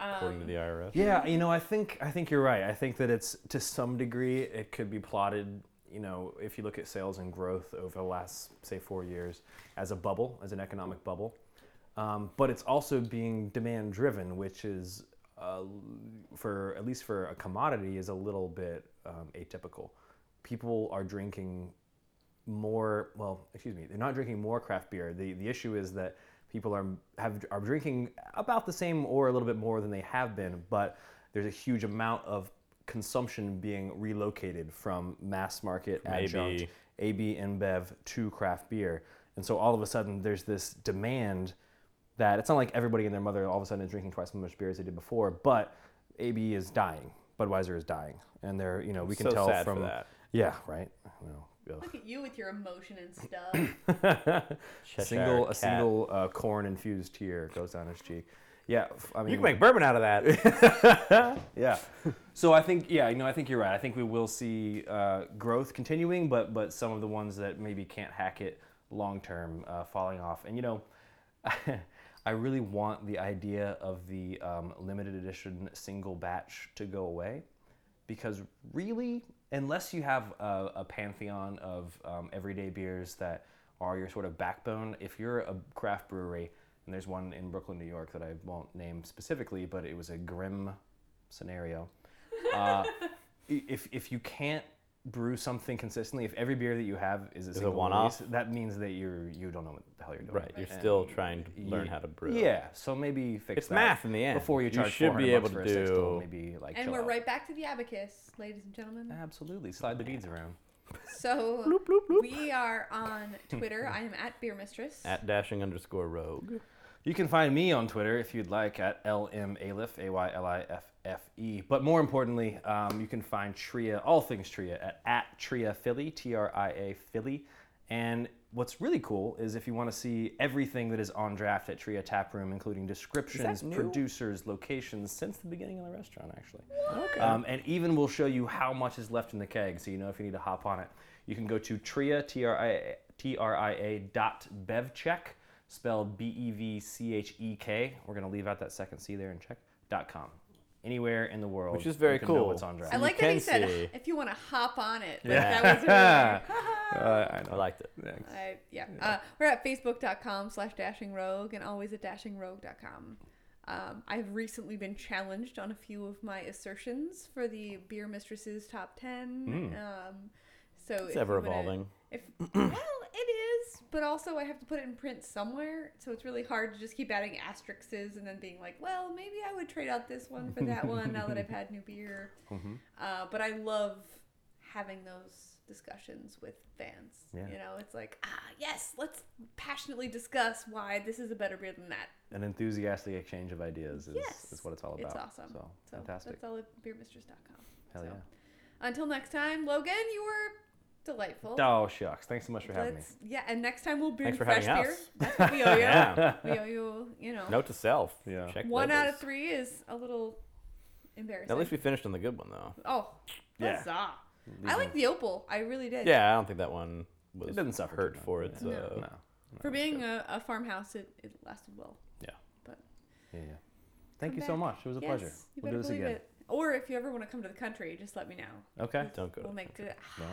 [SPEAKER 3] according to the IRS.
[SPEAKER 2] Yeah, you know, I think I think you're right. I think that it's to some degree it could be plotted. You know, if you look at sales and growth over the last say four years as a bubble, as an economic bubble, um, but it's also being demand driven, which is uh, for at least for a commodity is a little bit um, atypical. People are drinking more. Well, excuse me, they're not drinking more craft beer. the The issue is that people are have are drinking about the same or a little bit more than they have been, but there's a huge amount of consumption being relocated from mass market adjunct
[SPEAKER 3] AB.
[SPEAKER 2] AB InBev to craft beer, and so all of a sudden there's this demand that it's not like everybody and their mother all of a sudden is drinking twice as much beer as they did before, but AB is dying. Budweiser is dying, and they're you know we can
[SPEAKER 3] so
[SPEAKER 2] tell
[SPEAKER 3] sad
[SPEAKER 2] from
[SPEAKER 3] for that.
[SPEAKER 2] yeah right. You know,
[SPEAKER 1] Look at you with your emotion and
[SPEAKER 3] *clears throat*
[SPEAKER 1] stuff.
[SPEAKER 2] ugh.
[SPEAKER 3] Cheshire
[SPEAKER 2] single a
[SPEAKER 3] cat.
[SPEAKER 2] single uh, corn infused tear goes down his cheek. Yeah, f- I mean
[SPEAKER 3] You can make bourbon out
[SPEAKER 2] *laughs*
[SPEAKER 3] of that.
[SPEAKER 2] yeah. *laughs* So I think yeah, you know, I think you're right. I think we will see uh, growth continuing, but but some of the ones that maybe can't hack it long term uh, falling off. And you know, *laughs* I really want the idea of the um, limited edition single batch to go away, because really, unless you have a, a pantheon of um, everyday beers that are your sort of backbone, if you're a craft brewery. And there's one in Brooklyn, New York that I won't name specifically, but it was a grim scenario.
[SPEAKER 1] *laughs*
[SPEAKER 2] Uh, i- if if you can't brew something consistently, if every beer that you have is a single
[SPEAKER 3] one-off?
[SPEAKER 2] release, that means that you're you don't know what the hell you're doing.
[SPEAKER 3] right. You're
[SPEAKER 2] And-
[SPEAKER 3] still trying to learn
[SPEAKER 2] Ye-
[SPEAKER 3] how to brew.
[SPEAKER 2] Yeah, so maybe fix
[SPEAKER 3] It's
[SPEAKER 2] that
[SPEAKER 3] math in the end.
[SPEAKER 2] before you
[SPEAKER 3] You
[SPEAKER 2] charge.
[SPEAKER 3] should
[SPEAKER 2] 400
[SPEAKER 3] be able
[SPEAKER 2] bucks
[SPEAKER 3] to
[SPEAKER 2] for a six tool,
[SPEAKER 3] do-
[SPEAKER 2] maybe like.
[SPEAKER 1] and
[SPEAKER 2] chill
[SPEAKER 1] we're
[SPEAKER 2] out.
[SPEAKER 1] right back to the abacus, ladies and gentlemen.
[SPEAKER 2] Uh, Absolutely, slide the beads around.
[SPEAKER 1] So we are
[SPEAKER 3] *laughs*
[SPEAKER 1] on Twitter. I am at Beer Mistress.
[SPEAKER 3] At dashing underscore rogue.
[SPEAKER 2] You can find me on Twitter if you'd like at lmalif, a y l i f f e. But more importantly, um, you can find Tria, all things Tria, at, at Tria Philly, T R I A Philly. And what's really cool is if you want to see everything that is on draft at Tria Tap Room, including descriptions,
[SPEAKER 3] new?
[SPEAKER 2] producers, locations, since the beginning of the restaurant, actually.
[SPEAKER 3] Okay.
[SPEAKER 2] Um, and even we'll show you how much is left in the keg, so you know if you need to hop on it. You can go to tria, T-R-I-A, T-R-I-A dot bevcheck, spelled E B-E-V-C-H-E-K. E We're going to leave out that second C there and check, dot com. Anywhere in the world.
[SPEAKER 3] Which is very
[SPEAKER 2] you can know
[SPEAKER 3] cool.
[SPEAKER 2] what's on draft.
[SPEAKER 1] I
[SPEAKER 3] You
[SPEAKER 1] like that he
[SPEAKER 3] can
[SPEAKER 1] said,
[SPEAKER 3] see.
[SPEAKER 1] if you want to hop on it. Like,
[SPEAKER 3] Yeah.
[SPEAKER 1] That was
[SPEAKER 3] *laughs*
[SPEAKER 1] really
[SPEAKER 2] Uh, I
[SPEAKER 3] I
[SPEAKER 2] know.
[SPEAKER 3] liked it.
[SPEAKER 2] Thanks.
[SPEAKER 1] I, yeah. Uh, we're at facebook.com slash dashingrogue and always at dashingrogue.com. Um, I've recently been challenged on a few of my assertions for the Beer Mistress's top 10. Um, so if
[SPEAKER 3] Hmm. It's
[SPEAKER 1] you
[SPEAKER 3] ever
[SPEAKER 1] wanna-
[SPEAKER 3] evolving.
[SPEAKER 1] If, well, it is, but also I have to put it in print somewhere, so it's really hard to just keep adding asterisks and then being like, well, maybe I would trade out this one for that one now that I've had new
[SPEAKER 2] *laughs*
[SPEAKER 1] beer.
[SPEAKER 2] Mm-hmm.
[SPEAKER 1] Uh, but I love having those discussions with fans.
[SPEAKER 2] Yeah.
[SPEAKER 1] You know, it's like, ah, yes, let's passionately discuss why this is a better beer than that.
[SPEAKER 2] An enthusiastic exchange of ideas is,
[SPEAKER 1] Yes.
[SPEAKER 2] is what it's all about.
[SPEAKER 1] It's awesome.
[SPEAKER 2] So,
[SPEAKER 1] So
[SPEAKER 2] fantastic.
[SPEAKER 1] that's all at beermistress.com. so.
[SPEAKER 2] Hell yeah.
[SPEAKER 1] Until next time, Logan, you were delightful.
[SPEAKER 2] Oh, shucks. Thanks so much for having me.
[SPEAKER 1] Let's, yeah, and next time we'll bring
[SPEAKER 3] Thanks for
[SPEAKER 1] fresh
[SPEAKER 3] having
[SPEAKER 1] beer.
[SPEAKER 3] us.
[SPEAKER 1] That's
[SPEAKER 2] *laughs*
[SPEAKER 1] what we owe you.
[SPEAKER 3] Yeah.
[SPEAKER 1] We owe you, you know.
[SPEAKER 3] *laughs* Note to self.
[SPEAKER 2] Yeah.
[SPEAKER 3] Check
[SPEAKER 1] one out of
[SPEAKER 3] labels.
[SPEAKER 1] three is a little embarrassing.
[SPEAKER 3] At least we finished on the good one though.
[SPEAKER 1] oh,
[SPEAKER 2] Yeah.
[SPEAKER 1] huzzah.
[SPEAKER 2] These
[SPEAKER 1] I
[SPEAKER 2] are-
[SPEAKER 1] like the opal. I really did.
[SPEAKER 3] Yeah, I don't think that one was
[SPEAKER 2] It doesn't suffer too
[SPEAKER 3] hurt
[SPEAKER 2] much,
[SPEAKER 3] for
[SPEAKER 2] yeah.
[SPEAKER 3] its.
[SPEAKER 1] No.
[SPEAKER 3] Uh,
[SPEAKER 2] No.
[SPEAKER 1] For being a, a farmhouse, it, it lasted well.
[SPEAKER 2] Yeah.
[SPEAKER 1] But-
[SPEAKER 2] yeah, yeah. Thank
[SPEAKER 1] Come
[SPEAKER 2] you so
[SPEAKER 1] back.
[SPEAKER 2] much. It was a pleasure.
[SPEAKER 1] Yes, you
[SPEAKER 2] We'll
[SPEAKER 1] better
[SPEAKER 2] do this
[SPEAKER 1] believe
[SPEAKER 2] again.
[SPEAKER 1] it. Or if you ever want to come to the country, just let me know.
[SPEAKER 2] Okay.
[SPEAKER 3] Don't go.
[SPEAKER 1] We'll make it.
[SPEAKER 2] No.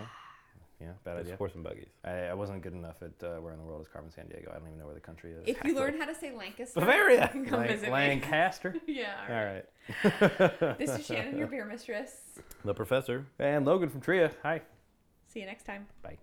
[SPEAKER 2] Yeah, bad
[SPEAKER 3] It's
[SPEAKER 2] idea.
[SPEAKER 3] horse and buggies.
[SPEAKER 2] I, I wasn't good enough at uh, where in the world is Carmen San Diego. I don't even know where the country is.
[SPEAKER 1] *laughs*
[SPEAKER 2] *laughs*
[SPEAKER 1] If you learn how to say Lancaster,
[SPEAKER 3] Bavaria!
[SPEAKER 1] you can come
[SPEAKER 2] Lan-
[SPEAKER 1] visit me.
[SPEAKER 2] Lancaster.
[SPEAKER 1] *laughs* yeah.
[SPEAKER 2] *laughs* All right.
[SPEAKER 1] This is
[SPEAKER 2] *laughs*
[SPEAKER 1] Shannon, your beer mistress.
[SPEAKER 3] The professor.
[SPEAKER 2] And Logan from Tria. Hi.
[SPEAKER 1] See you next time.
[SPEAKER 2] Bye.